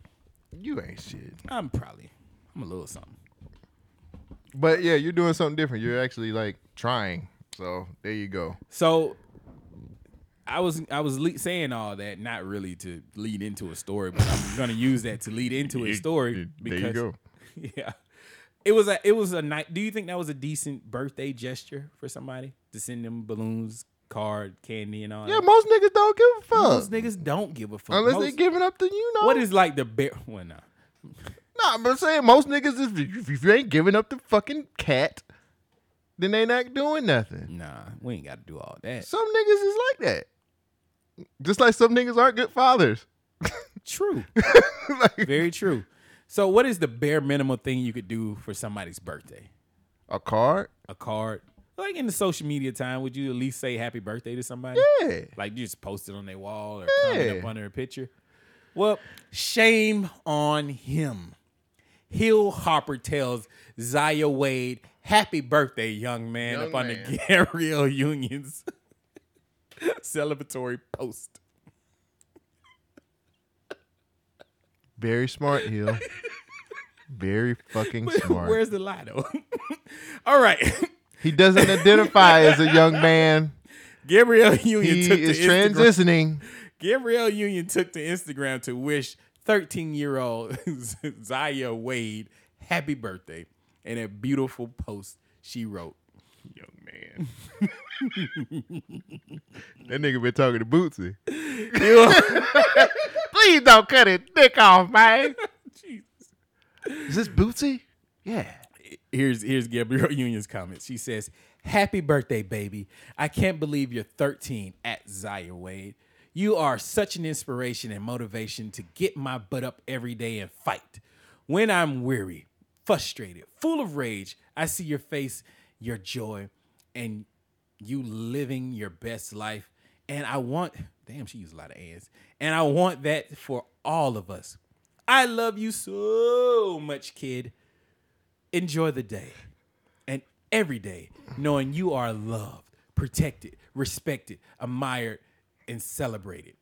[SPEAKER 2] You ain't shit.
[SPEAKER 3] I'm probably I'm a little something.
[SPEAKER 2] But yeah, you're doing something different. You're actually like trying. So there you go.
[SPEAKER 3] So I was I was le- saying all that not really to lead into a story, but I'm gonna use that to lead into a
[SPEAKER 2] You-
[SPEAKER 3] story.
[SPEAKER 2] you- there you go.
[SPEAKER 3] Yeah. It was a it was a night. Do you think that was a decent birthday gesture for somebody to send them balloons, card, candy, and all?
[SPEAKER 2] Yeah,
[SPEAKER 3] that?
[SPEAKER 2] most niggas don't give a fuck
[SPEAKER 3] Most niggas don't give a fuck.
[SPEAKER 2] unless
[SPEAKER 3] Most-
[SPEAKER 2] they giving up the you know.
[SPEAKER 3] what is like the bare? Well, no.
[SPEAKER 2] Nah, but I'm saying most niggas is if you ain't giving up the fucking cat, then they not doing nothing.
[SPEAKER 3] Nah, we ain't got to do all that.
[SPEAKER 2] Some niggas is like that. Just like some niggas aren't good fathers.
[SPEAKER 3] true,
[SPEAKER 2] like
[SPEAKER 3] very true. So, what is the bare minimum thing you could do for somebody's birthday?
[SPEAKER 2] a card.
[SPEAKER 3] A card, like in the social media time, would you at least say happy birthday to somebody?
[SPEAKER 2] Yeah.
[SPEAKER 3] Like you just post it on their wall or comment
[SPEAKER 2] Yeah.
[SPEAKER 3] up under a picture. Well, shame on him. Hill Harper tells Zaya Wade, "Happy birthday, young man!"
[SPEAKER 2] Young
[SPEAKER 3] up on
[SPEAKER 2] man.
[SPEAKER 3] the Gabrielle Union's celebratory post.
[SPEAKER 2] Very smart, Hill. Very fucking
[SPEAKER 3] Where-
[SPEAKER 2] smart.
[SPEAKER 3] Where's the lie though? All right.
[SPEAKER 2] he doesn't identify as a young man.
[SPEAKER 3] Gabrielle Union
[SPEAKER 2] He
[SPEAKER 3] took
[SPEAKER 2] is
[SPEAKER 3] to Instagram.
[SPEAKER 2] transitioning.
[SPEAKER 3] Gabrielle Union took to Instagram to wish 13-year-old Zaya Wade happy birthday. And a beautiful post she wrote.
[SPEAKER 2] Young man. that nigga been talking to Bootsy. Please don't cut his dick off, man.
[SPEAKER 3] Jesus.
[SPEAKER 2] Is this Bootsy? Yeah.
[SPEAKER 3] here's here's Gabrielle Union's comment. She says, "Happy birthday, baby! I can't believe you're 13 at Zaire Wade. You are such an inspiration and motivation to get my butt up every day and fight. When I'm weary, frustrated, full of rage, I see your face, your joy, and you living your best life. And I want, damn, she used a lot of ands. And I want that for all of us. I love you so much, kid. Enjoy the day and every day, knowing you are loved, protected, respected, admired, and celebrated.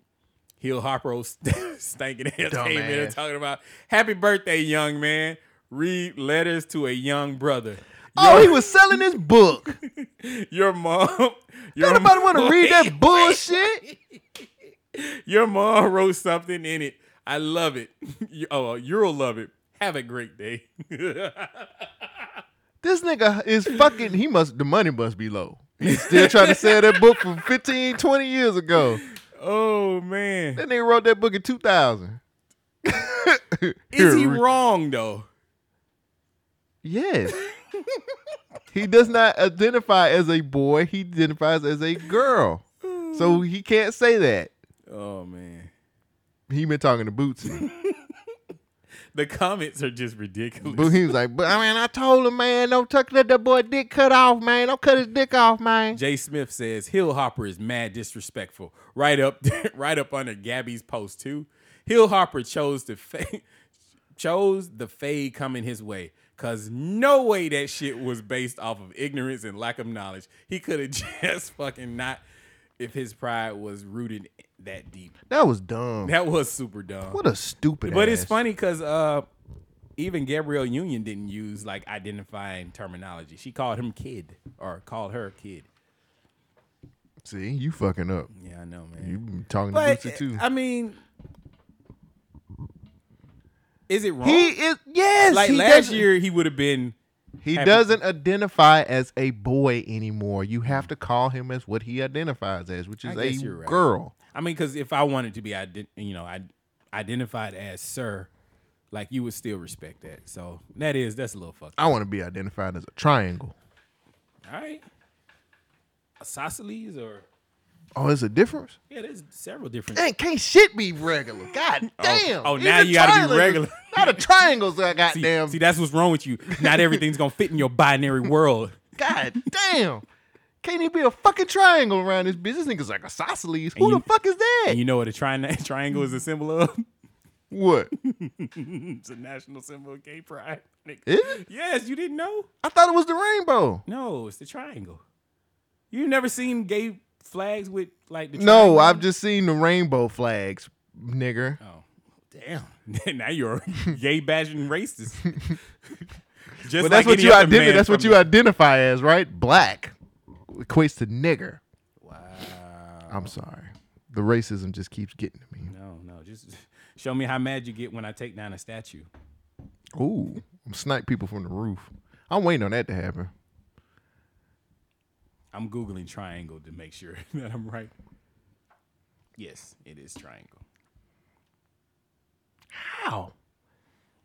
[SPEAKER 3] Hill Harper was stanking ass came in
[SPEAKER 2] Dumbass.
[SPEAKER 3] and talking about happy birthday, young man. Read letters to a young brother.
[SPEAKER 2] Oh, he was selling his book.
[SPEAKER 3] Your mom. Your
[SPEAKER 2] Nobody want to
[SPEAKER 3] mom-
[SPEAKER 2] read that bullshit.
[SPEAKER 3] Your mom wrote something in it. I love it. You- Oh, you'll love it. Have a great day.
[SPEAKER 2] This nigga is fucking. He must. The money must be low. He's still trying to sell that book from 15, 20 years ago.
[SPEAKER 3] oh man,
[SPEAKER 2] That nigga wrote that book in two thousand.
[SPEAKER 3] is he wrong though?
[SPEAKER 2] Yes. he does not identify as a boy. He identifies as a girl. So
[SPEAKER 3] Mm.
[SPEAKER 2] he can't say that.
[SPEAKER 3] Oh man,
[SPEAKER 2] He been talking to Bootsy.
[SPEAKER 3] the comments are just ridiculous.
[SPEAKER 2] Boo, he was like, but I mean, I told him, man, don't tuck let that boy dick cut off, man. Don't cut his dick off, man.
[SPEAKER 3] Jay Smith says Hill Hopper is mad disrespectful. Right up, right up under Gabby's post too. Hill Hopper chose to fa- chose the fade coming his way. Cause no way that shit was based off of ignorance and lack of knowledge. He could have just fucking not if his pride was rooted that deep.
[SPEAKER 2] That was dumb.
[SPEAKER 3] That was super dumb.
[SPEAKER 2] What a stupid.
[SPEAKER 3] But it's
[SPEAKER 2] ass.
[SPEAKER 3] funny because uh, even Gabrielle Union didn't use like identifying terminology. She called him kid or called her kid.
[SPEAKER 2] See, you fucking up.
[SPEAKER 3] Yeah, I know, man.
[SPEAKER 2] You been talking
[SPEAKER 3] But eh,
[SPEAKER 2] to Bootsy too.
[SPEAKER 3] I mean, is it wrong?
[SPEAKER 2] he is yes.
[SPEAKER 3] like
[SPEAKER 2] he
[SPEAKER 3] last
[SPEAKER 2] doesn't-
[SPEAKER 3] year, he would have been.
[SPEAKER 2] He
[SPEAKER 3] happy-
[SPEAKER 2] doesn't identify as a boy anymore. You have to call him as what he identifies as, which
[SPEAKER 3] I
[SPEAKER 2] is
[SPEAKER 3] guess
[SPEAKER 2] a
[SPEAKER 3] you're right.
[SPEAKER 2] girl.
[SPEAKER 3] I mean, because if I wanted to be, ident- you know, I identified as sir, like you would still respect that. So that is that's a little fucked.
[SPEAKER 2] I want to be identified as a triangle.
[SPEAKER 3] up. All right, isosceles or
[SPEAKER 2] Oh, it's a difference.
[SPEAKER 3] yeah, there's several different.
[SPEAKER 2] Dang, can't shit be regular. God damn.
[SPEAKER 3] oh,
[SPEAKER 2] Even
[SPEAKER 3] now you gotta be
[SPEAKER 2] triangles-
[SPEAKER 3] regular.
[SPEAKER 2] Now the triangles are
[SPEAKER 3] See,
[SPEAKER 2] goddamn.
[SPEAKER 3] see, that's what's wrong with you. Not everything's gonna fit in your binary world.
[SPEAKER 2] God damn. Can't even be a fucking triangle around this bitch. This nigga's like isosceles. Who
[SPEAKER 3] you-
[SPEAKER 2] the fuck is that?
[SPEAKER 3] And you know what a tri- triangle is a symbol of?
[SPEAKER 2] what?
[SPEAKER 3] It's a national symbol of gay pride. nigga.
[SPEAKER 2] Is it?
[SPEAKER 3] Yes, you didn't know?
[SPEAKER 2] I thought it was the rainbow.
[SPEAKER 3] No, it's the triangle. You've never seen gay flags with like the
[SPEAKER 2] No,
[SPEAKER 3] triangle?
[SPEAKER 2] I've just seen the rainbow flags, nigger.
[SPEAKER 3] Oh, damn. now you're a gay bashing racist. just
[SPEAKER 2] But that's
[SPEAKER 3] like
[SPEAKER 2] what
[SPEAKER 3] any
[SPEAKER 2] you
[SPEAKER 3] other
[SPEAKER 2] identify.
[SPEAKER 3] man
[SPEAKER 2] That's what
[SPEAKER 3] from
[SPEAKER 2] you identify as, right? Black equates to nigger. Wow. I'm sorry. The racism just keeps getting to me.
[SPEAKER 3] No, no. Just show me how mad you get when I take down a statue.
[SPEAKER 2] Ooh, I'm snipe people from the roof. I'm waiting on that to happen.
[SPEAKER 3] I'm googling triangle to make sure that I'm right. Yes, it is triangle.
[SPEAKER 2] How?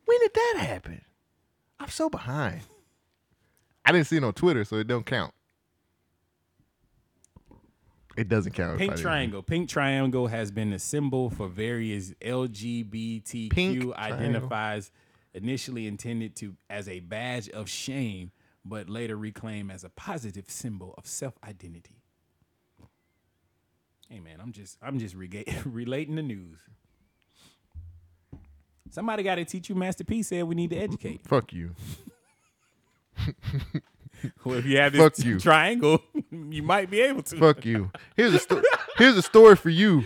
[SPEAKER 2] When did that happen? I'm so behind. I didn't see it on Twitter, so it don't count. It doesn't count. if I
[SPEAKER 3] Pink
[SPEAKER 2] didn't-
[SPEAKER 3] triangle. Pink triangle has been a symbol for various LGBTQ
[SPEAKER 2] Pink
[SPEAKER 3] identifies, initially intended to as a badge of shame, but later reclaimed as a positive symbol of self-identity. Hey man, I'm just I'm just rega- relating the news. Somebody got to teach you. Master P said we need to educate.
[SPEAKER 2] Fuck you.
[SPEAKER 3] Well, if you have
[SPEAKER 2] Fuck
[SPEAKER 3] this
[SPEAKER 2] you.
[SPEAKER 3] triangle, you might be able to.
[SPEAKER 2] Fuck you. Here's a sto- here's a story for you,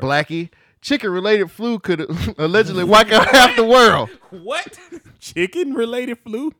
[SPEAKER 2] Blackie. Chicken related flu could allegedly wipe out half the world.
[SPEAKER 3] What? Chicken related flu?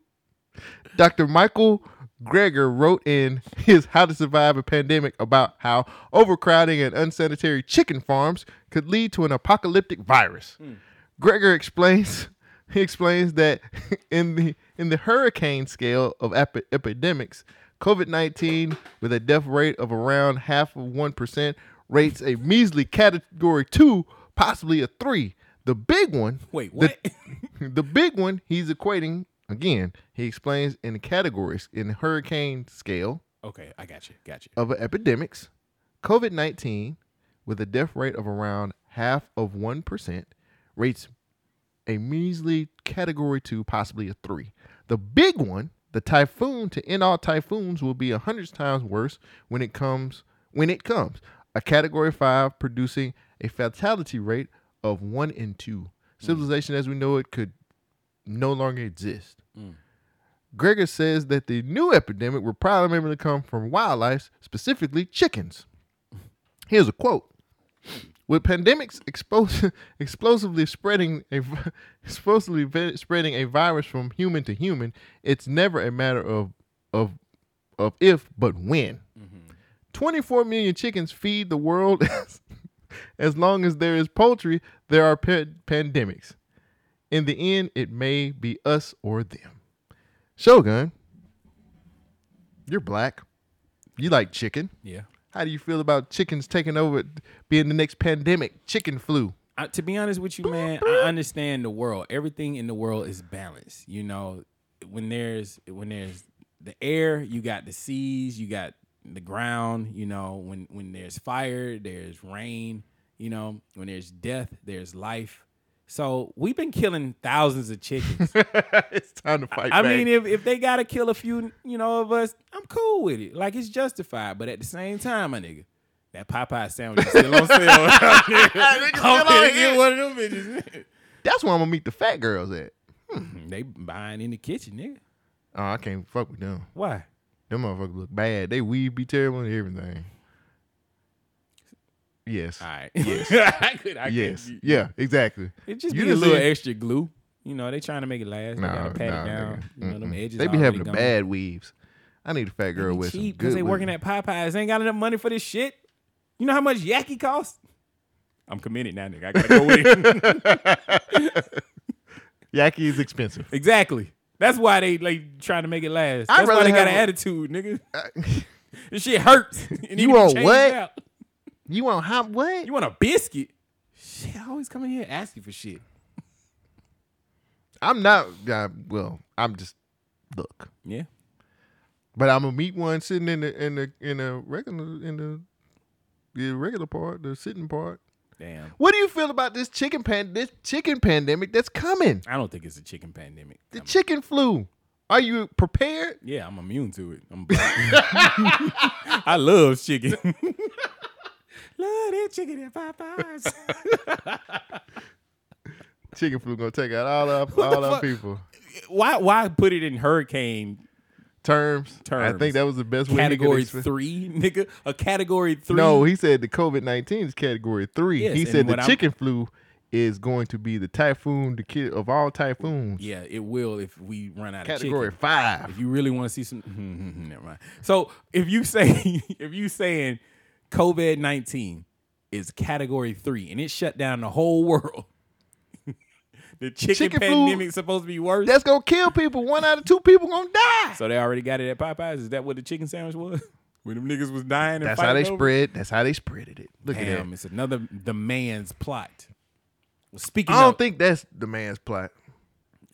[SPEAKER 2] Dr. Michael Greger wrote in his How to Survive a Pandemic about how overcrowding and unsanitary chicken farms could lead to an apocalyptic virus.
[SPEAKER 3] Hmm.
[SPEAKER 2] Greger explains he explains that in the in the hurricane scale of epi- epidemics, COVID-19 with a death rate of around half of 1% rates a measly category 2, possibly a 3. The big one
[SPEAKER 3] Wait,
[SPEAKER 2] the-
[SPEAKER 3] what?
[SPEAKER 2] the big one he's equating Again, he explains in the categories in hurricane scale
[SPEAKER 3] Okay, I got you. Got you.
[SPEAKER 2] of epidemics, COVID 19, with a death rate of around half of 1%, rates a measly category two, possibly a three. The big one, the typhoon to end all typhoons, will be a hundred times worse when it comes when it comes. A category five producing a fatality rate of one in two. Civilization as we know it could no longer exist. Gregor says that the new epidemic will primarily come from wildlife, specifically chickens. Here's a quote. With pandemics expos- explosively spreading a vi- explosively vi- spreading a virus from human to human, it's never a matter of of of if but when. 24 million chickens feed the world. As, as long as there is poultry, there are pa- pandemics. In the end, it may be us or them. Shogun, you're black. You like chicken.
[SPEAKER 3] Yeah.
[SPEAKER 2] How do you feel about chickens taking over being the next pandemic? Chicken flu.
[SPEAKER 3] I, to be honest with you, man, I understand the world. Everything in the world is balanced. You know, when there's when there's the air, you got the seas, you got the ground. You know, when when there's fire, there's rain. You know, when there's death, there's life. So we've been killing thousands of chickens.
[SPEAKER 2] it's time to fight.
[SPEAKER 3] I
[SPEAKER 2] back.
[SPEAKER 3] mean, if, if they gotta kill a few, you know, of us, I'm cool with it. Like it's justified. But at the same time, my nigga, that Popeye sandwich is still on sale. I'm
[SPEAKER 2] still on
[SPEAKER 3] gonna
[SPEAKER 2] here.
[SPEAKER 3] get one of them bitches.
[SPEAKER 2] that's where I'm gonna meet the fat girls at.
[SPEAKER 3] they buying in the kitchen, nigga.
[SPEAKER 2] Oh, I can't fuck with them.
[SPEAKER 3] Why?
[SPEAKER 2] Them motherfuckers look bad. They weave be terrible and everything. Yes.
[SPEAKER 3] All right. Yes. I could. I
[SPEAKER 2] Yes.
[SPEAKER 3] Could.
[SPEAKER 2] Yeah. Exactly.
[SPEAKER 3] It just
[SPEAKER 2] You
[SPEAKER 3] be a
[SPEAKER 2] done
[SPEAKER 3] little
[SPEAKER 2] seen-
[SPEAKER 3] extra glue. You know, they trying to make it last.
[SPEAKER 2] No,
[SPEAKER 3] they gotta pat
[SPEAKER 2] no,
[SPEAKER 3] it down.
[SPEAKER 2] nigga.
[SPEAKER 3] You know, them
[SPEAKER 2] Mm-mm.
[SPEAKER 3] edges.
[SPEAKER 2] They be
[SPEAKER 3] already
[SPEAKER 2] having
[SPEAKER 3] gone.
[SPEAKER 2] bad weaves. I need a fat girl with some
[SPEAKER 3] cheap
[SPEAKER 2] good.
[SPEAKER 3] because they working
[SPEAKER 2] weave.
[SPEAKER 3] at Popeyes. They ain't got enough money for this shit. You know how much yaki costs? I'm committed now, nigga. I gotta go with it.
[SPEAKER 2] Yaki is expensive.
[SPEAKER 3] exactly. That's why they like trying to make it last.
[SPEAKER 2] I'd
[SPEAKER 3] That's why
[SPEAKER 2] rather
[SPEAKER 3] they got an
[SPEAKER 2] have a-
[SPEAKER 3] attitude, nigga. this shit hurts. It need to be
[SPEAKER 2] want
[SPEAKER 3] changed
[SPEAKER 2] what?
[SPEAKER 3] out.
[SPEAKER 2] You want hot what?
[SPEAKER 3] You want a biscuit? Shit, I always come in here and ask you for shit.
[SPEAKER 2] I'm not. I, well, I'm just look.
[SPEAKER 3] Yeah.
[SPEAKER 2] But I'm gonna meet one sitting in the in the in the regular in the the regular part, the sitting part.
[SPEAKER 3] Damn.
[SPEAKER 2] What do you feel about this chicken pan this chicken pandemic that's coming?
[SPEAKER 3] I don't think it's a chicken pandemic.
[SPEAKER 2] The
[SPEAKER 3] I'm-
[SPEAKER 2] chicken flu. Are you prepared?
[SPEAKER 3] yeah, I'm immune to it. I'm black. I love chicken. love that chicken at Popeyes.
[SPEAKER 2] Chicken flu gonna take out all our all our
[SPEAKER 3] fuck?
[SPEAKER 2] people.
[SPEAKER 3] why why put it in hurricane
[SPEAKER 2] Terms. I
[SPEAKER 3] Terms.
[SPEAKER 2] think that was the best way.
[SPEAKER 3] category
[SPEAKER 2] he could explain-
[SPEAKER 3] three, nigga? A category three.
[SPEAKER 2] No, he said the COVID nineteen is category three.
[SPEAKER 3] Yes,
[SPEAKER 2] he
[SPEAKER 3] and
[SPEAKER 2] said the
[SPEAKER 3] what I'm-
[SPEAKER 2] chicken flu is going to be the typhoon, the kid of all typhoons.
[SPEAKER 3] yeah, it will if we run out
[SPEAKER 2] Category
[SPEAKER 3] of chicken.
[SPEAKER 2] five.
[SPEAKER 3] If you really want to see some, never mind. So if you say if you saying COVID nineteen is category three and it shut down the whole world, the chicken,
[SPEAKER 2] Chicken flu-
[SPEAKER 3] pandemic supposed to be worse.
[SPEAKER 2] That's gonna kill people. One out of two people gonna die.
[SPEAKER 3] so they already got it at Popeyes. Is that what the chicken sandwich was? When them niggas was dying, and
[SPEAKER 2] That's how they
[SPEAKER 3] fighting over it?
[SPEAKER 2] spread. That's how they spreaded it. Look at
[SPEAKER 3] Damn,
[SPEAKER 2] that.
[SPEAKER 3] it's another the man's plot. Well, speaking
[SPEAKER 2] I don't
[SPEAKER 3] of,
[SPEAKER 2] think that's the man's plot.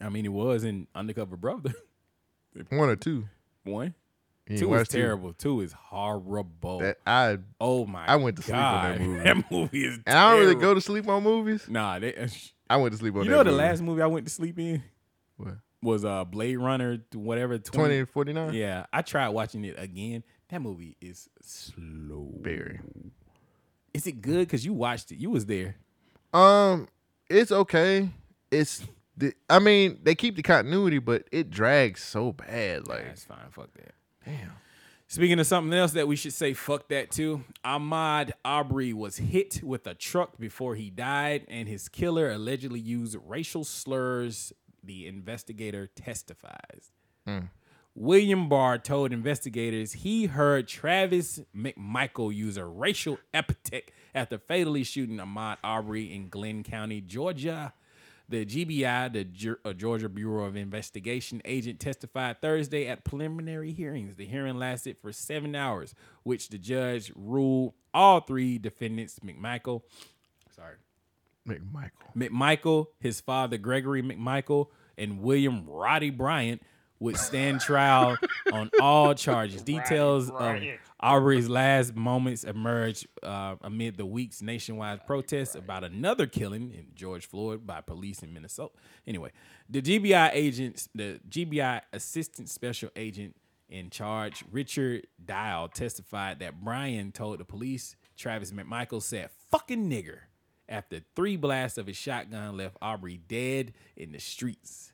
[SPEAKER 3] I mean, it was in Undercover Brother.
[SPEAKER 2] One or two.
[SPEAKER 3] One,
[SPEAKER 2] You ain't
[SPEAKER 3] two is
[SPEAKER 2] watched
[SPEAKER 3] terrible. Two is horrible.
[SPEAKER 2] That I
[SPEAKER 3] oh my!
[SPEAKER 2] I went to sleep on that
[SPEAKER 3] God.
[SPEAKER 2] movie.
[SPEAKER 3] That movie is.
[SPEAKER 2] and I don't really go
[SPEAKER 3] terrible.
[SPEAKER 2] to sleep on movies.
[SPEAKER 3] Nah, they,
[SPEAKER 2] I went to sleep on.
[SPEAKER 3] you
[SPEAKER 2] that
[SPEAKER 3] know the
[SPEAKER 2] movie.
[SPEAKER 3] last movie I went to sleep in
[SPEAKER 2] What?
[SPEAKER 3] was uh Blade Runner, whatever
[SPEAKER 2] 20
[SPEAKER 3] 20,
[SPEAKER 2] to 49?
[SPEAKER 3] Yeah, I tried watching it again. That movie is slow.
[SPEAKER 2] Very.
[SPEAKER 3] Is it good? Cause you watched it. You was there.
[SPEAKER 2] Um, it's okay. It's the, I mean, they keep the continuity, but it drags so bad. Like,
[SPEAKER 3] That's fine. Fuck that.
[SPEAKER 2] damn.
[SPEAKER 3] Speaking of something else that we should say, fuck that too. Ahmad Aubrey was hit with a truck before he died, and his killer allegedly used racial slurs. The investigator testifies. William Barr told investigators he heard Travis McMichael use a racial epithet after fatally shooting Ahmad Aubrey in Glenn County, Georgia. The GBI, the Ger- uh, Georgia Bureau of Investigation agent, testified Thursday at preliminary hearings. The hearing lasted for seven hours, which the judge ruled all three defendants, McMichael, sorry,
[SPEAKER 2] McMichael.
[SPEAKER 3] McMichael, his father Gregory McMichael, and William Roddy Bryant would stand trial on all charges. Details of Aubrey's last moments emerged uh, amid the week's nationwide protests about another killing in George Floyd by police in Minnesota. Anyway, the GBI agents, the GBI assistant special agent in charge, Richard Dial, testified that Brian told the police Travis McMichael said "fucking nigger" after three blasts of his shotgun left Aubrey dead in the streets.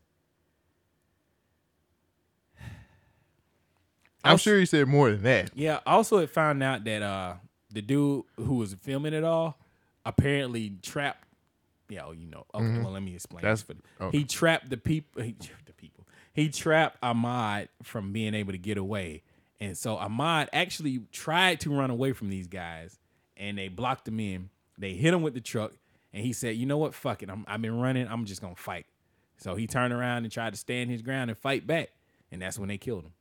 [SPEAKER 2] I'm sure he said more than that.
[SPEAKER 3] Yeah. Also, it found out that uh the dude who was filming it all apparently trapped. Yeah, oh, you know. Okay, well, let me
[SPEAKER 2] Mm-hmm.
[SPEAKER 3] explain.
[SPEAKER 2] That's-
[SPEAKER 3] this for the-
[SPEAKER 2] okay.
[SPEAKER 3] He trapped the people. He trapped the people. He trapped Ahmad from being able to get away, and so Ahmad actually tried to run away from these guys, and they blocked him in. They hit him with the truck, and he said, "You know what? Fuck it. I'm, I've been running. I'm just gonna fight." So he turned around and tried to stand his ground and fight back, and that's when they killed him.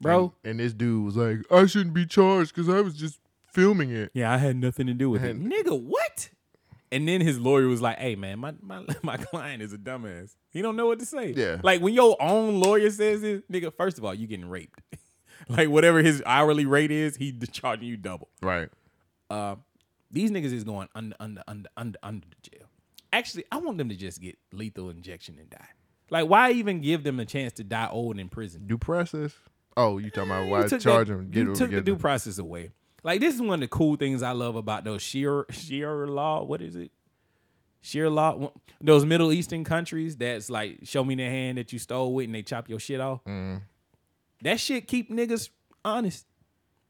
[SPEAKER 3] Bro,
[SPEAKER 2] And this dude was like, I shouldn't be charged because I was just filming it.
[SPEAKER 3] Yeah, I had nothing to do with it. Nigga, what? And then his lawyer was like, hey man, my, my my client is a dumbass. He don't know what to say.
[SPEAKER 2] Yeah.
[SPEAKER 3] Like when your own lawyer says this, nigga, first of all, you getting raped. like whatever his hourly rate is, he d- charging you double.
[SPEAKER 2] Right.
[SPEAKER 3] These niggas is going under under under under under the jail. Actually, I want them to just get lethal injection and die. Like, why even give them a chance to die old in prison?
[SPEAKER 2] Due process. Oh, you talking about
[SPEAKER 3] You
[SPEAKER 2] why
[SPEAKER 3] took
[SPEAKER 2] charge
[SPEAKER 3] that-
[SPEAKER 2] him?
[SPEAKER 3] you
[SPEAKER 2] Get him.
[SPEAKER 3] took the
[SPEAKER 2] get
[SPEAKER 3] due
[SPEAKER 2] him.
[SPEAKER 3] process away. Like this is one of the cool things I love about those sheer sheer law. What is it? Sheer law. wha- Those Middle Eastern countries that's like show me the hand that you stole with, and they chop your shit off.
[SPEAKER 2] Mm-hmm.
[SPEAKER 3] That shit keep niggas honest.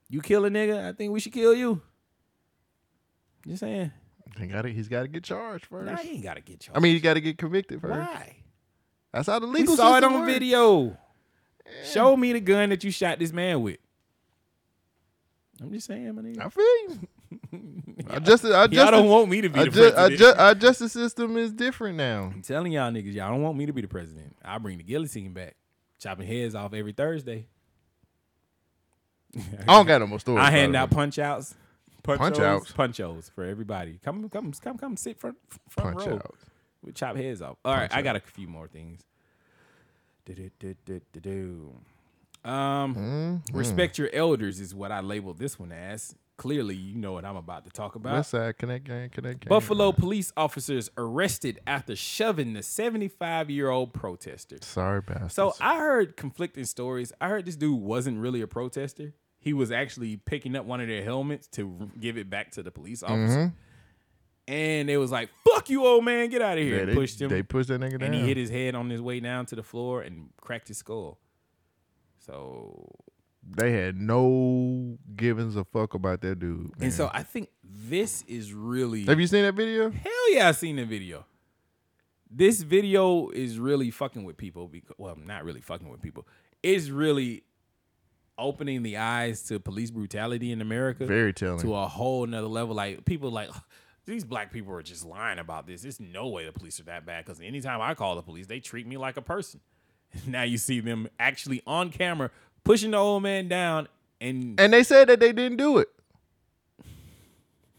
[SPEAKER 3] You kill a nigga, I think we should kill you. Just saying,
[SPEAKER 2] He gotta, he's got to get charged first.
[SPEAKER 3] nah, you ain't gotta get charged.
[SPEAKER 2] I mean, he's got to get convicted first.
[SPEAKER 3] why?
[SPEAKER 2] That's how the
[SPEAKER 3] We
[SPEAKER 2] legal
[SPEAKER 3] saw it
[SPEAKER 2] system
[SPEAKER 3] on
[SPEAKER 2] works.
[SPEAKER 3] video. Show me the gun that you shot this man with. I'm just saying, my nigga.
[SPEAKER 2] I feel you. I just, I just,
[SPEAKER 3] Y'all don't want me to be
[SPEAKER 2] I
[SPEAKER 3] the
[SPEAKER 2] just, I
[SPEAKER 3] president.
[SPEAKER 2] just, our justice system is different now.
[SPEAKER 3] I'm telling y'all niggas, y'all don't want me to be the president. I bring the guillotine back, chopping heads off every Thursday.
[SPEAKER 2] I don't got no more stories.
[SPEAKER 3] I hand
[SPEAKER 2] brother.
[SPEAKER 3] out punch outs,
[SPEAKER 2] Punch outs?
[SPEAKER 3] punchos for everybody. Come, come, come, come, sit front front
[SPEAKER 2] punch
[SPEAKER 3] row.
[SPEAKER 2] out.
[SPEAKER 3] We chop heads off. All right,
[SPEAKER 2] Punch
[SPEAKER 3] I got a few more things. Do-do-do-do-do-do. Um,
[SPEAKER 2] Mm-hmm.
[SPEAKER 3] respect your elders is what I labeled this one as. Clearly, you know what I'm about to talk about.
[SPEAKER 2] West side, connect gang, connect gang.
[SPEAKER 3] Buffalo police officers arrested after shoving the 75 year old protester.
[SPEAKER 2] Sorry, bastards.
[SPEAKER 3] So I heard conflicting stories. I heard this dude wasn't really a protester. He was actually picking up one of their helmets to give it back to the police officer. And they was like, fuck you, old man, get out of here.
[SPEAKER 2] Mm-hmm. Yeah,
[SPEAKER 3] and
[SPEAKER 2] they,
[SPEAKER 3] pushed him.
[SPEAKER 2] They pushed that nigga down.
[SPEAKER 3] and he hit his head on his way down to the floor and cracked his skull. So
[SPEAKER 2] they had no givings a fuck about that dude. man.
[SPEAKER 3] and so I think this is really
[SPEAKER 2] have you seen that video?
[SPEAKER 3] Hell yeah, I seen the video. This video is really fucking with people because well, not really fucking with people. It's really opening the eyes to police brutality in America.
[SPEAKER 2] Very telling.
[SPEAKER 3] To a whole nother level. Like people like these black people are just lying about this. There's no way the police are that bad because anytime I call the police, they treat me like a person. Now you see them actually on camera pushing the old man down and
[SPEAKER 2] And they said that they didn't do it.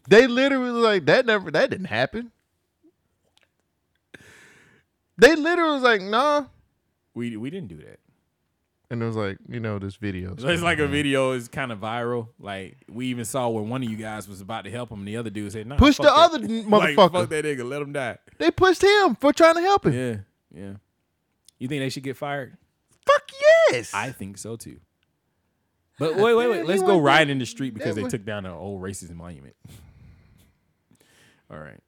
[SPEAKER 2] They literally was like that never that didn't happen. They literally was like, nah.
[SPEAKER 3] we we didn't do that.
[SPEAKER 2] And it was like, you know, this video.
[SPEAKER 3] So it's like a video is kind of viral. Like we even saw when one of you guys was about to help him, and the other dude said, "Nah,
[SPEAKER 2] Push
[SPEAKER 3] fuck
[SPEAKER 2] the
[SPEAKER 3] that.
[SPEAKER 2] other
[SPEAKER 3] Like,
[SPEAKER 2] motherfucker.
[SPEAKER 3] fuck that nigga, let him die."
[SPEAKER 2] They pushed him for trying to help him.
[SPEAKER 3] Yeah, yeah. You think they should get fired?
[SPEAKER 2] Fuck yes.
[SPEAKER 3] I think so too. But wait, wait, wait. Let's
[SPEAKER 2] you
[SPEAKER 3] go
[SPEAKER 2] want
[SPEAKER 3] ride
[SPEAKER 2] that-
[SPEAKER 3] in the street because
[SPEAKER 2] that
[SPEAKER 3] they
[SPEAKER 2] was-
[SPEAKER 3] took down an old racist monument. All right.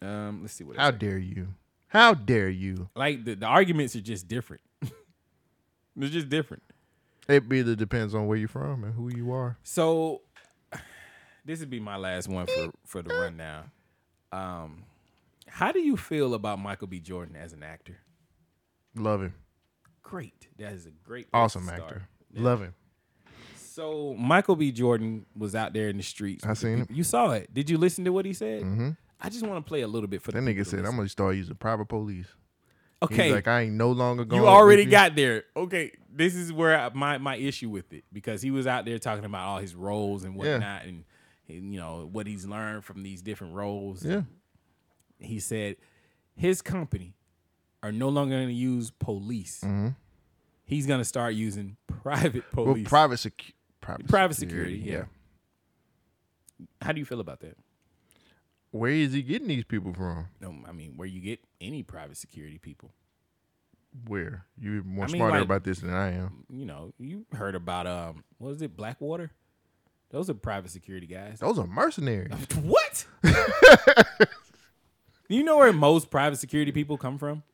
[SPEAKER 3] Um, let's see what.
[SPEAKER 2] How
[SPEAKER 3] Else.
[SPEAKER 2] dare you? How dare you?
[SPEAKER 3] Like the, the arguments are just different. They're just different.
[SPEAKER 2] It really depends on where you're from and who you are.
[SPEAKER 3] So this would be my last one for for the rundown. Um, how do you feel about Michael B. Jordan as an actor?
[SPEAKER 2] Love him.
[SPEAKER 3] Great. That is a great place
[SPEAKER 2] Awesome
[SPEAKER 3] to start.
[SPEAKER 2] actor. Love him.
[SPEAKER 3] So Michael B. Jordan was out there in the streets.
[SPEAKER 2] I
[SPEAKER 3] with the
[SPEAKER 2] seen
[SPEAKER 3] people. You saw it. Did you listen to what he said? Mm-hmm. I just want to play a little bit for
[SPEAKER 2] That
[SPEAKER 3] the
[SPEAKER 2] nigga
[SPEAKER 3] people to
[SPEAKER 2] said, I'm
[SPEAKER 3] listen.
[SPEAKER 2] gonna start using private police. He's
[SPEAKER 3] Okay.
[SPEAKER 2] like, I ain't no longer going.
[SPEAKER 3] you
[SPEAKER 2] with
[SPEAKER 3] already got there. Okay, this is where I, my my issue with it because he was out there talking about all his roles and
[SPEAKER 2] Yeah.
[SPEAKER 3] whatnot, and, and you know what he's learned from these different roles.
[SPEAKER 2] Yeah.
[SPEAKER 3] he said his company, are no longer going to use police. He's going to start using private
[SPEAKER 2] Mm-hmm. Well,
[SPEAKER 3] police.
[SPEAKER 2] private security. Private,
[SPEAKER 3] Private security, How do you feel about that?
[SPEAKER 2] Where is he getting these people from?
[SPEAKER 3] No, I mean, where you get any private security people.
[SPEAKER 2] Where you more
[SPEAKER 3] I mean,
[SPEAKER 2] smarter
[SPEAKER 3] like-
[SPEAKER 2] about this than I am.
[SPEAKER 3] You know, you heard about um, what is it, Blackwater? Those are private security guys.
[SPEAKER 2] Those are mercenaries.
[SPEAKER 3] What? Do you know where most private security people come from?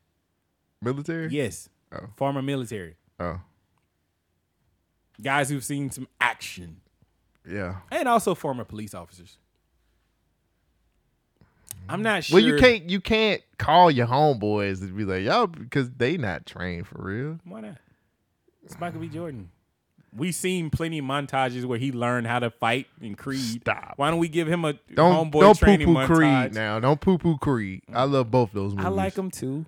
[SPEAKER 2] Military.
[SPEAKER 3] Yes,
[SPEAKER 2] Oh.
[SPEAKER 3] former military
[SPEAKER 2] Oh,
[SPEAKER 3] guys who've seen some action,
[SPEAKER 2] yeah.
[SPEAKER 3] and also former police officers. I'm not sure.
[SPEAKER 2] Well, you can't you can't call your homeboys and be like y'all because they not trained for real.
[SPEAKER 3] Why not? It's Michael B. Jordan. we seen plenty of montages where he learned how to fight in Creed.
[SPEAKER 2] Stop.
[SPEAKER 3] Why don't we give him a
[SPEAKER 2] Don't
[SPEAKER 3] homeboy
[SPEAKER 2] don't poo
[SPEAKER 3] training
[SPEAKER 2] poo
[SPEAKER 3] montage?
[SPEAKER 2] Creed now. Don't poo poo Creed. I love both those movies.
[SPEAKER 3] I like him too.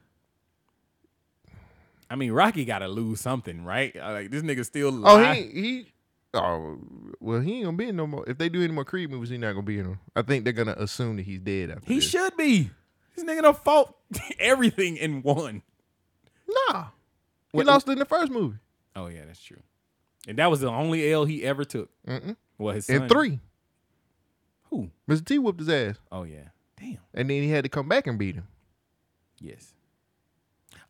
[SPEAKER 3] I mean, Rocky got to lose something, right? I Like this nigga still.
[SPEAKER 2] Oh,
[SPEAKER 3] lie.
[SPEAKER 2] he he. Oh, well, he ain't gonna be in no more. If they do any more Creed movies, he not gonna be in them. I think they're gonna assume that he's dead after.
[SPEAKER 3] He
[SPEAKER 2] this.
[SPEAKER 3] should be. This nigga done fought everything in one.
[SPEAKER 2] Nah, he lost in the first movie
[SPEAKER 3] Oh yeah, that's true. And that was the only L he ever took.
[SPEAKER 2] Mm-mm.
[SPEAKER 3] Well, his
[SPEAKER 2] in
[SPEAKER 3] son.
[SPEAKER 2] three.
[SPEAKER 3] Who?
[SPEAKER 2] Mr. T whooped his ass,
[SPEAKER 3] Oh yeah. Damn.
[SPEAKER 2] and then he had to come back and beat him,
[SPEAKER 3] Yes.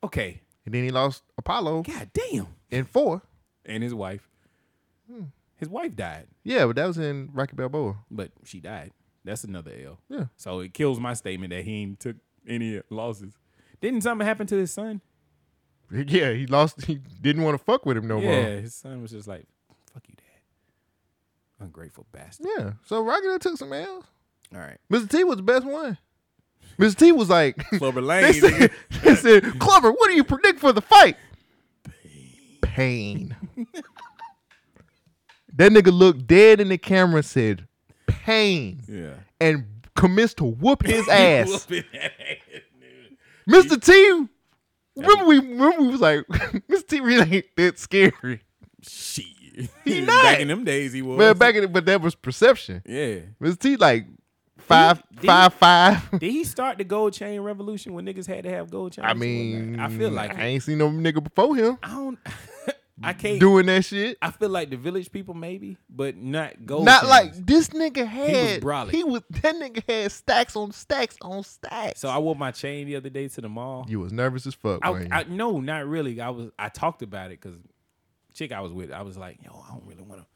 [SPEAKER 3] Okay.
[SPEAKER 2] and then he lost Apollo
[SPEAKER 3] God damn.
[SPEAKER 2] in four.
[SPEAKER 3] And his wife.
[SPEAKER 2] Hmm.
[SPEAKER 3] His wife died,
[SPEAKER 2] Yeah, but that was in Rocky Balboa.
[SPEAKER 3] but she died. That's another L.
[SPEAKER 2] Yeah.
[SPEAKER 3] So it kills my statement that he ain't took any losses. Didn't something happen to his son?
[SPEAKER 2] Yeah, he lost. He didn't want to fuck with him no
[SPEAKER 3] yeah.
[SPEAKER 2] more.
[SPEAKER 3] His son was just like, "Fuck you, dad. Ungrateful bastard."
[SPEAKER 2] Yeah. So Rocky done took some L's.
[SPEAKER 3] All right.
[SPEAKER 2] Mr. T was the best one. Mr. T was like,
[SPEAKER 3] Clover
[SPEAKER 2] they
[SPEAKER 3] Lane.
[SPEAKER 2] said,
[SPEAKER 3] nigga.
[SPEAKER 2] they said, Clover, what do you predict for the fight? Pain. that nigga looked dead in the camera and said, pain.
[SPEAKER 3] Yeah.
[SPEAKER 2] And commenced to whoop his ass.
[SPEAKER 3] Whooping
[SPEAKER 2] Mr. T, remember we, remember we was like, Mr. T really ain't that scary.
[SPEAKER 3] Shit.
[SPEAKER 2] He
[SPEAKER 3] Back
[SPEAKER 2] not.
[SPEAKER 3] in them days, he was.
[SPEAKER 2] But back in the, but that was perception.
[SPEAKER 3] yeah.
[SPEAKER 2] Mr. T like five,
[SPEAKER 3] Did he-
[SPEAKER 2] five, five.
[SPEAKER 3] Did he start the gold chain revolution when niggas had to have gold chains?
[SPEAKER 2] I
[SPEAKER 3] and whatnot?
[SPEAKER 2] mean,
[SPEAKER 3] I feel like
[SPEAKER 2] I
[SPEAKER 3] I,
[SPEAKER 2] ain't seen no nigga before him
[SPEAKER 3] I don't. I can't.
[SPEAKER 2] doing that shit.
[SPEAKER 3] I feel like the village people maybe, but not gold.
[SPEAKER 2] Not
[SPEAKER 3] chains.
[SPEAKER 2] like this nigga had.
[SPEAKER 3] brolic.
[SPEAKER 2] He was that nigga had stacks on stacks on stacks.
[SPEAKER 3] So I wore my chain the other day to the mall.
[SPEAKER 2] you was nervous as fuck,
[SPEAKER 3] I,
[SPEAKER 2] weren't you?
[SPEAKER 3] I no, not really. I was. I talked about it because chick I was with. I was like, yo, I don't really want to.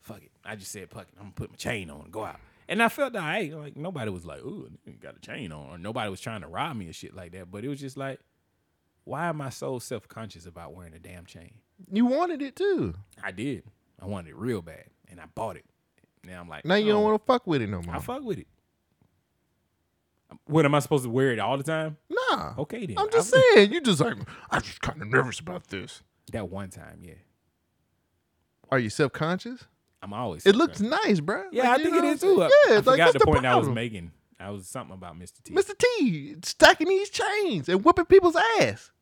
[SPEAKER 3] Fuck it. I just said, fuck it. I'm gonna put my chain on and go out. And I felt that hey, like nobody was like, ooh, nigga got a chain on, or nobody was trying to rob me or shit like that. But it was just like, why am I so self conscious about wearing a damn chain?
[SPEAKER 2] you wanted it too.
[SPEAKER 3] I did. I wanted it real bad, and I bought it. Now I'm like,
[SPEAKER 2] Now you
[SPEAKER 3] oh,
[SPEAKER 2] don't want to fuck with it no more.
[SPEAKER 3] I fuck with it. What am I supposed to wear it all the time?
[SPEAKER 2] nah.
[SPEAKER 3] Okay then.
[SPEAKER 2] I'm just
[SPEAKER 3] I-
[SPEAKER 2] saying. You just like I'm just kind of nervous about this.
[SPEAKER 3] That one time, yeah.
[SPEAKER 2] Are you self conscious?
[SPEAKER 3] I'm always.
[SPEAKER 2] It looks
[SPEAKER 3] self-conscious.
[SPEAKER 2] nice, bro.
[SPEAKER 3] Yeah,
[SPEAKER 2] Like,
[SPEAKER 3] I
[SPEAKER 2] you
[SPEAKER 3] think
[SPEAKER 2] know
[SPEAKER 3] it
[SPEAKER 2] what
[SPEAKER 3] is
[SPEAKER 2] I'm
[SPEAKER 3] too. I,
[SPEAKER 2] saying?
[SPEAKER 3] I
[SPEAKER 2] Yeah, like,
[SPEAKER 3] forgot
[SPEAKER 2] that's
[SPEAKER 3] the point I was
[SPEAKER 2] problem.
[SPEAKER 3] making. I was something about Mr. T.
[SPEAKER 2] Mr. T stacking these chains and whipping people's ass.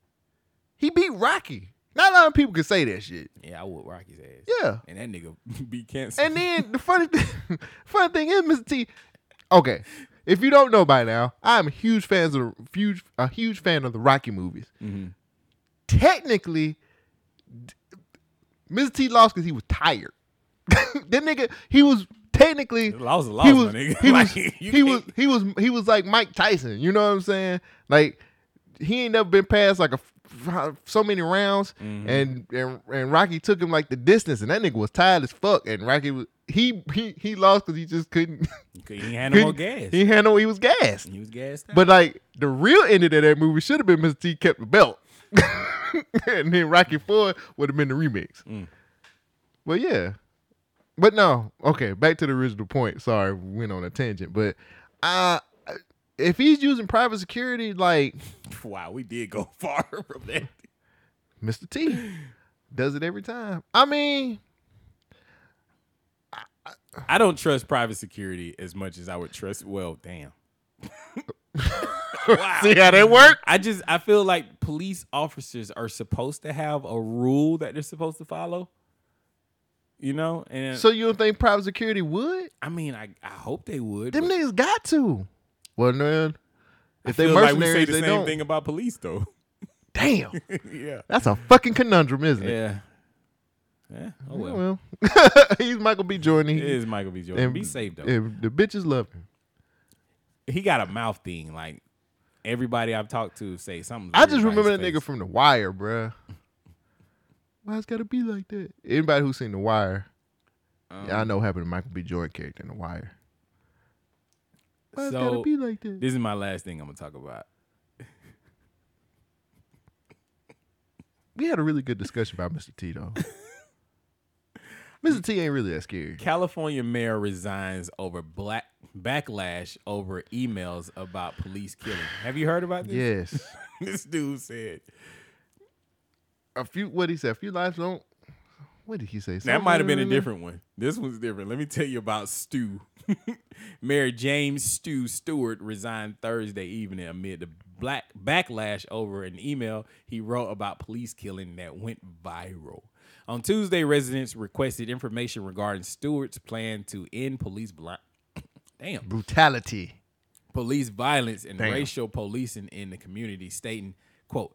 [SPEAKER 2] He beat Rocky. Not a lot of people can say that shit.
[SPEAKER 3] Yeah, I would Rocky's ass.
[SPEAKER 2] Yeah.
[SPEAKER 3] and that nigga be canceled.
[SPEAKER 2] And then the funny thing, funny thing is, Mr. T. Okay, if you don't know by now, I'm huge fans of the huge a huge fan of the Rocky movies.
[SPEAKER 3] Mm-hmm.
[SPEAKER 2] Technically, d- Mr. T lost because he was tired. that nigga, he was technically
[SPEAKER 3] Lost is
[SPEAKER 2] he
[SPEAKER 3] lost, my
[SPEAKER 2] was,
[SPEAKER 3] nigga.
[SPEAKER 2] He,
[SPEAKER 3] Like,
[SPEAKER 2] was,
[SPEAKER 3] you
[SPEAKER 2] he,
[SPEAKER 3] can't-
[SPEAKER 2] was, he was he was like Mike Tyson. You know what I'm saying? Like he ain't never been past like a f- so many rounds,
[SPEAKER 3] Mm-hmm.
[SPEAKER 2] and, and and Rocky took him like the distance, and that nigga was tired as fuck. And Rocky was he he he lost because he just couldn't.
[SPEAKER 3] he ain't had no more
[SPEAKER 2] couldn't-
[SPEAKER 3] gas.
[SPEAKER 2] He handle he was gassed.
[SPEAKER 3] He was gassed. Out.
[SPEAKER 2] But like the real ending of that movie should have been Mr. T kept the belt, and then Rocky Four would have been the remix.
[SPEAKER 3] Mm.
[SPEAKER 2] But yeah, but no, okay. Back to the original point. Sorry, we went on a tangent. But uh, if he's using private security, like
[SPEAKER 3] wow, we did go far from that.
[SPEAKER 2] Mr. T does it every time. I mean,
[SPEAKER 3] I don't trust private security as much as I would trust. Well, damn. wow.
[SPEAKER 2] see how that work?
[SPEAKER 3] I just I feel like police officers are supposed to have a rule that they're supposed to follow. You know, and
[SPEAKER 2] So you don't think private security would?
[SPEAKER 3] I mean, I, I hope they would.
[SPEAKER 2] Them
[SPEAKER 3] but
[SPEAKER 2] niggas got to. Well, man,
[SPEAKER 3] I
[SPEAKER 2] if they
[SPEAKER 3] feel like we
[SPEAKER 2] mercenaries,
[SPEAKER 3] say the
[SPEAKER 2] they
[SPEAKER 3] same
[SPEAKER 2] don't.
[SPEAKER 3] thing about police though.
[SPEAKER 2] Damn,
[SPEAKER 3] yeah.
[SPEAKER 2] that's a fucking conundrum, isn't it?
[SPEAKER 3] Yeah. Yeah. Oh well.
[SPEAKER 2] Well, he's Michael B. Jordan.
[SPEAKER 3] It
[SPEAKER 2] He,
[SPEAKER 3] is Michael B. Jordan. Be safe though.
[SPEAKER 2] and the bitches love him.
[SPEAKER 3] He got a mouth thing. Like everybody I've talked to say something.
[SPEAKER 2] I just
[SPEAKER 3] weird about
[SPEAKER 2] remember
[SPEAKER 3] his
[SPEAKER 2] that nigga
[SPEAKER 3] face.
[SPEAKER 2] from The Wire, bruh. Why it's gotta be like that? Anybody who's seen The Wire, yeah,
[SPEAKER 3] Um,
[SPEAKER 2] I know what happened to Michael B. Jordan character in The Wire. Why it's gotta
[SPEAKER 3] So,
[SPEAKER 2] be like that?
[SPEAKER 3] This is my last thing I'm gonna talk about.
[SPEAKER 2] We had a really good discussion about Mr. T though. Mr. T ain't really that scary.
[SPEAKER 3] California mayor resigns over black backlash over emails about police killing. Have you heard about this?
[SPEAKER 2] Yes.
[SPEAKER 3] this dude said
[SPEAKER 2] a few what he said, a few lives don't what did he say?
[SPEAKER 3] that
[SPEAKER 2] Something
[SPEAKER 3] might have been a
[SPEAKER 2] in there?
[SPEAKER 3] different one. This one's different. Let me tell you about Stu. Mayor James Stu Stewart resigned Thursday evening amid the black backlash over an email he wrote about police killing that went viral. On Tuesday, residents requested information regarding Stewart's plan to end police blind. Damn.
[SPEAKER 2] brutality.
[SPEAKER 3] police violence and
[SPEAKER 2] Damn.
[SPEAKER 3] racial policing in the community, stating, quote,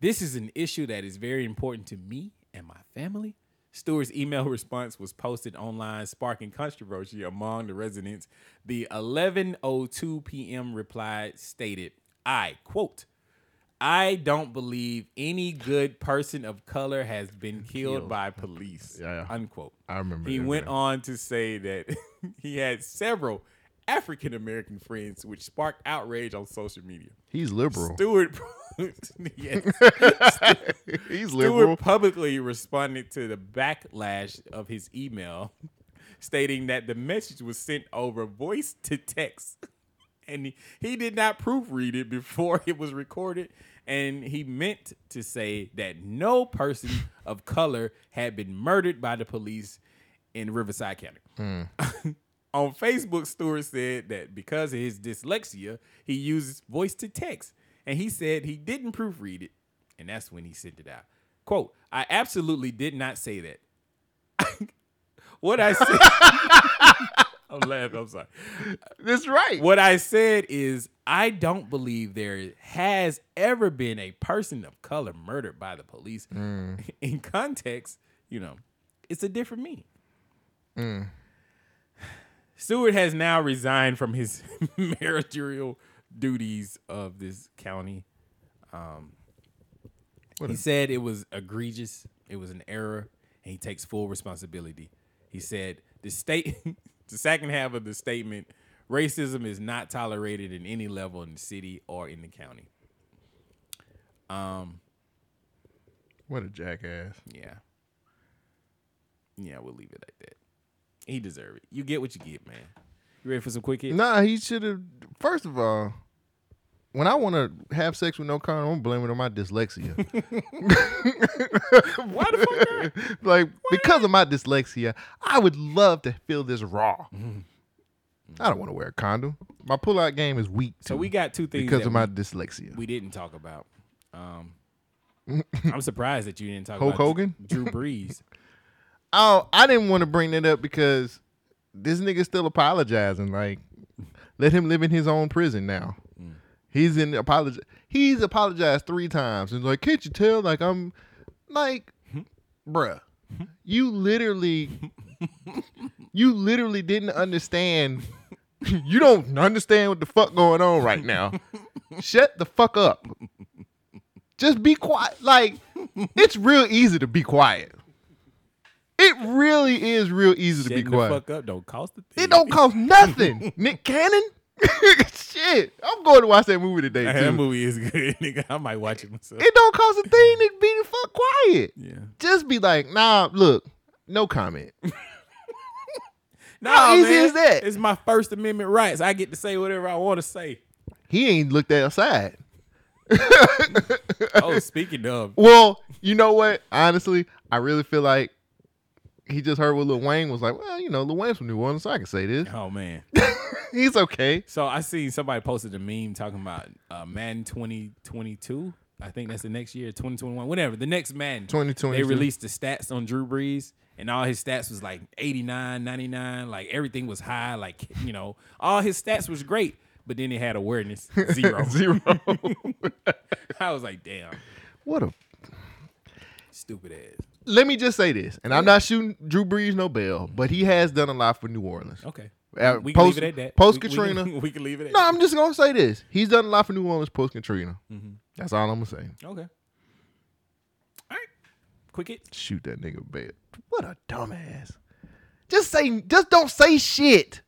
[SPEAKER 3] this is an issue that is very important to me and my family. Stewart's email response was posted online, sparking controversy among the residents. The 11:02 p.m. reply stated, "I quote, I don't believe any good person of color has been killed, by police."
[SPEAKER 2] Yeah, yeah.
[SPEAKER 3] Unquote.
[SPEAKER 2] I remember
[SPEAKER 3] He
[SPEAKER 2] that,
[SPEAKER 3] went
[SPEAKER 2] man.
[SPEAKER 3] on to say that he had several African American friends, which sparked outrage on social media.
[SPEAKER 2] He's liberal.
[SPEAKER 3] Stewart, yes,
[SPEAKER 2] He's liberal.
[SPEAKER 3] Stewart publicly responded to the backlash of his email, stating that the message was sent over voice to text, and he, he did not proofread it before it was recorded. And he meant to say that no person of color had been murdered by the police in Riverside County. On Facebook, Stewart said that because of his dyslexia, he uses voice to text. And he said he didn't proofread it. And that's when he sent it out. Quote, I absolutely did not say that. what I said. I'm laughing. I'm sorry.
[SPEAKER 2] That's right.
[SPEAKER 3] What I said is, I don't believe there has ever been a person of color murdered by the police. In context, you know, it's a different meaning. Stewart has now resigned from his managerial duties of this county. Um, he said it was egregious, it was an error, and he takes full responsibility. He said the state, the second half of the statement, racism is not tolerated in any level in the city or in the county.
[SPEAKER 2] What a jackass.
[SPEAKER 3] Yeah, yeah, we'll leave it like that. He deserved it. You get what you get, man. You ready for some quick hits?
[SPEAKER 2] Nah, he should have. First of all, when I want to have sex with no condom, I'm blaming it on my dyslexia.
[SPEAKER 3] Why the fuck? not?
[SPEAKER 2] like because of my dyslexia, I would love to feel this raw. I don't want to wear a condom. My pullout game is weak.
[SPEAKER 3] So
[SPEAKER 2] too,
[SPEAKER 3] we got two things
[SPEAKER 2] because
[SPEAKER 3] that
[SPEAKER 2] of my
[SPEAKER 3] we,
[SPEAKER 2] dyslexia.
[SPEAKER 3] we didn't talk about. Um, I'm surprised that you didn't talk
[SPEAKER 2] Hulk
[SPEAKER 3] about
[SPEAKER 2] Hogan?
[SPEAKER 3] Drew Brees.
[SPEAKER 2] oh, I didn't want to bring that up because this nigga's still apologizing. Like, let him live in his own prison now.
[SPEAKER 3] Mm.
[SPEAKER 2] He's in apology. He's apologized three times and like, can't you tell? Like, I'm like, bruh, you literally, you literally didn't understand. You don't understand what the fuck going on right now. Shut the fuck up. Just be quiet. Like, it's real easy to be quiet. It really is real easy to
[SPEAKER 3] Shutting
[SPEAKER 2] be
[SPEAKER 3] the
[SPEAKER 2] quiet.
[SPEAKER 3] fuck up don't cost a thing.
[SPEAKER 2] It don't cost nothing. Nick Cannon? Shit. I'm going to watch that movie today,
[SPEAKER 3] Hey,
[SPEAKER 2] too.
[SPEAKER 3] That movie is good, nigga. I might watch it myself.
[SPEAKER 2] It don't cost a thing to be the fuck quiet.
[SPEAKER 3] yeah.
[SPEAKER 2] Just be like, nah, look, no comment.
[SPEAKER 3] No,
[SPEAKER 2] easy is that?
[SPEAKER 3] It's my First Amendment rights. I get to say whatever I want to say.
[SPEAKER 2] He ain't looked outside.
[SPEAKER 3] Oh, speaking of,
[SPEAKER 2] Well, you know what? Honestly, I really feel like he just heard what Lil Wayne was like. Well, you know, Lil Wayne's from New Orleans, so I can say this.
[SPEAKER 3] oh man.
[SPEAKER 2] He's okay.
[SPEAKER 3] So I seen somebody posted a meme talking about uh, Madden 2022. I think that's the next year, 2021, whatever. The next Madden.
[SPEAKER 2] 2022.
[SPEAKER 3] They released the stats on Drew Brees, and all his stats was like 89, 99. Like everything was high. Like, you know, all his stats was great, but then he had awareness zero.
[SPEAKER 2] Zero.
[SPEAKER 3] I was like, damn.
[SPEAKER 2] What a
[SPEAKER 3] Stupid ass.
[SPEAKER 2] let me just say this, and I'm not shooting Drew Brees no bell, but he has done a lot for New Orleans.
[SPEAKER 3] Okay.
[SPEAKER 2] Uh,
[SPEAKER 3] we
[SPEAKER 2] post-
[SPEAKER 3] can leave it at that.
[SPEAKER 2] post
[SPEAKER 3] We- we can-
[SPEAKER 2] Katrina.
[SPEAKER 3] We, can leave it at
[SPEAKER 2] No, I'm just gonna say this. He's done a lot for New Orleans post Katrina.
[SPEAKER 3] Mm-hmm.
[SPEAKER 2] That's all I'm gonna say.
[SPEAKER 3] that. Okay. All right. Quick it.
[SPEAKER 2] Shoot that nigga bell. What a dumbass. Just say, just don't say shit.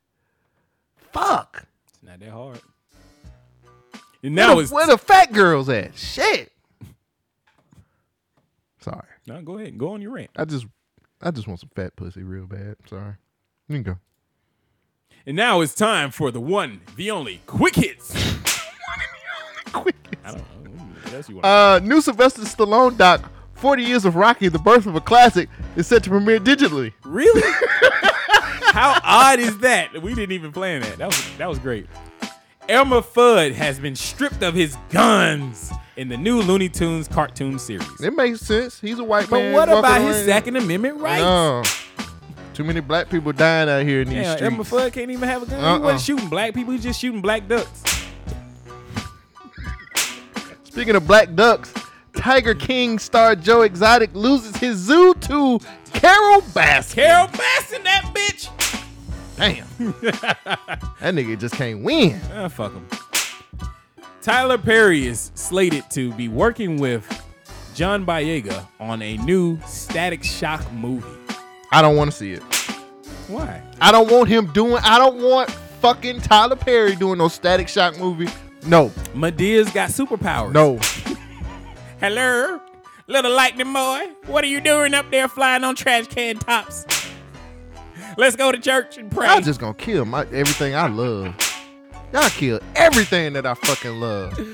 [SPEAKER 2] Fuck.
[SPEAKER 3] It's not that hard. And now
[SPEAKER 2] where,
[SPEAKER 3] it's
[SPEAKER 2] the, where the fat girls at? Shit. Sorry,
[SPEAKER 3] no. Go ahead. Go on your rant.
[SPEAKER 2] I just, I just want some fat pussy real bad. Sorry. You can go.
[SPEAKER 3] And now it's time for the one, the only quick hits.
[SPEAKER 2] Quick.
[SPEAKER 3] I don't know. What else you want?
[SPEAKER 2] Uh, new Sylvester Stallone doc, 40 Years of Rocky, the birth of a classic, is set to premiere digitally.
[SPEAKER 3] really? How odd is that? We didn't even plan that. That was that was great. Elmer Fudd has been stripped of his guns in the new Looney Tunes cartoon series.
[SPEAKER 2] It makes sense. He's a white
[SPEAKER 3] But
[SPEAKER 2] man.
[SPEAKER 3] what
[SPEAKER 2] walking
[SPEAKER 3] about his
[SPEAKER 2] around-
[SPEAKER 3] Second Amendment rights?
[SPEAKER 2] No. Too many black people dying out here in these
[SPEAKER 3] Yeah, Elmer
[SPEAKER 2] streets.
[SPEAKER 3] Fudd can't even have a gun. He
[SPEAKER 2] Uh-uh.
[SPEAKER 3] wasn't shooting black people. He was just shooting black ducks.
[SPEAKER 2] Speaking of black ducks, Tiger King star Joe Exotic loses his zoo to Carol Baskin.
[SPEAKER 3] Carol Baskin, that bitch.
[SPEAKER 2] Damn. that nigga just can't win.
[SPEAKER 3] Ah, fuck him. Tyler Perry is slated to be working with John Boyega on a new Static Shock movie.
[SPEAKER 2] I don't want to see it.
[SPEAKER 3] Why?
[SPEAKER 2] I don't want him doing, I don't want fucking Tyler Perry doing no Static Shock movie. No,
[SPEAKER 3] Medea's got superpowers.
[SPEAKER 2] no.
[SPEAKER 3] Hello, little lightning boy. What are you doing up there flying on trash can tops? Let's go to church and pray.
[SPEAKER 2] Y'all just gonna kill my everything I love. Y'all kill everything that I fucking love.
[SPEAKER 3] it,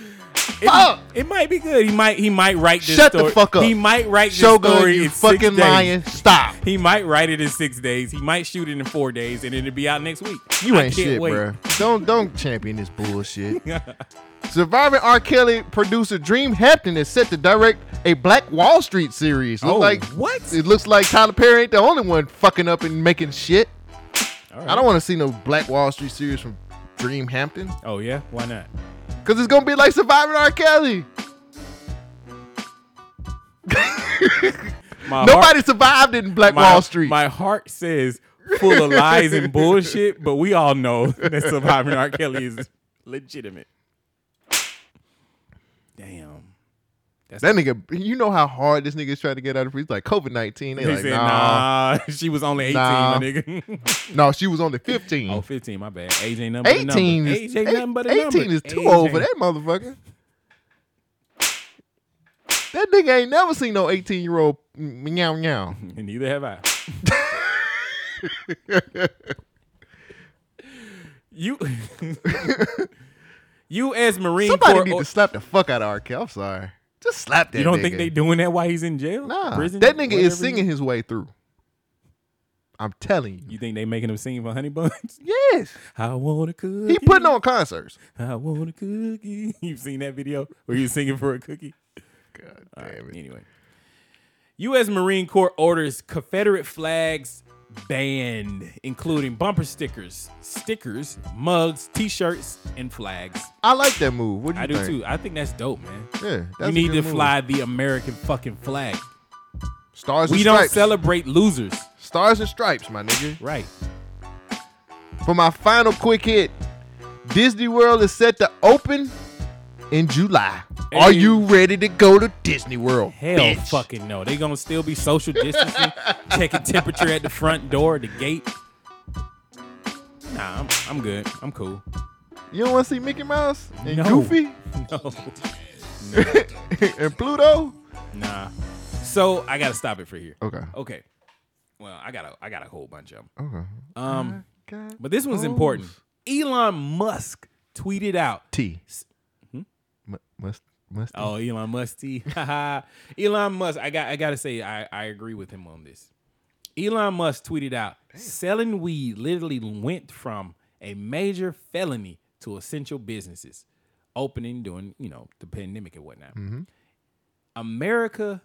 [SPEAKER 2] fuck.
[SPEAKER 3] it might be good. He might. He might write this
[SPEAKER 2] Shut
[SPEAKER 3] story.
[SPEAKER 2] the fuck up.
[SPEAKER 3] He might write this
[SPEAKER 2] Shogun,
[SPEAKER 3] story
[SPEAKER 2] you
[SPEAKER 3] in six
[SPEAKER 2] fucking
[SPEAKER 3] days.
[SPEAKER 2] lying. Stop.
[SPEAKER 3] He might write it in six days. He might shoot it in four days, and it'll be out next week.
[SPEAKER 2] You
[SPEAKER 3] I
[SPEAKER 2] ain't
[SPEAKER 3] can't
[SPEAKER 2] shit,
[SPEAKER 3] wait.
[SPEAKER 2] bruh. Don't don't champion this bullshit. Surviving R. Kelly producer Dream Hampton is set to direct a Black Wall Street series. Look
[SPEAKER 3] Oh,
[SPEAKER 2] like
[SPEAKER 3] what?
[SPEAKER 2] It looks like Tyler Perry ain't the only one fucking up and making shit.
[SPEAKER 3] All
[SPEAKER 2] I
[SPEAKER 3] right.
[SPEAKER 2] don't want to see no Black Wall Street series from Dream Hampton
[SPEAKER 3] Oh yeah, why not?
[SPEAKER 2] because it's gonna be like Surviving R. Kelly.
[SPEAKER 3] My
[SPEAKER 2] Nobody survived it in Black
[SPEAKER 3] heart, my-
[SPEAKER 2] Wall Street.
[SPEAKER 3] My heart says full of lies and bullshit, but we all know that surviving R. Kelly is legitimate. Damn.
[SPEAKER 2] That nigga, you know how hard this nigga's trying to get out of prison. He's like COVID nineteen. They
[SPEAKER 3] He
[SPEAKER 2] like,
[SPEAKER 3] said,
[SPEAKER 2] nah.
[SPEAKER 3] nah. she was only 18,
[SPEAKER 2] Nah.
[SPEAKER 3] my nigga.
[SPEAKER 2] no, she was only fifteen.
[SPEAKER 3] oh, 15, my bad. Age ain't nothing but a number.
[SPEAKER 2] eighteen is
[SPEAKER 3] Age ain't nothing but a number.
[SPEAKER 2] eighteen is too
[SPEAKER 3] Age
[SPEAKER 2] old for
[SPEAKER 3] ain't-
[SPEAKER 2] that motherfucker. That nigga ain't never seen no eighteen year old meow meow.
[SPEAKER 3] And neither have I. you U.S. Marine
[SPEAKER 2] Somebody
[SPEAKER 3] Corps.
[SPEAKER 2] need to slap the fuck out of R. Kelly. I'm sorry, just slap that.
[SPEAKER 3] you don't
[SPEAKER 2] nigga.
[SPEAKER 3] think they doing that while he's in jail?
[SPEAKER 2] Nah,
[SPEAKER 3] Prison?
[SPEAKER 2] that nigga is
[SPEAKER 3] Whatever he-
[SPEAKER 2] singing his way through. I'm telling you.
[SPEAKER 3] You think they making him sing for Honey Buns?
[SPEAKER 2] Yes,
[SPEAKER 3] I want a cookie.
[SPEAKER 2] he putting on concerts.
[SPEAKER 3] I want a cookie. You've seen that video where he's singing for a cookie?
[SPEAKER 2] God
[SPEAKER 3] All right,
[SPEAKER 2] damn it.
[SPEAKER 3] Anyway, U.S. Marine Corps orders Confederate flags banned, including bumper stickers, stickers, mugs, T-shirts, and flags.
[SPEAKER 2] I like that move. What do you
[SPEAKER 3] I do
[SPEAKER 2] think?
[SPEAKER 3] too. I think that's dope, man.
[SPEAKER 2] Yeah, that's a
[SPEAKER 3] you need
[SPEAKER 2] good
[SPEAKER 3] to
[SPEAKER 2] move.
[SPEAKER 3] fly the American fucking flag.
[SPEAKER 2] Stars
[SPEAKER 3] we
[SPEAKER 2] and
[SPEAKER 3] don't
[SPEAKER 2] stripes.
[SPEAKER 3] celebrate losers,
[SPEAKER 2] Stars and stripes, my nigga.
[SPEAKER 3] right?
[SPEAKER 2] For my final quick hit, Disney World is set to open in July. Are
[SPEAKER 3] Hey.
[SPEAKER 2] you ready to go to Disney World?
[SPEAKER 3] Hell,
[SPEAKER 2] bitch?
[SPEAKER 3] fucking no. They gonna still be social distancing, checking temperature at the front door, the gate. Nah, I'm, I'm good. I'm cool.
[SPEAKER 2] You don't want to see Mickey Mouse and
[SPEAKER 3] No.
[SPEAKER 2] Goofy
[SPEAKER 3] No.
[SPEAKER 2] and Pluto?
[SPEAKER 3] Nah. So I gotta stop it for here.
[SPEAKER 2] Okay.
[SPEAKER 3] Okay. Well, I got a I got a whole bunch of them.
[SPEAKER 2] Okay. Oh.
[SPEAKER 3] Um,
[SPEAKER 2] God.
[SPEAKER 3] but this one's important. Elon Musk tweeted out.
[SPEAKER 2] T. Mu- Must must.
[SPEAKER 3] hmm? Oh, Elon Musk. T. Elon Musk. I got I gotta say I I agree with him on this. Elon Musk tweeted out selling weed literally went from a major felony to essential businesses opening during you know the pandemic and whatnot. America,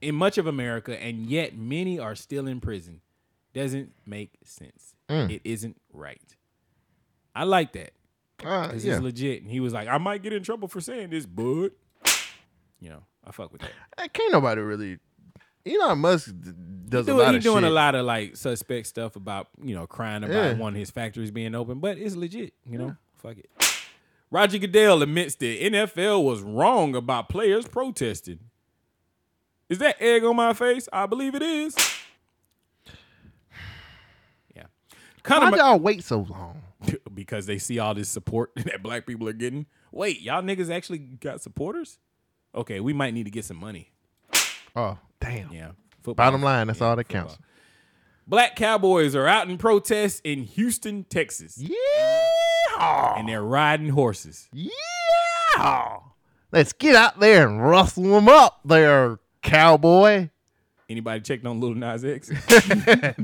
[SPEAKER 3] in much of America, and yet many are still in prison, doesn't make sense. It isn't right. I like that.
[SPEAKER 2] Uh,
[SPEAKER 3] This
[SPEAKER 2] yeah.
[SPEAKER 3] is legit. And he was like, I might get in trouble for saying this, bud. you know, I fuck with that.
[SPEAKER 2] Eh, Can't nobody really. Elon Musk d- does a
[SPEAKER 3] Dude,
[SPEAKER 2] lot
[SPEAKER 3] he
[SPEAKER 2] of
[SPEAKER 3] doing
[SPEAKER 2] shit.
[SPEAKER 3] a lot of like suspect stuff about you know crying about
[SPEAKER 2] Yeah.
[SPEAKER 3] one of his factories being open, but it's legit. You know, fuck it. Roger Goodell admits that NFL was wrong about players protesting. Is that egg on my face? I believe it is. Yeah,
[SPEAKER 2] Why
[SPEAKER 3] Conor Mc-
[SPEAKER 2] y'all wait so long?
[SPEAKER 3] because they see all this support that black people are getting. Wait, y'all niggas actually got supporters? Okay, we might need to get some money.
[SPEAKER 2] Oh, damn.
[SPEAKER 3] Yeah, football.
[SPEAKER 2] Bottom line, that's all that counts.
[SPEAKER 3] Black Cowboys are out in protest in Houston, Texas,
[SPEAKER 2] Yeah.
[SPEAKER 3] and they're riding horses.
[SPEAKER 2] Yeah. Let's get out there and rustle them up, there, cowboy.
[SPEAKER 3] Anybody checked on Little Nas X?
[SPEAKER 2] that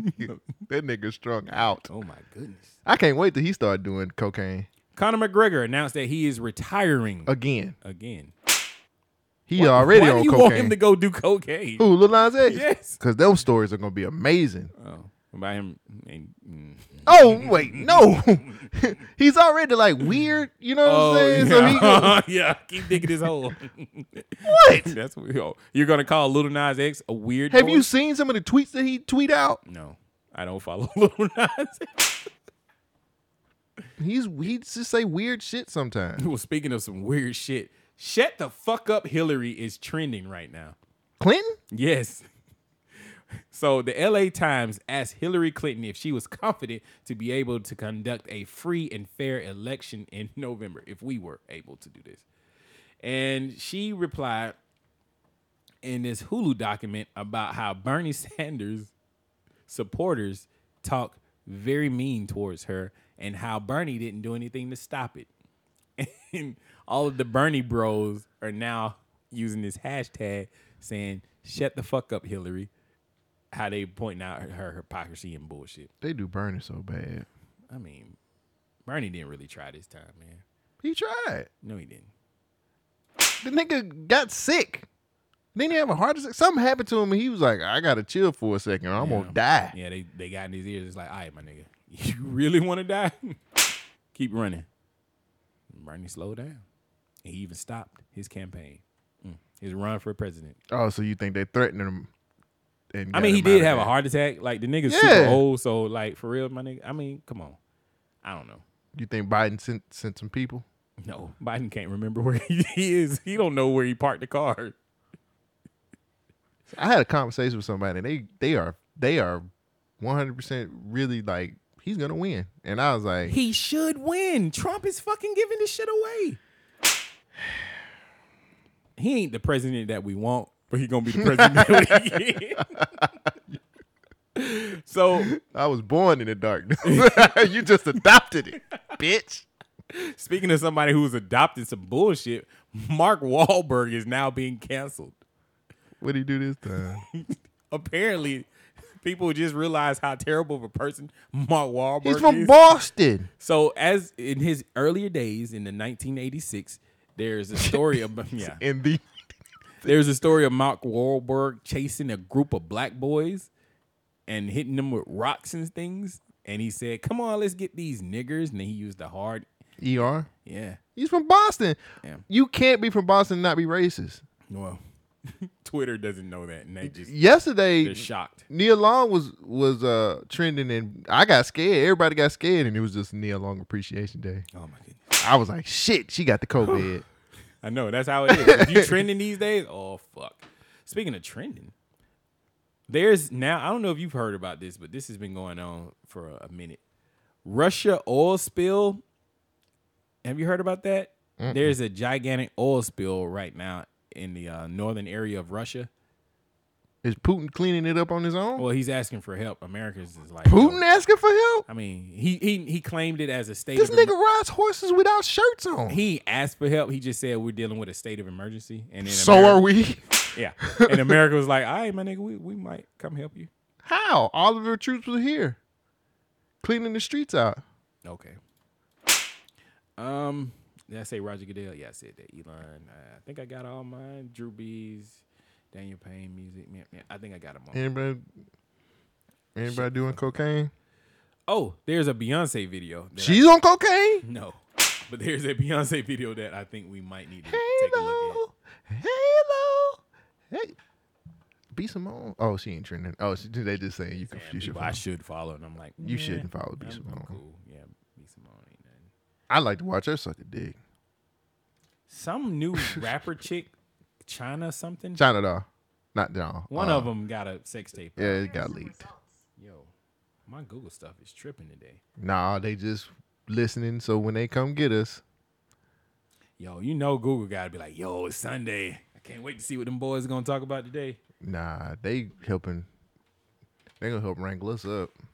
[SPEAKER 2] nigga strung out.
[SPEAKER 3] oh my goodness!
[SPEAKER 2] I can't wait till he start doing cocaine
[SPEAKER 3] Conor McGregor announced that he is retiring
[SPEAKER 2] again.
[SPEAKER 3] again.
[SPEAKER 2] He already
[SPEAKER 3] Why
[SPEAKER 2] on
[SPEAKER 3] do you
[SPEAKER 2] cocaine.
[SPEAKER 3] want him to go do cocaine?
[SPEAKER 2] Who, Lil Nas X?
[SPEAKER 3] Yes.
[SPEAKER 2] Because those stories are gonna be amazing.
[SPEAKER 3] Oh, about him. and- mm.
[SPEAKER 2] Oh wait, no. He's already like weird, you know what
[SPEAKER 3] Oh,
[SPEAKER 2] I'm saying?
[SPEAKER 3] yeah.
[SPEAKER 2] So he go-
[SPEAKER 3] yeah, keep digging his hole.
[SPEAKER 2] what?
[SPEAKER 3] That's what yo, you're gonna call Little Nas X a weird.
[SPEAKER 2] Have you
[SPEAKER 3] horse?
[SPEAKER 2] seen some of the tweets that he tweet out?
[SPEAKER 3] No, I don't follow Little Nas. X.
[SPEAKER 2] He's he just say weird shit sometimes.
[SPEAKER 3] well, speaking of some weird shit, shut the fuck up. Hillary is trending right now.
[SPEAKER 2] Clinton?
[SPEAKER 3] Yes. So the LA Times asked Hillary Clinton if she was confident to be able to conduct a free and fair election in November, if we were able to do this. And she replied in this Hulu document about how Bernie Sanders supporters talk very mean towards her and how Bernie didn't do anything to stop it. And all of the Bernie bros are now using this hashtag saying, shut the fuck up, Hillary. How they pointing out her, her hypocrisy and bullshit.
[SPEAKER 2] They do Bernie so bad.
[SPEAKER 3] I mean, Bernie didn't really try this time, man.
[SPEAKER 2] He tried.
[SPEAKER 3] No, he didn't.
[SPEAKER 2] The nigga got sick. Then he have a heart attack. Something happened to him and he was like, I gotta chill for a second or I'm gonna die.
[SPEAKER 3] Yeah, they, they got in his ears. It's like, all right, my nigga, you really want to die? Keep running. Bernie slowed down. And he even stopped his campaign, Mm. his run for president.
[SPEAKER 2] Oh, so you think they threatened him and
[SPEAKER 3] I
[SPEAKER 2] got
[SPEAKER 3] mean, he
[SPEAKER 2] him outta
[SPEAKER 3] did have
[SPEAKER 2] there.
[SPEAKER 3] a heart attack. Like the nigga's
[SPEAKER 2] Yeah.
[SPEAKER 3] super old, so like for real, my nigga. I mean, come on. I don't know.
[SPEAKER 2] You think Biden sent sent some people?
[SPEAKER 3] No, Biden can't remember where he is. He don't know where he parked the car.
[SPEAKER 2] I had a conversation with somebody. They they are they are one hundred percent really like he's gonna win. And I was like,
[SPEAKER 3] He should win. Trump is fucking giving this shit away. He ain't the president that we want, but he gonna be the president that we get. so
[SPEAKER 2] I was born in the darkness. you just adopted it, bitch.
[SPEAKER 3] speaking of somebody who's adopted some bullshit, Mark Wahlberg is now being canceled.
[SPEAKER 2] What do you do this time?
[SPEAKER 3] apparently people just realize how terrible of a person Mark Wahlberg
[SPEAKER 2] He's from
[SPEAKER 3] is.
[SPEAKER 2] Boston.
[SPEAKER 3] so as in his earlier days in the 1986, there's a story about yeah,
[SPEAKER 2] In the
[SPEAKER 3] there's a story of Mark Wahlberg chasing a group of black boys and hitting them with rocks and things. And he said, "Come on, let's get these niggers." And then he used the hard,
[SPEAKER 2] ER.
[SPEAKER 3] yeah,
[SPEAKER 2] He's from Boston.
[SPEAKER 3] Yeah.
[SPEAKER 2] You can't be from Boston and not be racist.
[SPEAKER 3] well, Twitter doesn't know that, and they just
[SPEAKER 2] Yesterday,
[SPEAKER 3] they're shocked.
[SPEAKER 2] Neil Long was was uh trending, and I got scared. Everybody got scared, and it was just Neil Long Appreciation Day.
[SPEAKER 3] Oh my goodness.
[SPEAKER 2] I was like, shit, she got the COVID.
[SPEAKER 3] I know that's how it is. If you trending these days, oh fuck. Speaking of trending, there's now I don't know if you've heard about this, but this has been going on for a, a minute. Russia oil spill. Have you heard about that? There's a gigantic oil spill right now in the uh, northern area of Russia.
[SPEAKER 2] Is Putin cleaning it up on his own?
[SPEAKER 3] Well, he's asking for help. Americans is like
[SPEAKER 2] Putin
[SPEAKER 3] no.
[SPEAKER 2] asking for help?
[SPEAKER 3] I mean, he he he claimed it as a state.
[SPEAKER 2] This
[SPEAKER 3] of
[SPEAKER 2] nigga rides horses without shirts on.
[SPEAKER 3] he asked for help. He just said we're dealing with a state of emergency, and then
[SPEAKER 2] so
[SPEAKER 3] Ameri-
[SPEAKER 2] are we.
[SPEAKER 3] Yeah. And America was like, all right, my nigga, we, we might come help you.
[SPEAKER 2] How? All of their troops were here. Cleaning the streets out.
[SPEAKER 3] Okay. Um, did I say Roger Goodell? Yeah, I said that. Elon. uh, I think I got all mine. Drew Brees, Daniel Payne, music. Man, man, I think I got them all.
[SPEAKER 2] Anybody anybody doing cocaine?
[SPEAKER 3] oh, there's a Beyonce video. that I-
[SPEAKER 2] She's on cocaine?
[SPEAKER 3] no, but there's a Beyonce video that I think we might need to take a look
[SPEAKER 2] Halo.
[SPEAKER 3] at.
[SPEAKER 2] Hello. Hey. Be Simone. Oh, she ain't trending. Oh, she, they just saying you, could, you should.
[SPEAKER 3] People I should follow, and I'm like,
[SPEAKER 2] You
[SPEAKER 3] "Nah,
[SPEAKER 2] shouldn't follow B.
[SPEAKER 3] I'm- I'm
[SPEAKER 2] Simone.
[SPEAKER 3] Cool, yeah, B. Simone ain't nothing.
[SPEAKER 2] I like to watch her suck a dick.
[SPEAKER 3] Some new rapper chick, China something.
[SPEAKER 2] China doll, not doll.
[SPEAKER 3] One
[SPEAKER 2] Uh,
[SPEAKER 3] of them got a sex tape. out.
[SPEAKER 2] Yeah, it got leaked.
[SPEAKER 3] Yo, my Google stuff is tripping today.
[SPEAKER 2] Nah, they just listening. So when they come get us,
[SPEAKER 3] Yo, you know Google gotta be like, yo, it's Sunday. I can't wait to see what them boys are gonna talk about today.
[SPEAKER 2] nah, they helping. They gonna help wrangle us up.
[SPEAKER 3] I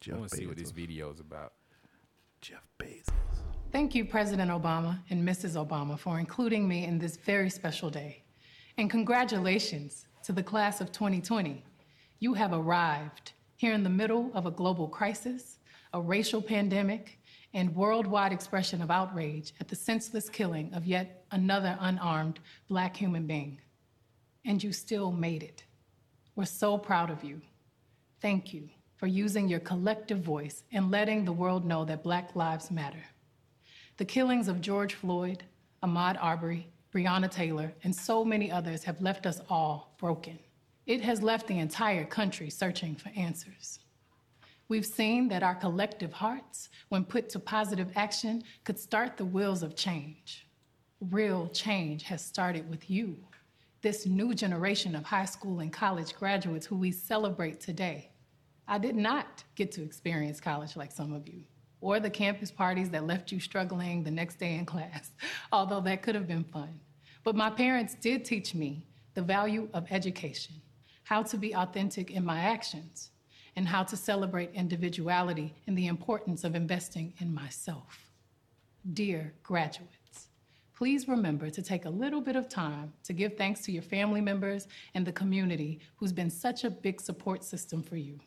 [SPEAKER 2] Jeff
[SPEAKER 3] want to see what this
[SPEAKER 2] Bezos.
[SPEAKER 3] video is about.
[SPEAKER 2] Jeff Bezos.
[SPEAKER 8] Thank you, President Obama and Mrs. Obama, for including me in this very special day. And congratulations to the class of 2020. You have arrived here in the middle of a global crisis, a racial pandemic, and worldwide expression of outrage at the senseless killing of yet another unarmed black human being. And you still made it. We're so proud of you. Thank you for using your collective voice and letting the world know that black lives matter. The killings of George Floyd, Ahmaud Arbery, Breonna Taylor, and so many others have left us all broken. It has left the entire country searching for answers. We've seen that our collective hearts, when put to positive action, could start the wheels of change. Real change has started with you, this new generation of high school and college graduates who we celebrate today. I did not get to experience college like some of you, or the campus parties that left you struggling the next day in class, although that could have been fun. But my parents did teach me the value of education, how to be authentic in my actions, and how to celebrate individuality and the importance of investing in myself. Dear graduates, please remember to take a little bit of time to give thanks to your family members and the community who's been such a big support system for you.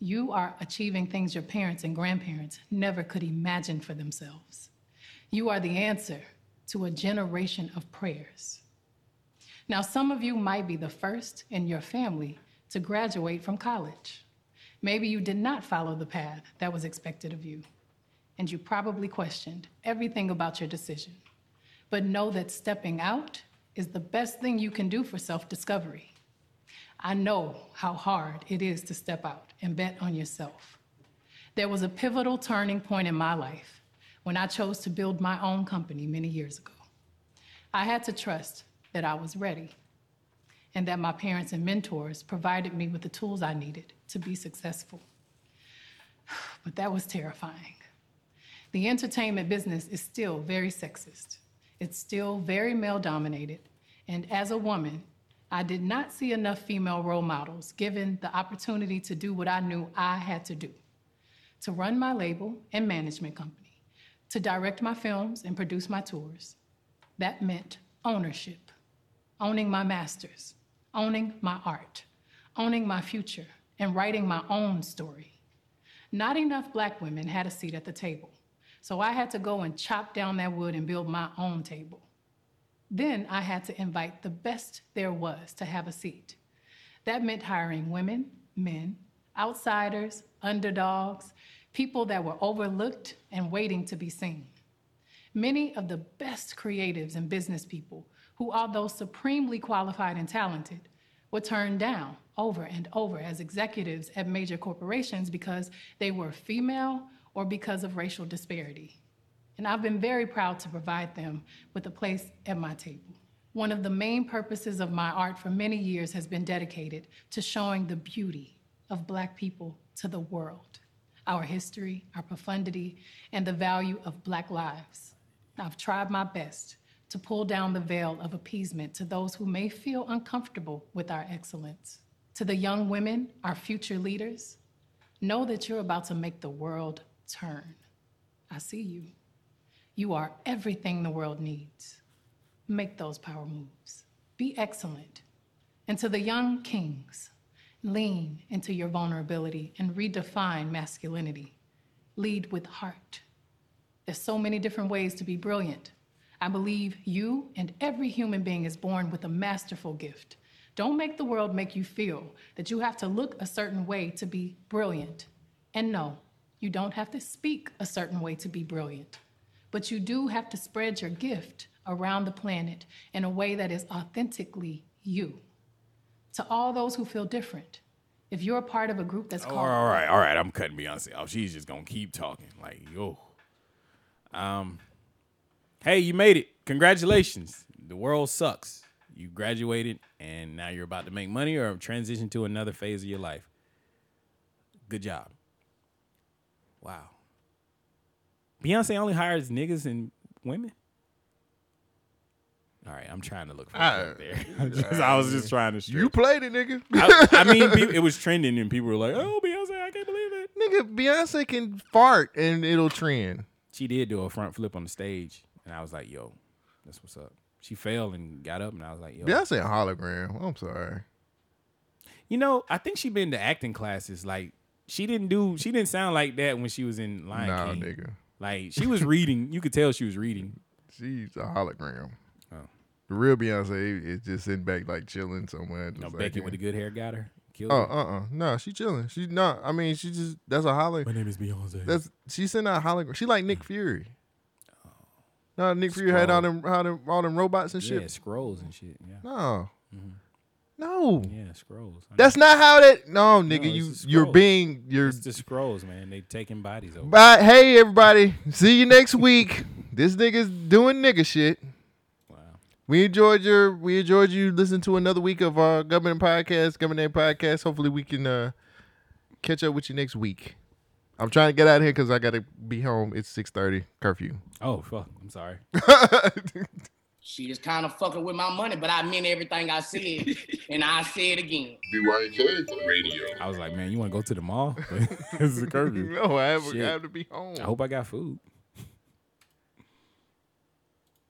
[SPEAKER 8] You are achieving things your parents and grandparents never could imagine for themselves. You are the answer to a generation of prayers. Now, some of you might be the first in your family to graduate from college. Maybe you did not follow the path that was expected of you, and you probably questioned everything about your decision. But know that stepping out is the best thing you can do for self discovery. I know how hard it is to step out and bet on yourself. There was a pivotal turning point in my life when I chose to build my own company many years ago. I had to trust that I was ready and that my parents and mentors provided me with the tools I needed to be successful. But that was terrifying. The entertainment business is still very sexist. It's still very male dominated. And as a woman, I did not see enough female role models given the opportunity to do what I knew I had to do to run my label and management company, to direct my films and produce my tours. That meant ownership, owning my masters, owning my art, owning my future, and writing my own story. Not enough black women had a seat at the table, so I had to go and chop down that wood and build my own table. Then I had to invite the best there was to have a seat. That meant hiring women, men, outsiders, underdogs, people that were overlooked and waiting to be seen. Many of the best creatives and business people who, although supremely qualified and talented, were turned down over and over as executives at major corporations because they were female or because of racial disparity. And I've been very proud to provide them with a place at my table. One of the main purposes of my art for many years has been dedicated to showing the beauty of Black people to the world, our history, our profundity, and the value of Black lives. I've tried my best to pull down the veil of appeasement to those who may feel uncomfortable with our excellence. To the young women, our future leaders, know that you're about to make the world turn. I see you. You are everything the world needs. Make those power moves. Be excellent. And to the young kings, lean into your vulnerability and redefine masculinity. Lead with heart. There's so many different ways to be brilliant. I believe you and every human being is born with a masterful gift. Don't make the world make you feel that you have to look a certain way to be brilliant. And no, you don't have to speak a certain way to be brilliant. But you do have to spread your gift around the planet in a way that is authentically you. To all those who feel different, if you're a part of a group that's
[SPEAKER 3] All
[SPEAKER 8] called
[SPEAKER 3] right, Oh, all right, all right. I'm cutting Beyonce off. She's just gonna keep talking. Like, yo. Um Hey, you made it. Congratulations. The world sucks. You graduated and now you're about to make money or transition to another phase of your life. Good job. Wow. Beyonce only hires niggas and women? All right, I'm trying to look for
[SPEAKER 2] I-
[SPEAKER 3] it there. I, just- I was just trying to
[SPEAKER 2] You played it, nigga.
[SPEAKER 3] I, I mean, pe- it was trending, and people were like, "Oh, Beyonce, I can't believe it."
[SPEAKER 2] nigga, Beyonce can fart and it'll trend.
[SPEAKER 3] She did do a front flip on the stage, and I was like, "Yo, that's what's up." She fell and got up, and I was like, "Yo,
[SPEAKER 2] Beyonce a hologram. I'm sorry.
[SPEAKER 3] you know, I think she been to acting classes. Like, she didn't do, she didn't sound like that when she was in Lion
[SPEAKER 2] Nah,
[SPEAKER 3] King.
[SPEAKER 2] nigga.
[SPEAKER 3] Like, she was reading. You could tell she was reading.
[SPEAKER 2] She's a hologram.
[SPEAKER 3] Oh.
[SPEAKER 2] The real Beyonce is just sitting back like chilling somewhere. Just
[SPEAKER 3] You know,
[SPEAKER 2] like,
[SPEAKER 3] Beckett with the good hair got her. Killed
[SPEAKER 2] Oh,
[SPEAKER 3] her.
[SPEAKER 2] uh, uh no, she chilling. She not. I mean, she just that's a holly.
[SPEAKER 3] name is Beyonce.
[SPEAKER 2] That's she sent out hologram. She like Nick Fury.
[SPEAKER 3] Oh.
[SPEAKER 2] No, Nick Fury had all them, all them, all them robots and
[SPEAKER 3] yeah,
[SPEAKER 2] shit.
[SPEAKER 3] scrolls and shit. Yeah,
[SPEAKER 2] No, no,
[SPEAKER 3] Mm-hmm. yeah, scrolls. I know.
[SPEAKER 2] that's not how that. No, nigga,
[SPEAKER 3] it's
[SPEAKER 2] you
[SPEAKER 3] the
[SPEAKER 2] you're
[SPEAKER 3] scrolls.
[SPEAKER 2] being you're.
[SPEAKER 3] it's the scrolls, man. They taking bodies over.
[SPEAKER 2] Bye. Hey, everybody. See you next week. this nigga's doing nigga shit.
[SPEAKER 3] Wow.
[SPEAKER 2] We enjoyed your we enjoyed you listening to another week of our government podcast, government podcast. Hopefully we can uh catch up with you next week. I'm trying to get out of here because I gotta be home. It's six thirty curfew.
[SPEAKER 3] Oh fuck! I'm sorry.
[SPEAKER 9] She just kind of fucking with my money, but I meant everything I said, and I say it again.
[SPEAKER 10] BYK Radio.
[SPEAKER 3] I was like, man, you want to go to the mall? this is a curfew.
[SPEAKER 2] No, I have, I
[SPEAKER 3] Shit.
[SPEAKER 2] have to be home.
[SPEAKER 3] I hope I got food.